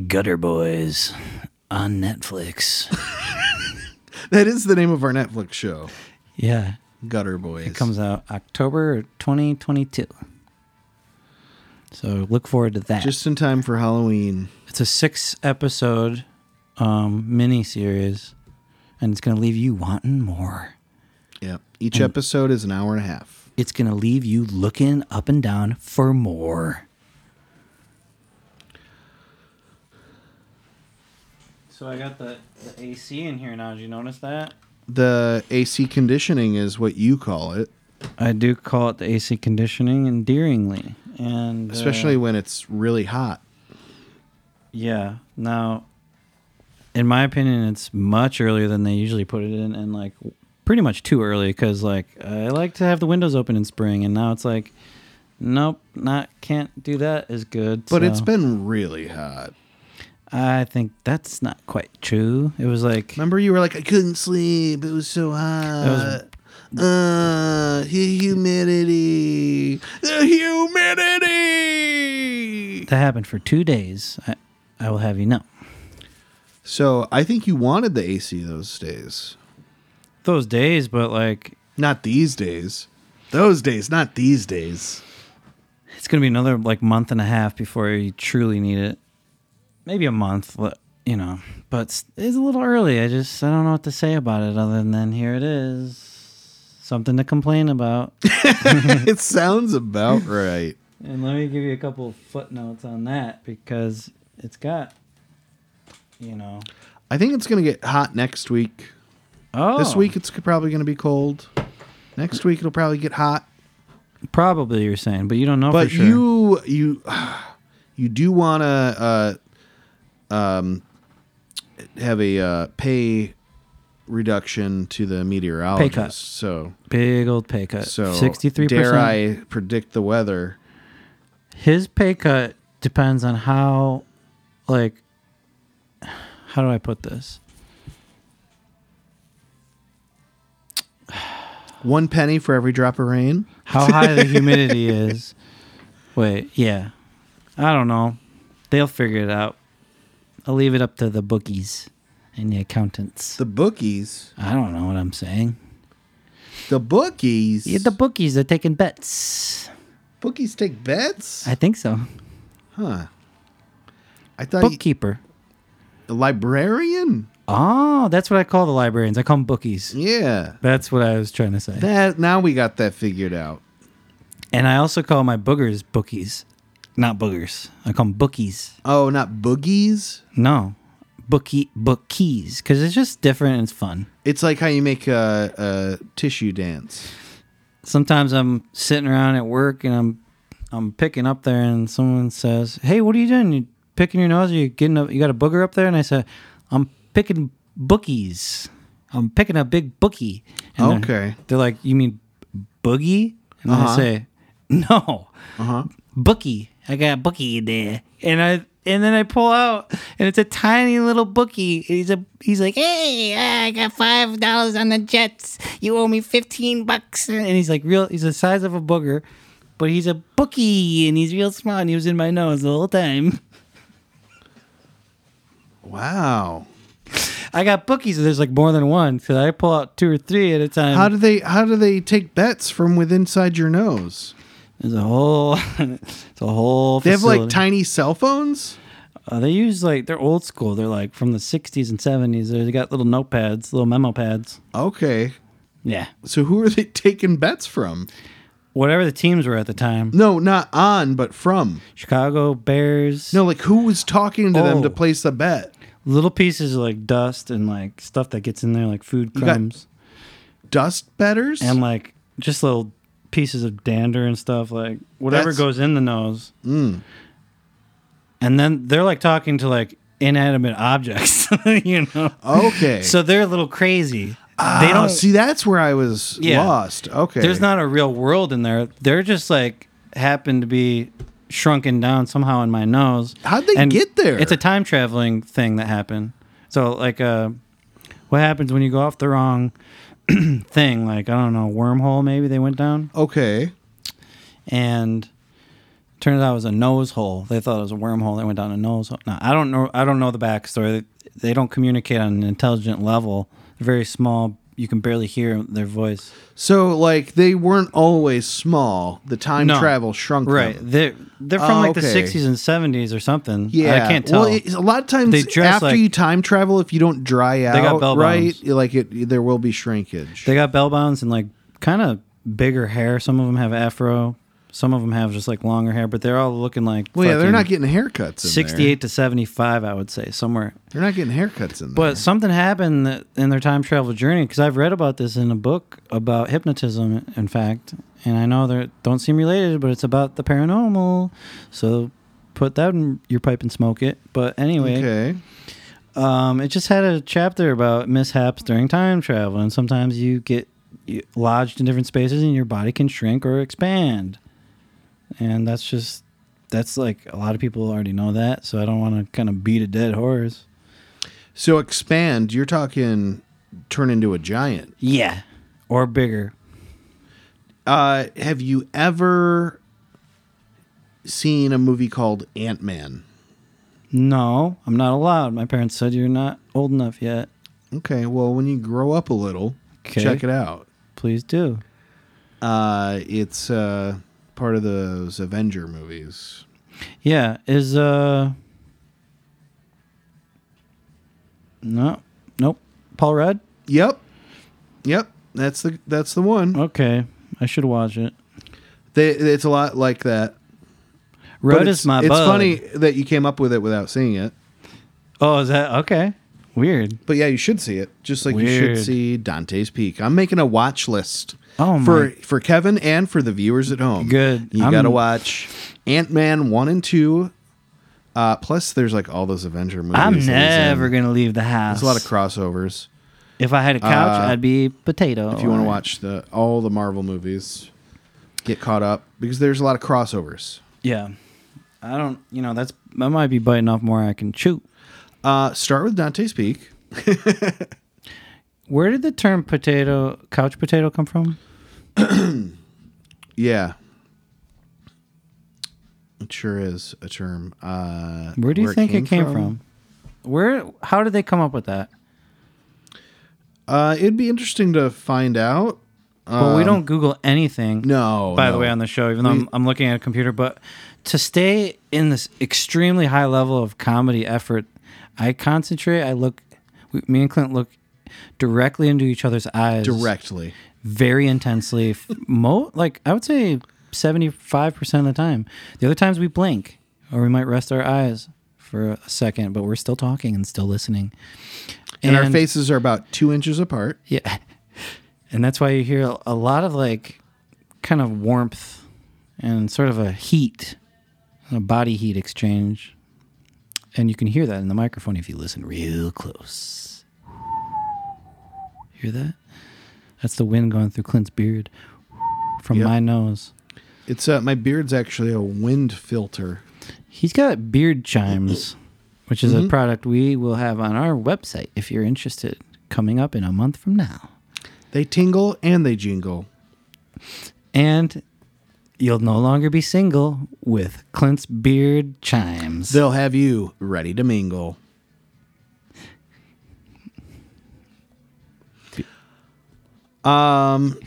D: Gutter Boys on Netflix.
B: That is the name of our Netflix show,
A: yeah,
B: Gutter Boys. It
A: comes out October 2022. So look forward to that.
B: just in time for Halloween.
A: It's a six episode um, mini series, and it's going to leave you wanting more.
B: Yeah. Each episode is an hour and a half.
A: It's going to leave you looking up and down for more. So I got the, the AC in here now. Did you notice that?
B: The AC conditioning is what you call it,
A: I do call it the AC conditioning endearingly. And uh,
B: especially when it's really hot.
A: Yeah. Now, in my opinion, it's much earlier than they usually put it in, and like pretty much too early because like I like to have the windows open in spring, and now it's like, nope, not can't do that as good.
B: But it's
A: so
B: been really hot.
A: I think that's not quite true. It was like
B: Remember, you were like, I couldn't sleep. It was so hot. uh, hu- humidity. The humidity.
A: that happened for two days. I, I will have you know.
B: So I think you wanted the AC those days.
A: Those days, but like
B: Not these days. Those days, not these days.
A: it's gonna be another like month and a half before you truly need it maybe a month but you know but it's it's a little early i just i don't know what to say about it other than then here it is something to complain about
B: it sounds about right.
A: and let me give you a couple of footnotes on that because it's got you know
B: I think it's going to get hot next week.
A: oh
B: This week it's probably going to be cold. Next week it'll probably get hot.
A: Oh, probably you're saying but you don't know
B: But
A: for sure
B: you you you do want to uh, have a uh, pay reduction to the meteorologist. So,
A: Big old pay cut.
B: so
A: 63%.
B: Dare I predict the weather?
A: his pay cut depends on how like how do i put this
B: One penny for every drop of rain.
A: how high the humidity is wait yeah i don't know they'll figure it out i'll leave it up to the bookies and the accountants
B: The bookies.
A: i don't know what i'm saying
B: The bookies.
A: yeah, the bookies are taking bets
B: bookies take bets.
A: i think so
B: huh. I thought you,
A: bookkeeper
B: a librarian.
A: oh that's what i call the librarians i call them
B: Mm.
A: bookies
B: Yeah.
A: that's what i was trying to say
B: That now we got that figured out.
A: And I also call my boogers bookies, not boogers. I call them bookies.
B: Oh, not boogies.
A: No, bookie bookies because it's just different and it's fun.
B: It's like how you make a, a tissue dance.
A: Sometimes I'm sitting around at work and I'm I'm picking up there and someone says, "Hey, what are you doing? You picking your nose? Are you getting a, you got a booger up there?" And I said, "I'm picking bookies. I'm picking a big bookie." And they're-
B: Okay.
A: They're like, "You mean boogie?" And I
B: Uh-huh.
A: say, "No."
B: Uh
A: Uh-huh.
B: huh.
A: bookie. I got a bookie in there, and I and then I pull out, and it's a tiny little bookie. And He's a he's like, hey, I got five dollars on the Jets. You owe me fifteen bucks, and he's like real. He's the size of a booger, but he's a bookie, and he's real small, and he was in my nose the whole time.
B: Wow.
A: I got bookies, and there's like more than one, so I pull out two or three at a time.
B: How do they how do they take bets from with inside your nose?
A: there's a whole, it's a whole.
B: They have like
A: facility.
B: tiny cell phones?
A: Uh, they use like they're old school. They're like from the '60s and '70s. They got little notepads, little memo pads.
B: Okay.
A: Yeah,
B: So who are they taking bets from?
A: whatever the teams were at the time.
B: No, not on, but from.
A: Chicago Bears.
B: No, like who was talking to them to
A: Oh.
B: place a bet?
A: little pieces of like dust and like stuff that gets in there, like food
B: got-
A: crumbs
B: Dust betters?
A: and like just little pieces of dander and stuff, like whatever
B: That's- Mm.
A: goes in the nose. And then they're like talking to like inanimate objects, you know.
B: okay.
A: So they're a little crazy. they
B: Oh,
A: don't
B: see that's where I was
A: Yeah.
B: lost. Okay.
A: There's not a real world in there. They're just like happen to be shrunken down somehow in my nose.
B: How'd they
A: And
B: get there?
A: It's a time traveling thing that happened. So like, uh, what happens when you go off the wrong thing? Like I don't know, wormhole maybe they went down
B: Okay.
A: and turns out it was a nose hole. They thought it was a wormhole. They went down a nose hole. Now, I don't know. I don't know the backstory. They, they don't communicate on an intelligent level. They're very small. You can barely hear their voice.
B: So like they weren't always small. The time
A: No.
B: travel shrunk
A: Right.
B: them.
A: They're they're from
B: Oh,
A: like
B: okay.
A: the sixties and seventies or something.
B: Yeah,
A: I can't tell.
B: Well, it's- a lot of times
A: They dress
B: after
A: like-
B: you time travel, if you don't dry out,
A: got bell
B: right,
A: bottoms.
B: like it, there will be shrinkage.
A: they got bell bounds and like kind of bigger hair. Some of them have afro. Some of them have just like longer hair, but they're all looking like
B: well, yeah,
A: fucking
B: they're not getting haircuts. In
A: sixty-eight to seventy-five, I would say somewhere.
B: There. They're not getting haircuts in there.
A: But something happened that, in their time travel journey because I've read about this in a book about hypnotism, in fact, and I know they don't seem related, but it's about the paranormal. So put that in your pipe and smoke it. But anyway,
B: okay,
A: Um, it just had a chapter about mishaps during time travel, and sometimes you get you- lodged in different spaces, and your body can shrink or expand. And that's just that's like a lot of people already know that, so I don't want to kind of beat a dead horse.
B: so expand. You're talking turn into a giant.
A: Yeah, or bigger.
B: Uh, have you ever seen a movie called Ant Man?
A: No, I'm not allowed. My parents said you're not old enough yet.
B: Okay, well, when you grow up a little,
A: 'Kay.
B: check it out.
A: Please do.
B: Uh, it's uh, part of those Avenger movies.
A: Yeah, is uh no, nope. Paul Rudd.
B: Yep, yep. That's the that's the one.
A: Okay, I should watch it.
B: They, it's a lot like that. But
A: Rudd
B: it's,
A: is my
B: It's
A: bud.
B: funny that you came up with it without seeing it.
A: Oh, is that okay? Weird.
B: But yeah, you should see it. Just like you
A: Weird.
B: should see Dante's Peak. I'm making a watch list.
A: Oh, my-
B: for for Kevin and for the viewers at home.
A: Good.
B: You
A: I'm-
B: got to watch Ant Man one and two, Uh, plus, there's like all those Avenger movies. that
A: I'm
B: he's in.
A: never gonna leave the house.
B: There's a lot of crossovers.
A: if I had a couch,
B: Uh,
A: I'd be potato.
B: If you want to
A: or-
B: watch the all the Marvel movies, get caught up because there's a lot of crossovers.
A: yeah, I don't. You know, that's I might be biting off more than I can chew.
B: Uh, start with Dante's Peak.
A: Where did the term potato couch potato come from?
B: Yeah. It sure is a term. Uh,
A: Where do you think it came, from? Where? How did they come up with that?
B: Uh, it'd be interesting to find out.
A: But we don't Google anything.
B: No.
A: by the
B: no.
A: way, on the show, even though I'm, I'm looking at a computer, but to stay in this extremely high level of comedy effort, I concentrate. I look, we, me and Clint look directly into each other's eyes,
B: directly.
A: very intensely. f- Mo, like I would say, seventy five percent of the time. The other times we blink, or we might rest our eyes for a second, but we're still talking and still listening.
B: And, our faces are about two inches apart.
A: Yeah. And that's why you hear a- a lot of like kind of warmth and sort of a heat, a body heat exchange. And you can hear that in the microphone if you listen real close. Hear that? That's the wind going through Clint's beard from
B: Yep.
A: my nose.
B: It's uh, my beard's actually a wind filter.
A: He's got beard chimes, which is a product we will have on our website if you're interested, coming up in a month from now.
B: They tingle and they jingle.
A: and you'll no longer be single with Clint's beard chimes.
B: They'll have you ready to mingle. Um,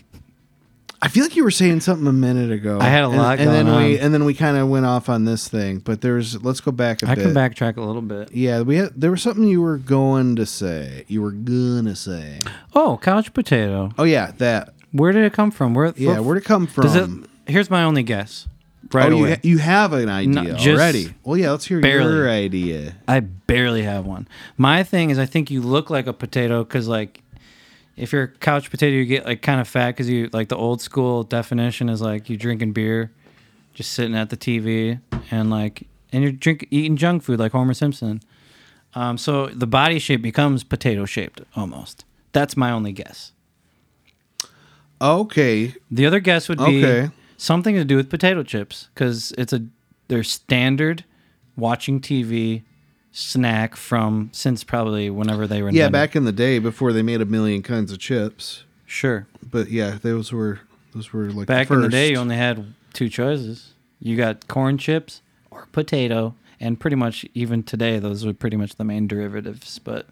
B: I feel like you were saying something a minute ago.
A: I had a
B: And-
A: lot
B: and, then
A: going
B: we
A: on.
B: and then we kind of went off on this thing. But there's let's go back a
A: I
B: bit.
A: can backtrack a little bit.
B: Yeah, we had, there was something you were going to say. You were gonna say.
A: Oh, couch potato.
B: Oh yeah, that.
A: Where did it come from? Where?
B: Yeah, where'd it come from?
A: Does it? Here's my only guess. Right
B: oh,
A: away.
B: you, ha- you have an idea
A: just
B: already. Well, yeah, let's hear your
A: barely.
B: idea.
A: I barely have one. My thing is, I think you look like a potato because, like, if you're a couch potato, you get like kind of fat because you like the old school definition is like you drinking beer, just sitting at the TV, and like, and you're drink eating junk food like Homer Simpson. Um, so the body shape becomes potato shaped almost. That's my only guess.
B: Okay,
A: The other guess would be
B: Okay.
A: something to do with potato chips because it's a their standard watching TV snack from since probably whenever they were
B: Yeah,
A: invented.
B: back in the day before they made a million kinds of chips.
A: sure
B: But yeah, those were those were like
A: back
B: the
A: in the day you
B: first.
A: only had two choices you got corn chips or potato and pretty much even today those are pretty much the main derivatives but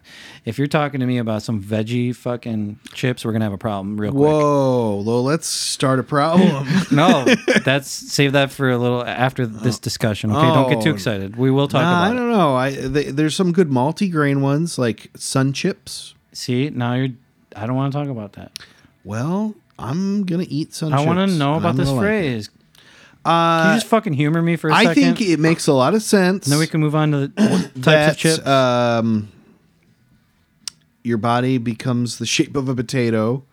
A: if you're talking to me about some veggie fucking chips we're gonna have a problem real quick
B: Whoa, well, let's start a problem.
A: No, that's save that for a little after this discussion. Okay, don't get too
B: Oh.
A: excited. We will talk
B: Nah, I
A: about it.
B: don't know. I they, there's some good multi-grain ones like sun chips.
A: See, now you're. I don't want to talk about that.
B: Well, I'm gonna eat sun.
A: I want
B: chips,
A: to know
B: and
A: about
B: I'm
A: this
B: gonna like it.
A: phrase. Can you
B: Uh,
A: just fucking humor me for a
B: I
A: second?
B: think it makes a lot of sense.
A: then we can move on to the types of
B: that uh,
A: chips.
B: um, your body becomes the shape of a potato.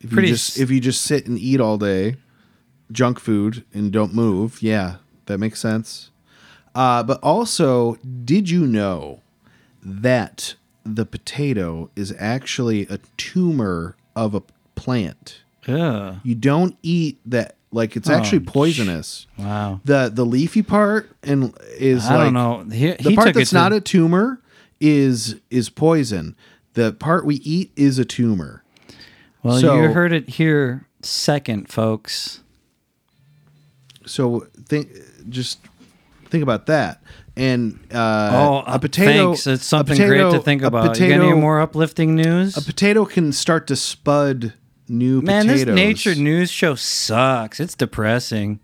B: If
A: Pretty
B: you just
A: s-
B: if you just sit and eat all day, junk food and don't move, yeah, that makes sense. Uh, but also, did you know that the potato is actually a tumor of a plant?
A: Ugh,
B: You don't eat that like
A: Oh,
B: it's actually poisonous.
A: wow.
B: The the leafy part and is
A: I
B: like
A: don't know. He,
B: the
A: he
B: part
A: took
B: that's
A: it to-
B: not a tumor is is poison. The part we eat is a tumor.
A: Well,
B: so-
A: you heard it here second, folks.
B: So think just think about that. And uh,
A: Oh,
B: a potato.
A: Thanks. It's
B: a
A: something great
B: potato-
A: to think
B: a
A: about. you
B: Potato,
A: got any more uplifting news?
B: a potato can start to spud new
A: Man,
B: potatoes.
A: this nature news show sucks. It's depressing.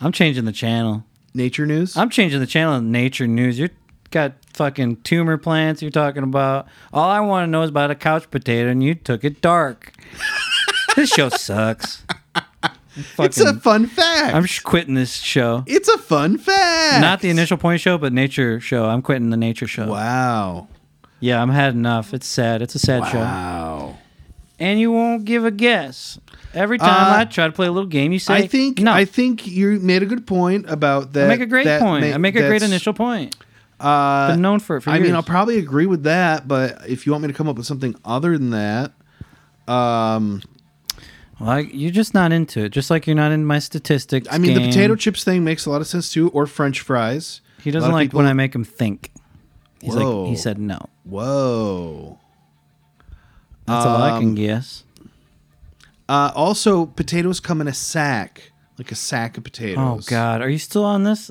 A: I'm changing the channel.
B: Nature news.
A: I'm changing the channel to nature news. You're got fucking tumor plants you're talking about. All I want to know is about a couch potato and you took it dark. this show sucks. Fucking,
B: it's a fun fact.
A: I'm sh- quitting this show.
B: it's a fun fact.
A: Not the initial point show, but nature show. I'm quitting the nature show.
B: Wow.
A: Yeah, I'm had enough. It's sad. It's a sad show.
B: Wow.
A: and you won't give a guess. Every time
B: Uh,
A: I try to play a little game, you say,
B: I think
A: no."
B: I think you made a good point about that.
A: I make a great
B: that
A: point.
B: ma-
A: I make a great
B: that's-
A: initial point.
B: Uh,
A: Been known for it for
B: I mean,
A: years.
B: I'll probably agree with that, but if you want me to come up with something other than that, um,
A: Like you're just not into it. Just like you're not into my statistics.
B: I mean, the
A: game.
B: potato chips thing makes a lot of sense too, or French fries.
A: He
B: A lot
A: doesn't
B: of
A: like
B: people-
A: when I make him think. He's like,
B: Whoa.
A: he said no.
B: Whoa.
A: That's all I
B: Um,
A: can guess.
B: Uh, also, potatoes come in a sack, like a sack of
A: Oh
B: potatoes.
A: God, are you still on this?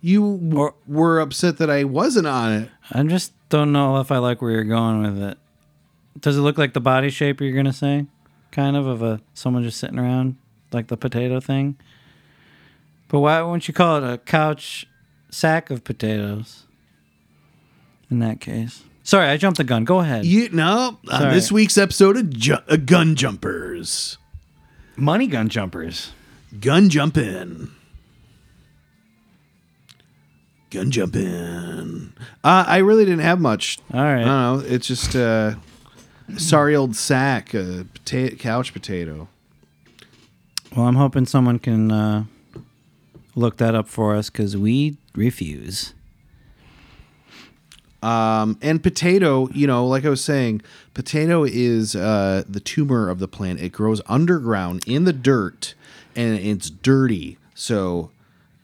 B: You w- were upset that I wasn't on it.
A: I just don't know if I like where you're going with it. Does it look like the body shape you're gonna say, kind of of a someone just sitting around like the potato thing? But why wouldn't you call it a couch sack of potatoes? In that case, sorry, I jumped the gun. Go ahead.
B: You no. On
A: Sorry.
B: this week's episode of ju- uh, Gun Jumpers,
A: Money gun jumpers.
B: Gun Jumpin', Gun Jumpin'. Uh, I really didn't have much.
A: All right.
B: I don't know. It's just uh, sorry old sack, a pota- couch potato.
A: Well, I'm hoping someone can uh, look that up for us because we refuse.
B: Um, and potato, you know, like I was saying, potato is uh, the tumor of the plant. It grows underground in the dirt, and it's dirty. So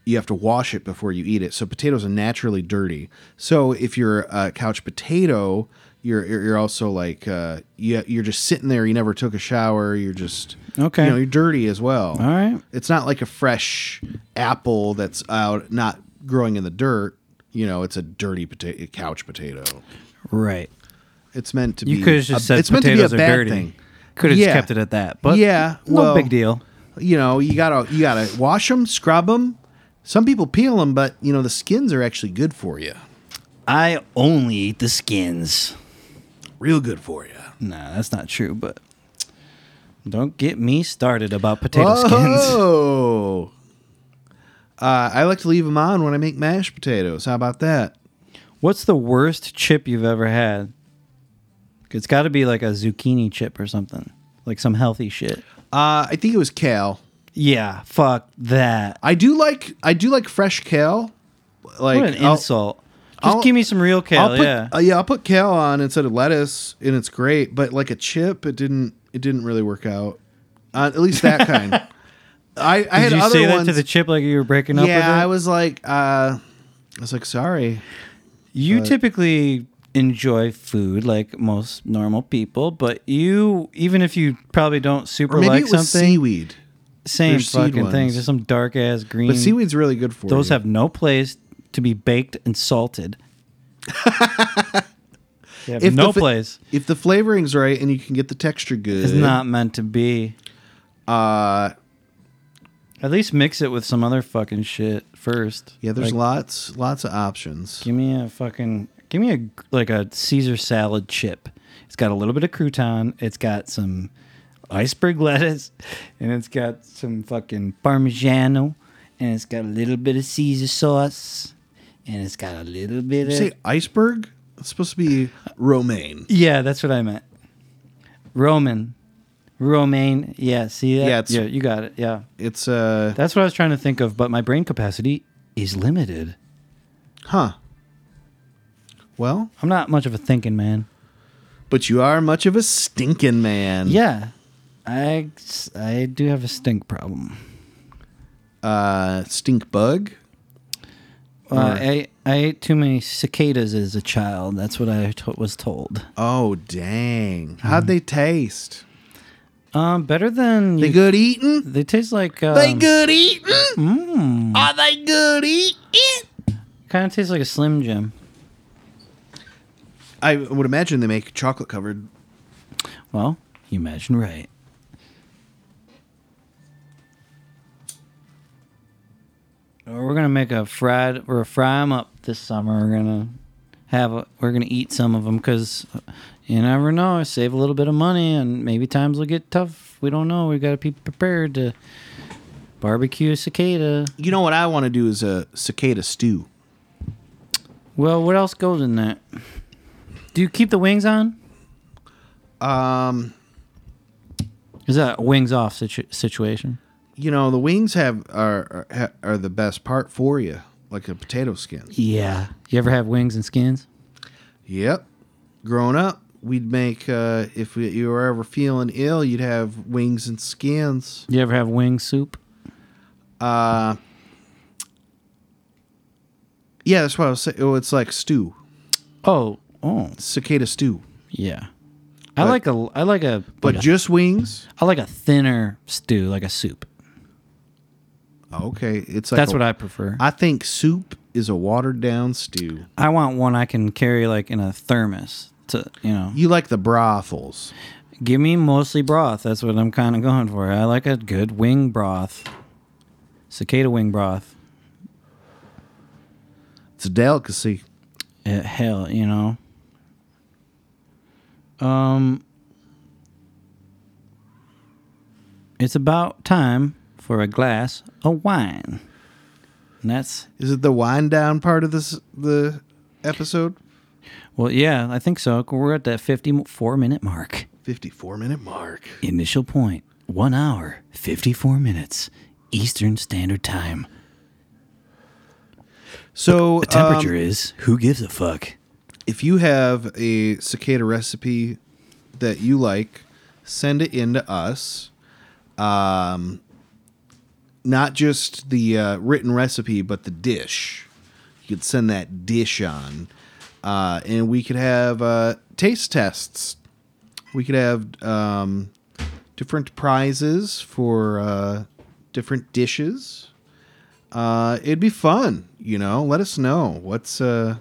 B: you have to wash it before you eat it. So potatoes are naturally dirty. So if you're a couch potato, you're you're you're also like uh, you, you're just sitting there. You never took a shower. You're just
A: Okay.
B: You know, you're dirty as well.
A: All right.
B: It's not like a fresh apple that's out, not growing in the dirt. You know, it's a dirty potato, couch potato.
A: Right. Uh,
B: It's meant to be.
A: You could have just
B: a-
A: said
B: it's meant to be a
A: potatoes
B: bad
A: are dirty.
B: thing.
A: Could have
B: Yeah.
A: just kept it at that. But
B: Yeah,
A: no
B: well-
A: big deal.
B: You know, you gotta you gotta wash them, scrub them. Some people peel them, but you know the skins are actually good for you.
D: I only eat the skins.
B: Real good for you.
A: Nah, that's not true. But don't get me started about potato skins.
B: Oh. Uh, I like to leave them on when I make mashed potatoes. How about that?
A: What's the worst chip you've ever had? It's got to be like a zucchini chip or something, like some healthy shit.
B: Uh, I think it was kale.
A: Yeah, fuck that.
B: I do like I do like fresh kale. Like
A: what an
B: I'll-
A: insult. Just
B: I'll-
A: give me some real kale.
B: I'll put,
A: yeah.
B: uh, yeah, I'll put kale on instead of lettuce, and it's great. But like a chip, it didn't it didn't really work out. Uh, at least that kind. I, I had
A: Did you
B: other
A: say
B: ones.
A: that to the chip like you were breaking up with it?
B: yeah, I was like, uh, I was like, sorry.
A: You typically enjoy food like most normal people, but you even if you probably don't super
B: Or maybe
A: like
B: it was
A: something,
B: seaweed,
A: same
B: there's seed
A: fucking thing,
B: ones.
A: just some dark ass green.
B: but seaweed's really good for
A: Mm. those
B: you.
A: have no place to be baked and salted. they have
B: If the
A: no
B: fa-
A: place.
B: if the flavoring's right and you can get the texture good.
A: It's not meant to be.
B: Uh,
A: At least mix it with some other fucking shit first.
B: yeah, there's
A: like,
B: lots lots of options.
A: Give me a fucking give me a like a Caesar salad chip. It's got a little bit of crouton. It's got some iceberg lettuce, and it's got some fucking parmigiano, and it's got a little bit of Caesar sauce, and it's got a little bit of
B: Did you say iceberg? It's supposed to be romaine.
A: yeah, that's what I meant. Roman, romaine. Yeah, see that?
B: Yeah, it's-
A: yeah, you got it. Yeah,
B: It's uh,
A: that's what I was trying to think of, but my brain capacity is limited.
B: huh. Well,
A: I'm not much of a thinking man.
B: But you are much of a stinking man.
A: Yeah. I, s- I do have a stink problem.
B: Uh, stink bug.
A: Uh, I, I ate too many cicadas as a child. That's what I to- was told.
B: Oh dang! How'd they taste?
A: Um, better than
B: They
A: you-
B: good eating?
A: they taste like um, mm.
B: They good eating? Are they good eating?
A: Kind of tastes like a Slim Jim.
B: I would imagine they make chocolate covered.
A: Well, you imagine right. Uh, We're gonna make a fried. We're gonna fry them up this summer. We're gonna have. A, we're gonna eat some of them because you never know. Save a little bit of money, and maybe times will get tough. We don't know. We gotta be prepared to barbecue a cicada.
B: You know what I want to do is a cicada stew.
A: Well, what else goes in that? Do you keep the wings on?
B: Um,
A: Is that a wings off situ- situation?
B: You know, the wings have are are, are the best part for you, like a potato skin.
A: Yeah. You ever have wings and skins?
B: Yep. Growing up, we'd make uh, if we, you were ever feeling ill, you'd have wings and skins.
A: You ever have wing soup?
B: Uh, yeah, that's what I was saying. Oh, it's like stew,
A: Oh, oh,
B: cicada stew,
A: yeah. I like a I like a like
B: but
A: a-
B: just wings.
A: I like a thinner stew, like a soup.
B: Okay, it's like
A: That's
B: a-
A: what I prefer.
B: I think soup is a watered down stew.
A: I want one I can carry like in a thermos to you know.
B: You like the brothels.
A: Give me mostly broth. That's what I'm kind of going for. I like a good wing broth, cicada wing broth.
B: It's a delicacy.
A: Eh, hell, you know. Um. It's about time for a glass of wine, and that's
B: Is it the wind down part of this the episode?
A: well, yeah, I think so. We're at that fifty-four minute mark.
B: Fifty four minute mark.
A: Initial point, one hour, 54 minutes, Eastern Standard Time.
B: So
D: The temperature
B: um,
D: is who gives a fuck?
B: if you have a cicada recipe that you like, send it in to us. Um, not just the uh, written recipe, but the dish. You could send that dish on, uh, and we could have uh, taste tests. We could have um, different prizes for uh, different dishes. Uh, it'd be fun, you know. Let us know what's uh,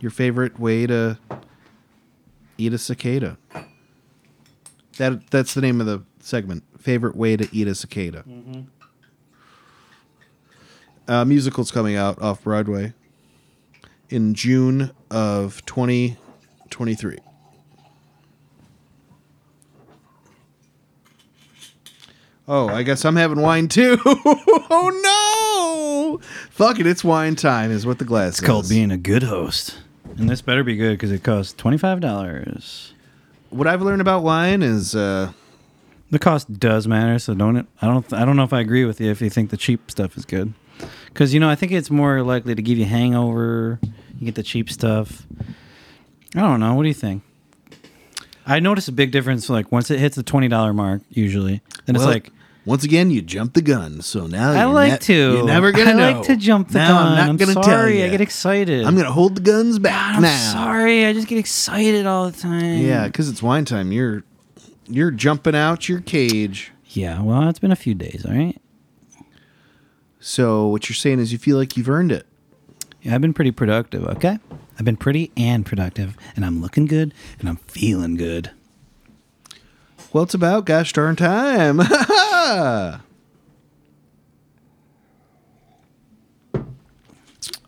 B: your favorite way to eat a cicada. That that's the name of the segment. Favorite way to eat a cicada.
D: Mm-hmm.
B: Uh, musical's coming out off Broadway in June of twenty twenty three. Oh, I guess I'm having wine too. oh no! Fuck it, it's wine time, is what the glass
D: It's called being a good host.
A: And this better be good because it costs $25.
B: what I've learned about wine is uh,
A: The cost does matter, so don't it? I don't. I don't know if I agree with you if you think the cheap stuff is good, because you know I think it's more likely to give you hangover. You get the cheap stuff. I don't know. What do you think? I notice a big difference. Like once it hits the twenty dollar mark, usually, then
B: well,
A: it's like
B: once again you jump the gun. So now
A: I
B: you're
A: like
B: ne-
A: to.
B: You're never gonna
A: I
B: know.
A: like to jump the
B: now
A: gun.
B: I'm not
A: I'm
B: gonna
A: sorry.
B: Tell
A: I
B: ya.
A: get excited.
B: I'm gonna hold the guns back
A: I'm
B: now.
A: sorry. I just get excited all the time.
B: Yeah, because it's wine time. You're you're jumping out your cage.
A: Yeah. Well, it's been a few days. All right.
B: So what you're saying is you feel like you've earned it.
A: Yeah, I've been pretty productive. Okay. I've been pretty and productive, and I'm looking good, and I'm feeling good.
B: Well, it's about gosh darn time.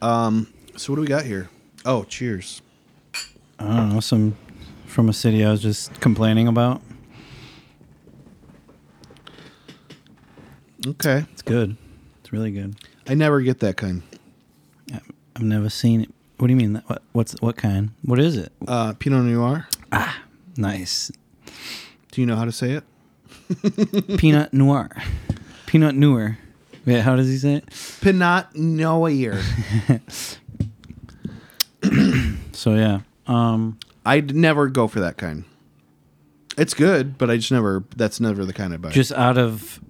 B: um. So what do we got here? Oh, cheers.
A: I don't know some from a city I was just complaining about.
B: Okay.
A: It's good. It's really good.
B: I never get that kind.
A: I've never seen it. What do you mean? What, what's what kind? What is it?
B: Uh, Pinot Noir.
A: Nice
B: Do you know how to say it?
A: peanut noir, peanut noir. Yeah, how does he say it?
B: Pinot Noir.
A: So yeah, um,
B: I'd never go for that kind. It's good, but I just never. That's never the kind I buy.
A: just out of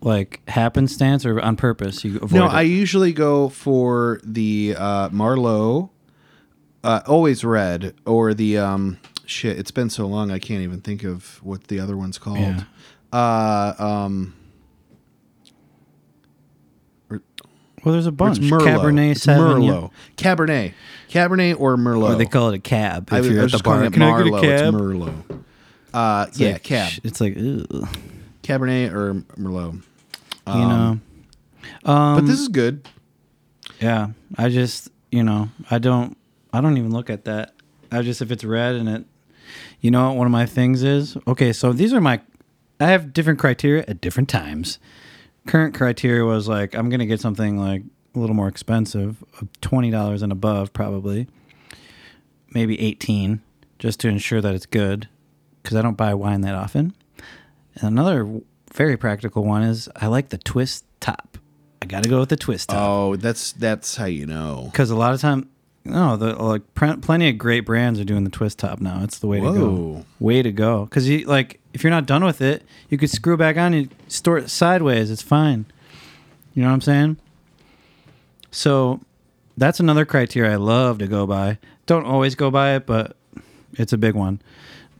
A: like happenstance or on purpose, you avoid
B: no,
A: it.
B: I usually go for the uh, Marlowe, uh, always red, or the um, shit. It's been so long, I can't even think of what the other one's called.
A: Yeah.
B: Uh, um,
A: well, there's a bunch.
B: oh, it's Merlot.
A: Cabernet
B: It's
A: Sauvignon.
B: Merlot. Cabernet. Cabernet or
A: Or
B: Merlot.
A: they call it a cab. If
B: I, was-
A: you're
B: I
A: at
B: was
A: the
B: just
A: bar.
B: calling it Marlow. It's Merlot. Uh, yeah,
A: like,
B: cab,
A: sh- It's like, ooh, you
B: Cabernet or Merlot. Um,
A: know.
B: but
A: Um,
B: this is good.
A: Yeah, I just, you know, I don't, I don't even look at that. I just if it's red and it, you know, what one of my things is okay. So these are my, I have different criteria at different times. Current criteria was like I'm gonna get something like a little more expensive, twenty dollars and above probably, maybe eighteen, just to ensure that it's good, because I don't buy wine that often. And another very practical one is I like the twist top. I got to go with the twist top.
B: Oh, that's that's how you know.
A: because a lot of time no the like pr- plenty of great brands are doing the twist top now it's the way to go
B: Whoa.
A: way to go because you like if you're not done with it you could screw it back on you store it sideways it's fine you know what i'm saying so that's another criteria i love to go by don't always go by it but it's a big one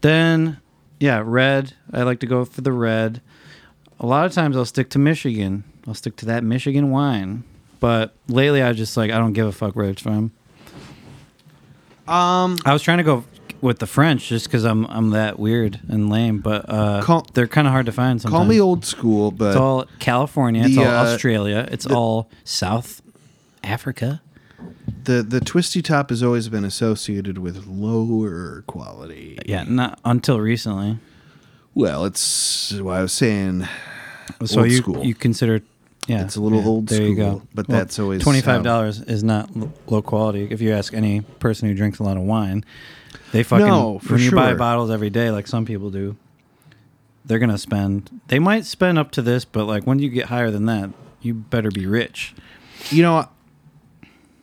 A: then yeah red i like to go for the red a lot of times I'll stick to Michigan. I'll stick to that Michigan wine. But lately I just like I don't give a fuck where it's from.
B: Um,
A: I was trying to go with the French just because I'm I'm that weird and lame, but uh,
B: Call-
A: they're kind of hard to find sometimes.
B: call me old school,
A: It's
B: but
A: all California. It's
B: The,
A: all
B: uh,
A: Australia. It's all South Africa.
B: the the twisty top has always been associated with lower quality.
A: Yeah, not until recently.
B: Well, it's why I was saying
A: So
B: Old
A: you
B: school.
A: you consider yeah,
B: It's a little
A: yeah,
B: old
A: there you go.
B: school, but that's always um,
A: twenty five dollars is not l- low quality. If you ask any person who drinks a lot of wine, they fucking
B: No, for
A: when you buy
B: sure.
A: bottles every day like some people do, they're gonna spend. They might spend up to this, but like when you get higher than that, you better be rich.
B: you know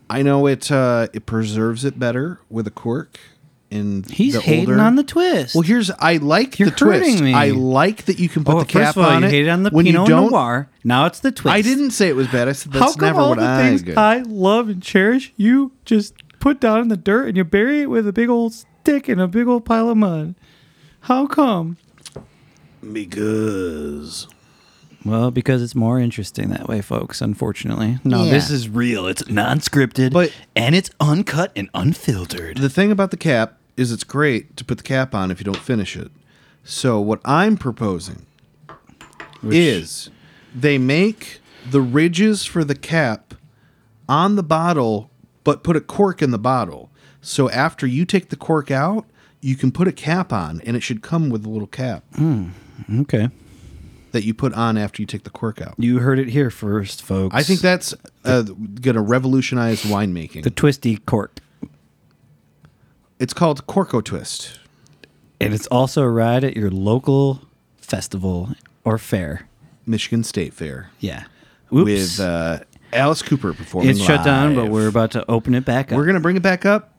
B: I know it uh it preserves it better with a cork and
A: He's
B: the
A: hating
B: older,
A: on the twist.
B: Well, here's I like
A: You're
B: the twist.
A: hurting me.
B: I like that you can put
A: oh,
B: the
A: first
B: cap
A: of all,
B: on
A: you
B: it.
A: hated on the
B: when
A: Pinot
B: you don't,
A: Noir. Now it's the twist.
B: I didn't say it was bad. I said
A: How
B: that's
A: come
B: never
A: all
B: what
A: the
B: I
A: things
B: go.
A: I love and cherish, you just put down in the dirt and you bury it with a big old stick and a big old pile of mud? How come?
B: because
A: Well, because it's more interesting that way, folks. Unfortunately, no.
B: Yeah.
A: This is
D: This is real. It's non-scripted,
B: But-
D: and it's uncut and unfiltered.
B: the thing about the cap is it's great to put the cap on if you don't finish it. So what I'm proposing is they make the ridges for the cap on the bottle, but put a cork in the bottle. So after you take the cork out, you can put a cap on, and it should come with a little cap
A: okay.
B: that you put on after you take the cork out.
A: You heard it here first, folks.
B: I think that's uh, going to revolutionize winemaking.
A: the twisty cork,
B: it's called Corco Twist.
A: and it's also a ride at your local festival or fair.
B: Michigan State Fair
A: Yeah. Oops.
B: with uh, Alice Cooper performing.
A: it's shut down, but
B: live.
A: we're about to open it back up.
B: we're gonna bring it back up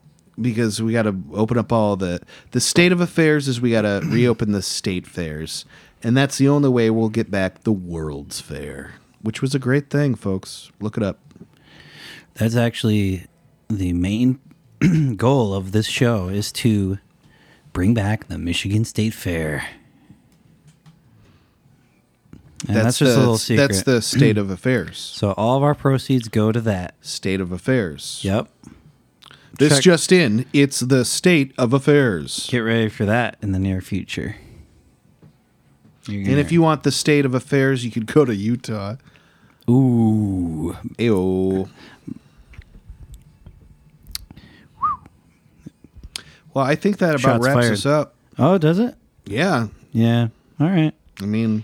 B: because we got to open up all the the state of affairs is we got to reopen the state fairs, and that's the only way we'll get back the World's Fair, which was a great thing, folks. Look it up.
A: That's actually the main goal of this show is to bring back the Michigan State Fair. And that's, just
B: the,
A: a little secret.
B: That's the state of affairs.
A: so all of our proceeds go to that.
B: State of affairs.
A: Yep.
B: This
A: Check.
B: just in. It's the state of affairs.
A: Get ready for that in the near future. You're
B: And if you want the state of affairs, you could go to Utah.
A: gonna- ooh,
B: Ew. Well, I think that about
A: Shots
B: wraps
A: fired.
B: us up.
A: oh, does it?
B: Yeah.
A: Yeah. All right.
B: I mean,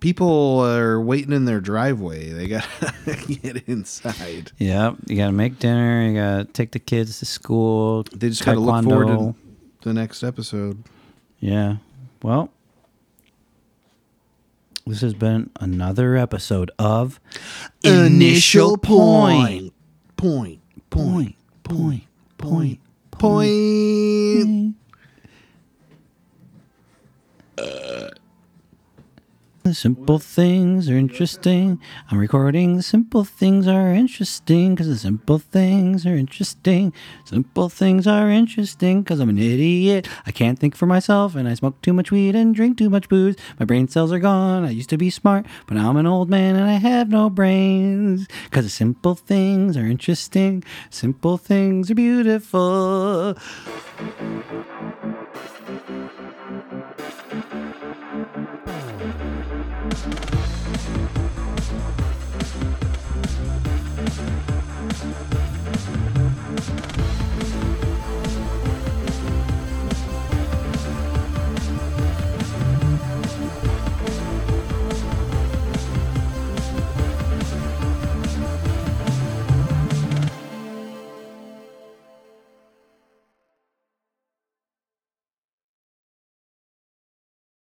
B: people are waiting in their driveway. They got to get inside.
A: Yep. You gotta make dinner. You gotta take the kids to school.
B: They just got to look forward to
A: taekwondo.
B: the next episode.
A: Yeah. Well, this has been another episode of Initial Point.
B: Point. Point.
A: Point. Point.
B: Point.
A: Simple things are interesting. I'm recording. Simple things are interesting because the simple things are interesting. Simple things are interesting because I'm an idiot. I can't think for myself and I smoke too much weed and drink too much booze. My brain cells are gone. I used to be smart, but now I'm an old man and I have no brains because the simple things are interesting. Simple things are beautiful.